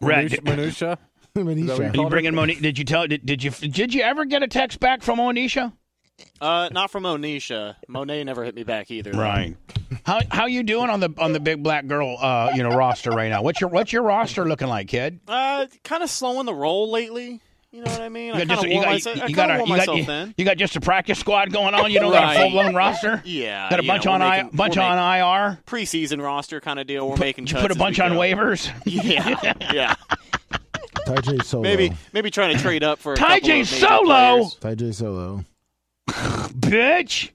[laughs] Minutia- Red. Minutia. Is that what you Are you called her? bringing Monisha? Did you tell? Did, did you? Did you ever get a text back from Monisha? Uh, not from Onisha. Monet never hit me back either. though. Right. How how you doing on the on the big black girl uh you know roster right now? What's your what's your roster looking like, kid? Uh, kind of slowing the roll lately. You know what I mean? I You got, kind just, of you, wore got, myself, I kinda you, got, a- wore you, got, myself you, thin. you got just a practice squad going on. You don't got a Right. full [laughs] blown roster. Yeah. got a you bunch know, on we're I, making- bunch we're on making IR. Preseason roster kind of deal. We're making. You put a cuts as bunch we on go. waivers. Yeah. [laughs] yeah. Ty J solo. Maybe maybe trying to trade up for a Ty couple J of major Solo! players. Ty J solo. [laughs] Bitch.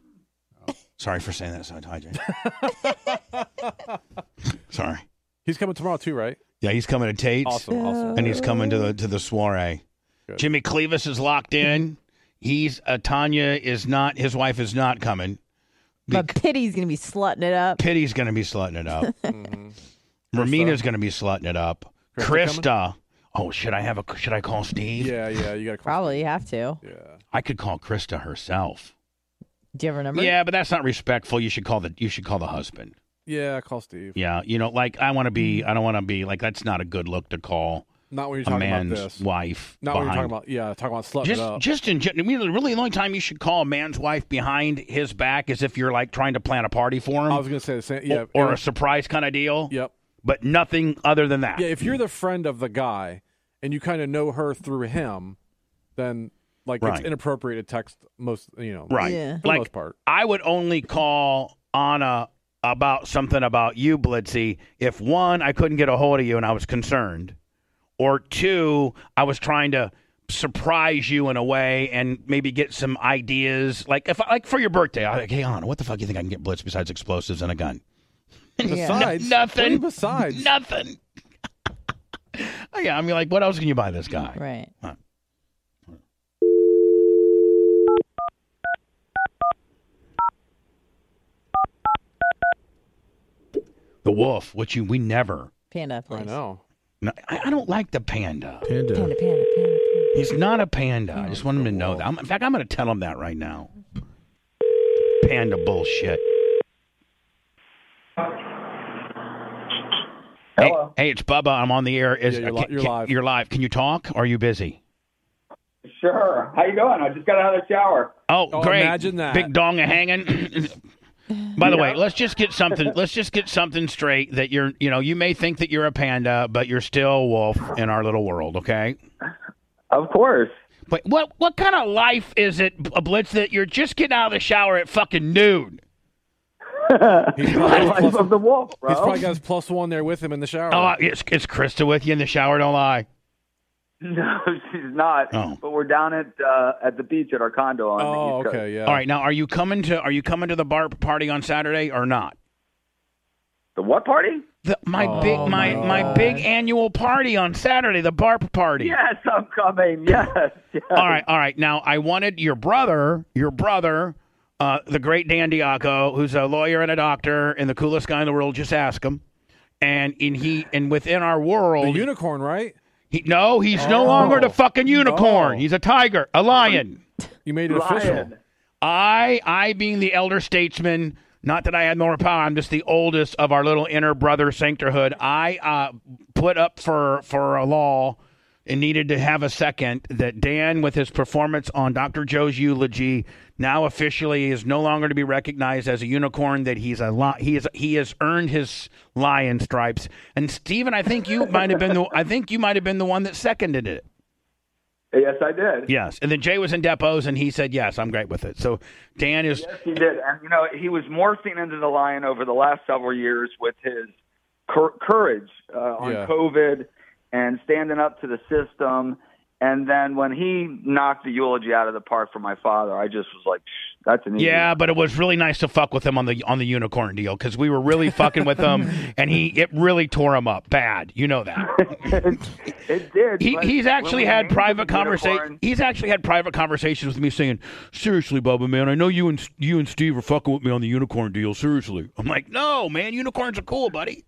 Sorry for saying that, so Ty J. [laughs] Sorry. He's coming tomorrow too, right? Yeah, he's coming to Tate's. Awesome, Oh. awesome. And he's coming to the to the soiree. Jimmy Clevis is locked in. He's uh, Tanya is not. His wife is not coming. but Pity's gonna be slutting it up. Pity's going to be slutting [laughs] it up. Mm-hmm. Ramina's going to be slutting it up. Krista Krista. Oh, should I have a? Should I call Steve? Yeah, yeah. You got to Probably have to. I could call Krista herself. Do you have her number? Yeah, but that's not respectful. You should call the. You should call the husband. Yeah, call Steve. Yeah, you know, like I want to be. I don't want to be like that's not a good look to call. Mm. Not when you're a talking about man's this. wife. Not when you're talking behind- about yeah, talking about slutting it Just, up. just in general, I mean, really, the only time you should call a man's wife behind his back is if you're like trying to plan a party for him. I was gonna say the same. Yeah, or, or yeah. a surprise kind of deal. Yep. But nothing other than that. Yeah, if you're the friend of the guy and you kind of know her through him, then like Right. it's inappropriate to text most you know Right. for the Like, [laughs] most part. I would only call Anna about something about you, Blitzy, if one, I couldn't get a hold of you and I was concerned, or two, I was trying to surprise you in a way and maybe get some ideas. Like if like for your birthday, I'm like, hey Anna, what the fuck do you think I can get Blitz besides explosives and a gun? Besides, N- what do nothing. you- besides, nothing. Oh, yeah, I mean, like, what else can you buy this guy? Right. The wolf, which you we never Panda please. I know. No, I, I don't like the panda. Panda. Panda, panda, panda. He's not a panda. I just want him to know Oh. that. I'm, in fact, I'm going to tell him that right now. Panda bullshit. Hello. Hey, hey, it's Bubba. I'm on the air. Is, Yeah, you're li- can- you're can- live. You're live. Can you talk? Or are you busy? Sure. How you doing? I just got out of the shower. Oh, great! imagine that. big dong a hanging. By the way, let's just get something. Let's just get something straight. That you're, you know, you may think that you're a panda, but you're still a wolf in our little world. Okay. Of course. But what what kind of life is it, B- Blitz? That you're just getting out of the shower at [laughs] fucking noon. Oh, He's probably, got his plus, the wolf, he's probably got his plus one there with him in the shower. Oh, it's, it's Krista with you in the shower. Don't lie. [laughs] No, she's not. Oh. But we're down at uh, at the beach at our condo on the East Coast. All right, now are you coming to are you coming to the bar party on Saturday or not? The what party? The, my big my my big [laughs] annual party on Saturday, the barp party. [laughs] Yes, I'm coming. Yes. [laughs] yes. All right, all right. Now I wanted your brother, your brother, uh, the great Dan Diaco, who's a lawyer and a doctor and the coolest guy in the world. Just ask him. And in he and within our world, the unicorn, right? He, no, he's no Oh. longer the fucking unicorn. He's a tiger, a lion. You made it official. I, I being the elder statesman, not that I had more power. I'm just the oldest of our little inner brother sanctorhood. I uh, put up for for a law and needed to have a second that Dan, with his performance on Dr. Joe's eulogy, now officially is no longer to be recognized as a unicorn. That he's a lot. He is he has earned his lion stripes. And Stephen, I think you might have been the I think you might have been the one that seconded it. Yes, I did. Yes, and then Jay was in depots, and he said, "Yes, I'm great with it." So Dan is Yes, he did. And you know, he was morphing into the lion over the last several years with his cur- courage uh, on Yeah. COVID and standing up to the system. And then when he knocked the eulogy out of the park for my father, I just was like, "Psh, "That's an easy." Yeah, but it was really nice to fuck with him on the on the unicorn deal because we were really fucking with him, and he it really tore him up bad. You know that. it did. He, but he's when actually we had named him private the conversation. unicorn- He's actually had private conversations with me saying, "Seriously, Bubba, man, I know you and you and Steve are fucking with me on the unicorn deal. Seriously, I'm like, no, man, unicorns are cool, buddy.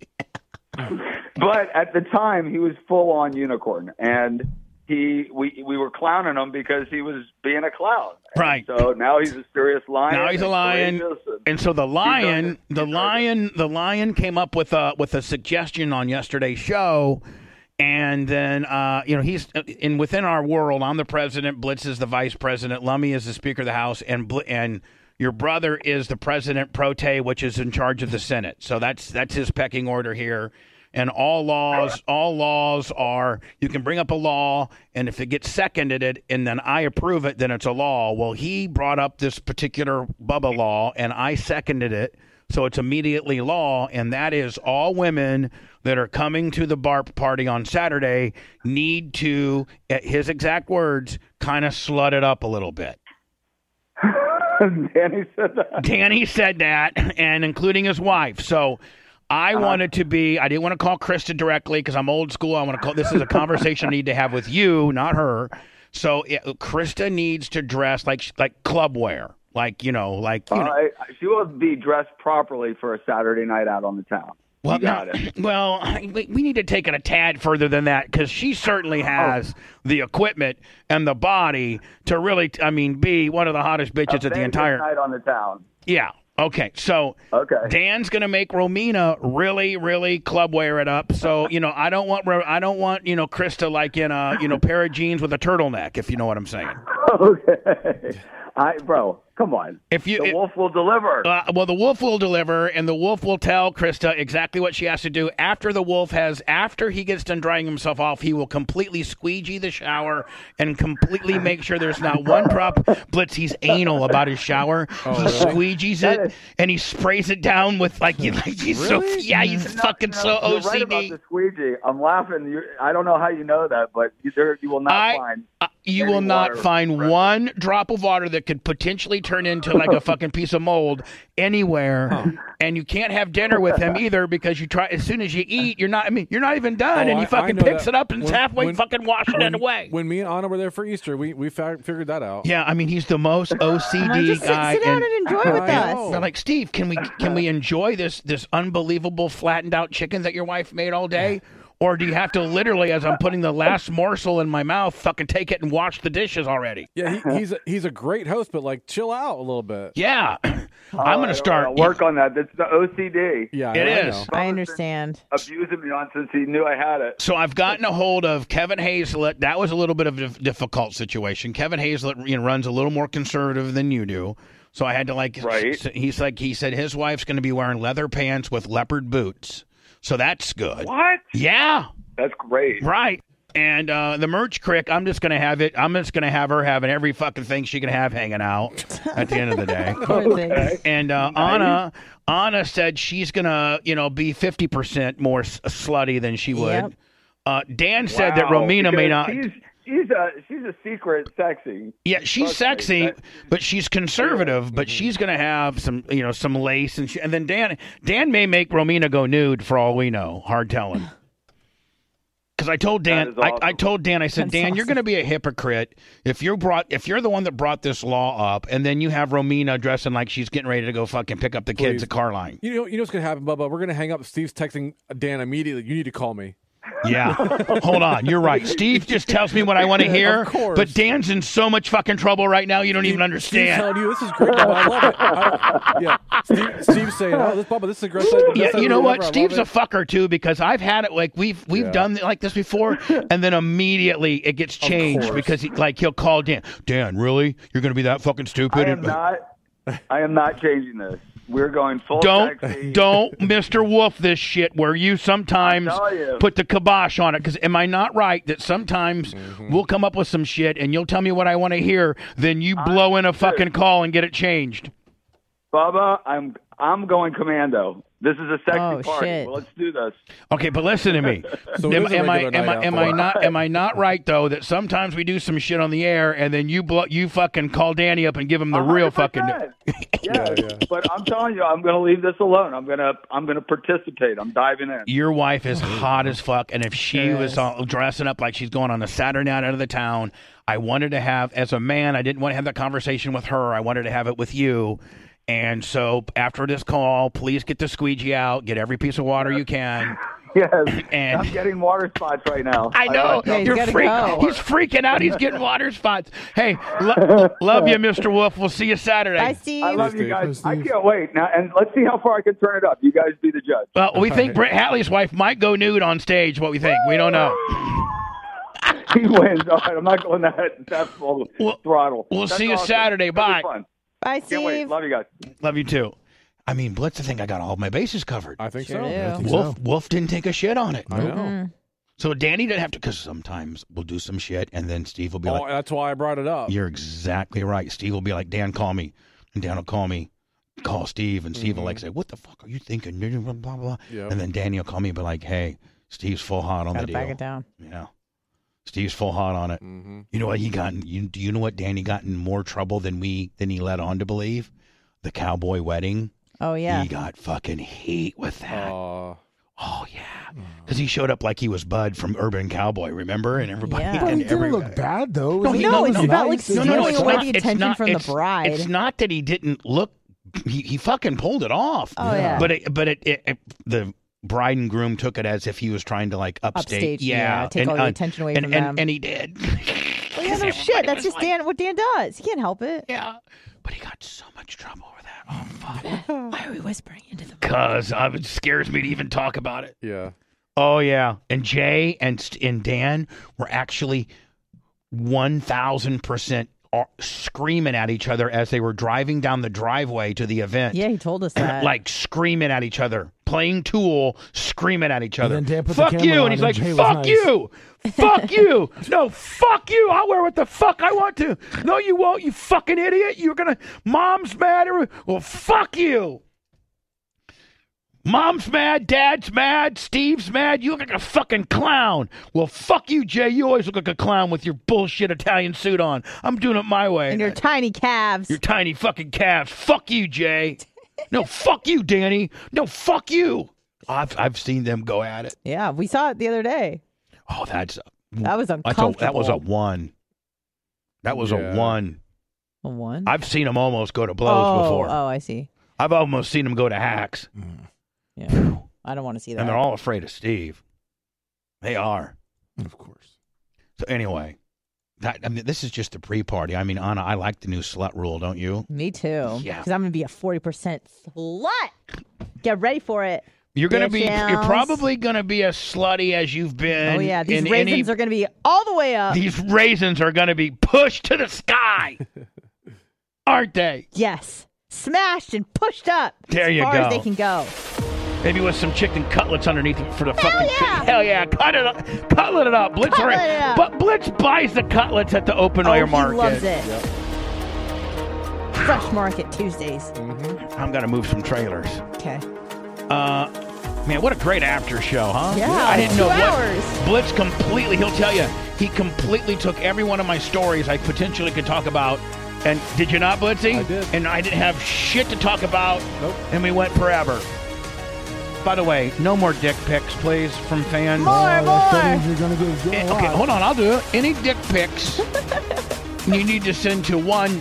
But at the time, he was full on unicorn, and he we we were clowning him because he was being a clown. Right. So now he's a serious lion. Now he's a and lion, courageous and- and so the lion, the lion, the lion came up with a with a suggestion on yesterday's show, and then uh, you know he's in within our world. I'm the president. Blitz is the vice president. Lummy is the speaker of the house, and Bl- and your brother is the president pro te, which is in charge of the Senate. So that's that's his pecking order here. And all laws, all laws are you can bring up a law, and if it gets seconded, it and then I approve it, then it's a law. Well, he brought up this particular Bubba law, and I seconded it, so it's immediately law, and that is all women that are coming to the BARP party on Saturday need to, at his exact words, kind of slut it up a little bit. Danny said [laughs] that. Danny said that, and including his wife. So I Uh-huh. wanted to be, I didn't want to call Krista directly because I'm old school. I want to call, this is a conversation I need to have with you, not her. So it, Krista needs to dress like, like club wear. Like, you know, like, you All know. right. She will be dressed properly for a Saturday night out on the town. Well, you got no- it. [clears throat] well, we we need to take it a tad further than that because she Oh. certainly has the equipment and the body to really, I mean, be one of the hottest bitches at the Vegas entire. night on the town. [laughs] Yeah. Okay. So Dan's gonna make Romina really, really club wear it up. So you know, I don't want, Ro- I don't want you know Krista like in a you know pair of jeans with a turtleneck, if you know what I'm saying. Okay. I bro, come on. If you, the wolf will deliver. Uh, well, the wolf will deliver, and the wolf will tell Krista exactly what she has to do. After the wolf has, after he gets done drying himself off, he will completely squeegee the shower and completely make sure there's not one drop. Blitz, he's anal about his shower. Oh, he squeegees it and he sprays it down with like, [laughs] he, like he's so yeah, he's fucking so You're OCD. right about the squeegee. I'm laughing. You're, I don't know how you know that, but you, there, you will not find. uh, You any will not water. find one drop of water that could potentially turn into like [laughs] a fucking piece of mold anywhere. And you can't have dinner with [laughs] him either because you try as soon as you eat, you're not I mean, you're not even done Oh, and I- he I fucking know picks that. it up and it's When- halfway when- fucking washing when- it away. When me and Anna were there for Easter, we we fa- figured that out. Yeah, I mean he's the most OCD [laughs] Just sit- sit guy. down and enjoy with I us. know. They're like, Steve, can we can we enjoy this this unbelievable flattened out chicken that your wife made all day, Or do you have to literally, as I'm putting the last morsel in my mouth, fucking take it and wash the dishes already? Yeah, he, he's a, he's a great host, but like, chill out a little bit. Yeah, [clears throat] I'm gonna start work on that. That's the OCD. Yeah, It I is. know. I understand. Abusing me on since he knew I had it. So I've gotten a hold of Kevin Hazlett. That was a little bit of a dif- difficult situation. Kevin Hazlett you know, runs a little more conservative than you do. So I had to like, right. he's like, he said his wife's going to be wearing leather pants with leopard boots. So that's good. What? Yeah. That's great. Right. And uh, the merch crick, I'm just going to have it. I'm just going to have her having every fucking thing she can have hanging out at the end of the day. [laughs] Poor thing. Okay. And uh, Nice. Anna, Anna said she's going to, you know, be 50% more s- slutty than she would. Yep. Uh, Dan said that Wow, Romina may because not. She's she's a she's a secret sexy. Yeah, she's Trust me, sexy, but she's conservative. But Mm-hmm. she's gonna have some, you know, some lace, and she, and then Dan Dan may make Romina go nude for all we know. Hard telling. [laughs] Because I told Dan, That is I, I told Dan, I said, That's Dan, you're awesome. going to be a hypocrite if you brought if you're the one that brought this law up, and then you have Romina dressing like she's getting ready to go fucking pick up the kids Please. at car line. You know, you know what's gonna happen, Bubba. We're gonna hang up. Steve's texting Dan immediately. You need to call me. [laughs] Yeah, hold on, you're right. Steve just tells me what I want to Of hear, course. but Dan's in so much fucking trouble right now, you don't even Steve's understand. telling you this is great. Bubba. I love it. I- yeah, [laughs] Steve, Steve's saying, "Oh, this Bubba, this is the greatest." the best Yeah, you idea know ever. what? I love Steve's it." a fucker too because I've had it like we've we've Yeah. done like [laughs] this before, and then immediately it gets changed course. because he, like he'll call Dan. Dan, really? You're gonna be that fucking I stupid? am not. I am not changing this. We're going full don't sexy. don't Mr. Wolf this shit where you sometimes I tell you. put the kibosh on it because am I not right that sometimes Mm-hmm. we'll come up with some shit and you'll tell me what I want to hear, then you blow in a fucking call and get it changed. Bubba, I'm I'm going commando. This is a sexy Oh, party. shit. Well, let's do this. Okay, but listen to me. [laughs] So it am is a am I regular am night I out am for I us. not am I not right though that sometimes we do some shit on the air and then you blow, you fucking call Danny up and give him the real fucking Yeah, but I'm telling you, I'm going to leave this alone. I'm going to I'm going to participate. I'm diving in. Your wife is hot as fuck, and if she was all dressing up like she's going on a Saturday night out of the town, I wanted to have as a man, I didn't want to have that conversation with her. I wanted to have it with you. And so after this call, please get the squeegee out, get every piece of water you can. [laughs] Yes, and I'm getting water spots right now. I know gotta you're go. freaking. He's freaking out. He's getting [laughs] water spots. Hey, [laughs] lo- love you, Mr. Wolf. We'll see you Saturday. I love you guys. I can't wait. Now, and let's see how far I can turn it up. You guys be the judge. Well, we think Brett Hatley's wife might go nude on stage. What we think? We don't know. [laughs] he wins. All right, I'm not going that that full throttle. we'll That's see you awesome. Saturday. That was Bye. fun. Bye, Can't wait. Love you guys. Love you too. I mean, Blitz, I think I got all my bases covered. I think Sure so. do. I think Wolf, so. Wolf didn't take a shit on it. I know. Mm-hmm. Mm. Mhm. So Danny didn't have to, because sometimes we'll do some shit, and then Steve will be Oh, like, that's why I brought it up. "You're exactly right." Steve will be like, "Dan, call me," and Dan will call me, call Steve, and Steve will Mm-hmm. like say, "What the fuck are you thinking?" Blah blah blah. blah. Yep. And then Danny will call me, and be like, "Hey, Steve's full hot on Gotta the deal." back it down. Yeah. Steve's full hot on it. Mm. Mm-hmm. You know what he got? In, you do you know what Danny got in more trouble than we than he led on to believe? The cowboy wedding. Oh yeah. He got fucking heat with that Uh, oh yeah, because he showed up like he was Bud from Urban Cowboy. Remember? And everybody Yeah. [laughs] But and he didn't every- look bad though. No, It was- he- it no, was it's about, like, nice. It was stealing nice. it's away not- the it's attention not- from the it's- bride. It's not that he didn't look. He, he fucking pulled it off. Oh, Yeah. yeah. But it, but it, it, it the bride and groom took it as if he was trying to like upstate. Upstage, yeah, yeah, take all the attention away and, from and, them. And he did. Well, yeah, no shit. That's just Dan. What Dan does. He can't help it. Yeah. But he got so much trouble with that. Oh fuck. [laughs] Why are we whispering into the? Cause uh, it scares me to even talk about it. yeah. Oh yeah, and Jay and St- and Dan were actually one thousand percent uh, screaming at each other as they were driving down the driveway to the event. Yeah, he told us that. [clears throat] like screaming at each other, playing Tool, screaming at each other. then Dan put the fuck camera you, on and he's and like, Jay was fuck nice. you, [laughs] fuck you, no, fuck you. I'll wear what the fuck I want to. No, you won't. You fucking idiot. You're gonna. Mom's mad. every- Well, fuck you. Mom's mad, dad's mad, Steve's mad. You look like a fucking clown. Well, fuck you, Jay. You always look like a clown with your bullshit Italian suit on. I'm doing it my way. and your tiny calves. Your tiny fucking calves. Fuck you, Jay. No, fuck you, Danny. No, fuck you. I've I've seen them go at it. Yeah, we saw it the other day. Oh, that's a, That was that's a- that was a uncomfortable. one. That was Yeah. a one. A one. I've seen them almost go to blows oh, before. Oh, I see. I've almost Mm. seen them go to hacks, Yeah. I don't want to see that. and they're all afraid of Steve. They are. Of course. So anyway, that I mean, this is just the pre-party. I mean, Anna, I like the new slut rule, don't you? Me too. Yeah. Because I'm gonna be a forty percent slut. Get ready for it. You're gonna be. You're bitches. probably gonna be as slutty as you've been. oh yeah, these in raisins any- are gonna be all the way up. These raisins are gonna be pushed to [laughs] the sky, aren't they? yes, smashed and pushed up. There as you far As they go. can go. Maybe with some chicken cutlets underneath it for the fucking hell yeah, cut it up, cutlet it up, Blitz. Cutlet already- it up. But Blitz buys the cutlets at the open oh, air he market. loves it. Fresh Market Tuesdays. I'm gonna move some trailers. Okay. Uh, man, what a great after show, huh? Yeah, I didn't two know hours. Blitz, Blitz completely. He'll tell you he completely took every one of my stories I potentially could talk about. And did you not, Blitzy? I did. And I didn't have shit to talk about. Nope. And we went forever. By the way, no more dick pics, please, from fans. Oh, that's the ones You're gonna get Eh, Okay, hold on. I'll do it. Any dick pics you need to send to one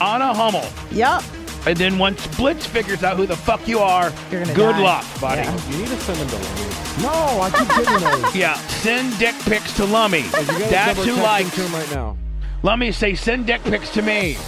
Anna Hummel. Yep. And then once Blitz figures out who the fuck you are, good die. luck, buddy. You need to send them to Lummy. No, I keep getting [laughs] those. Yeah, send dick pics to Lummy. You guys That's double who texting likes. to him right now. Lummy say send dick pics to me.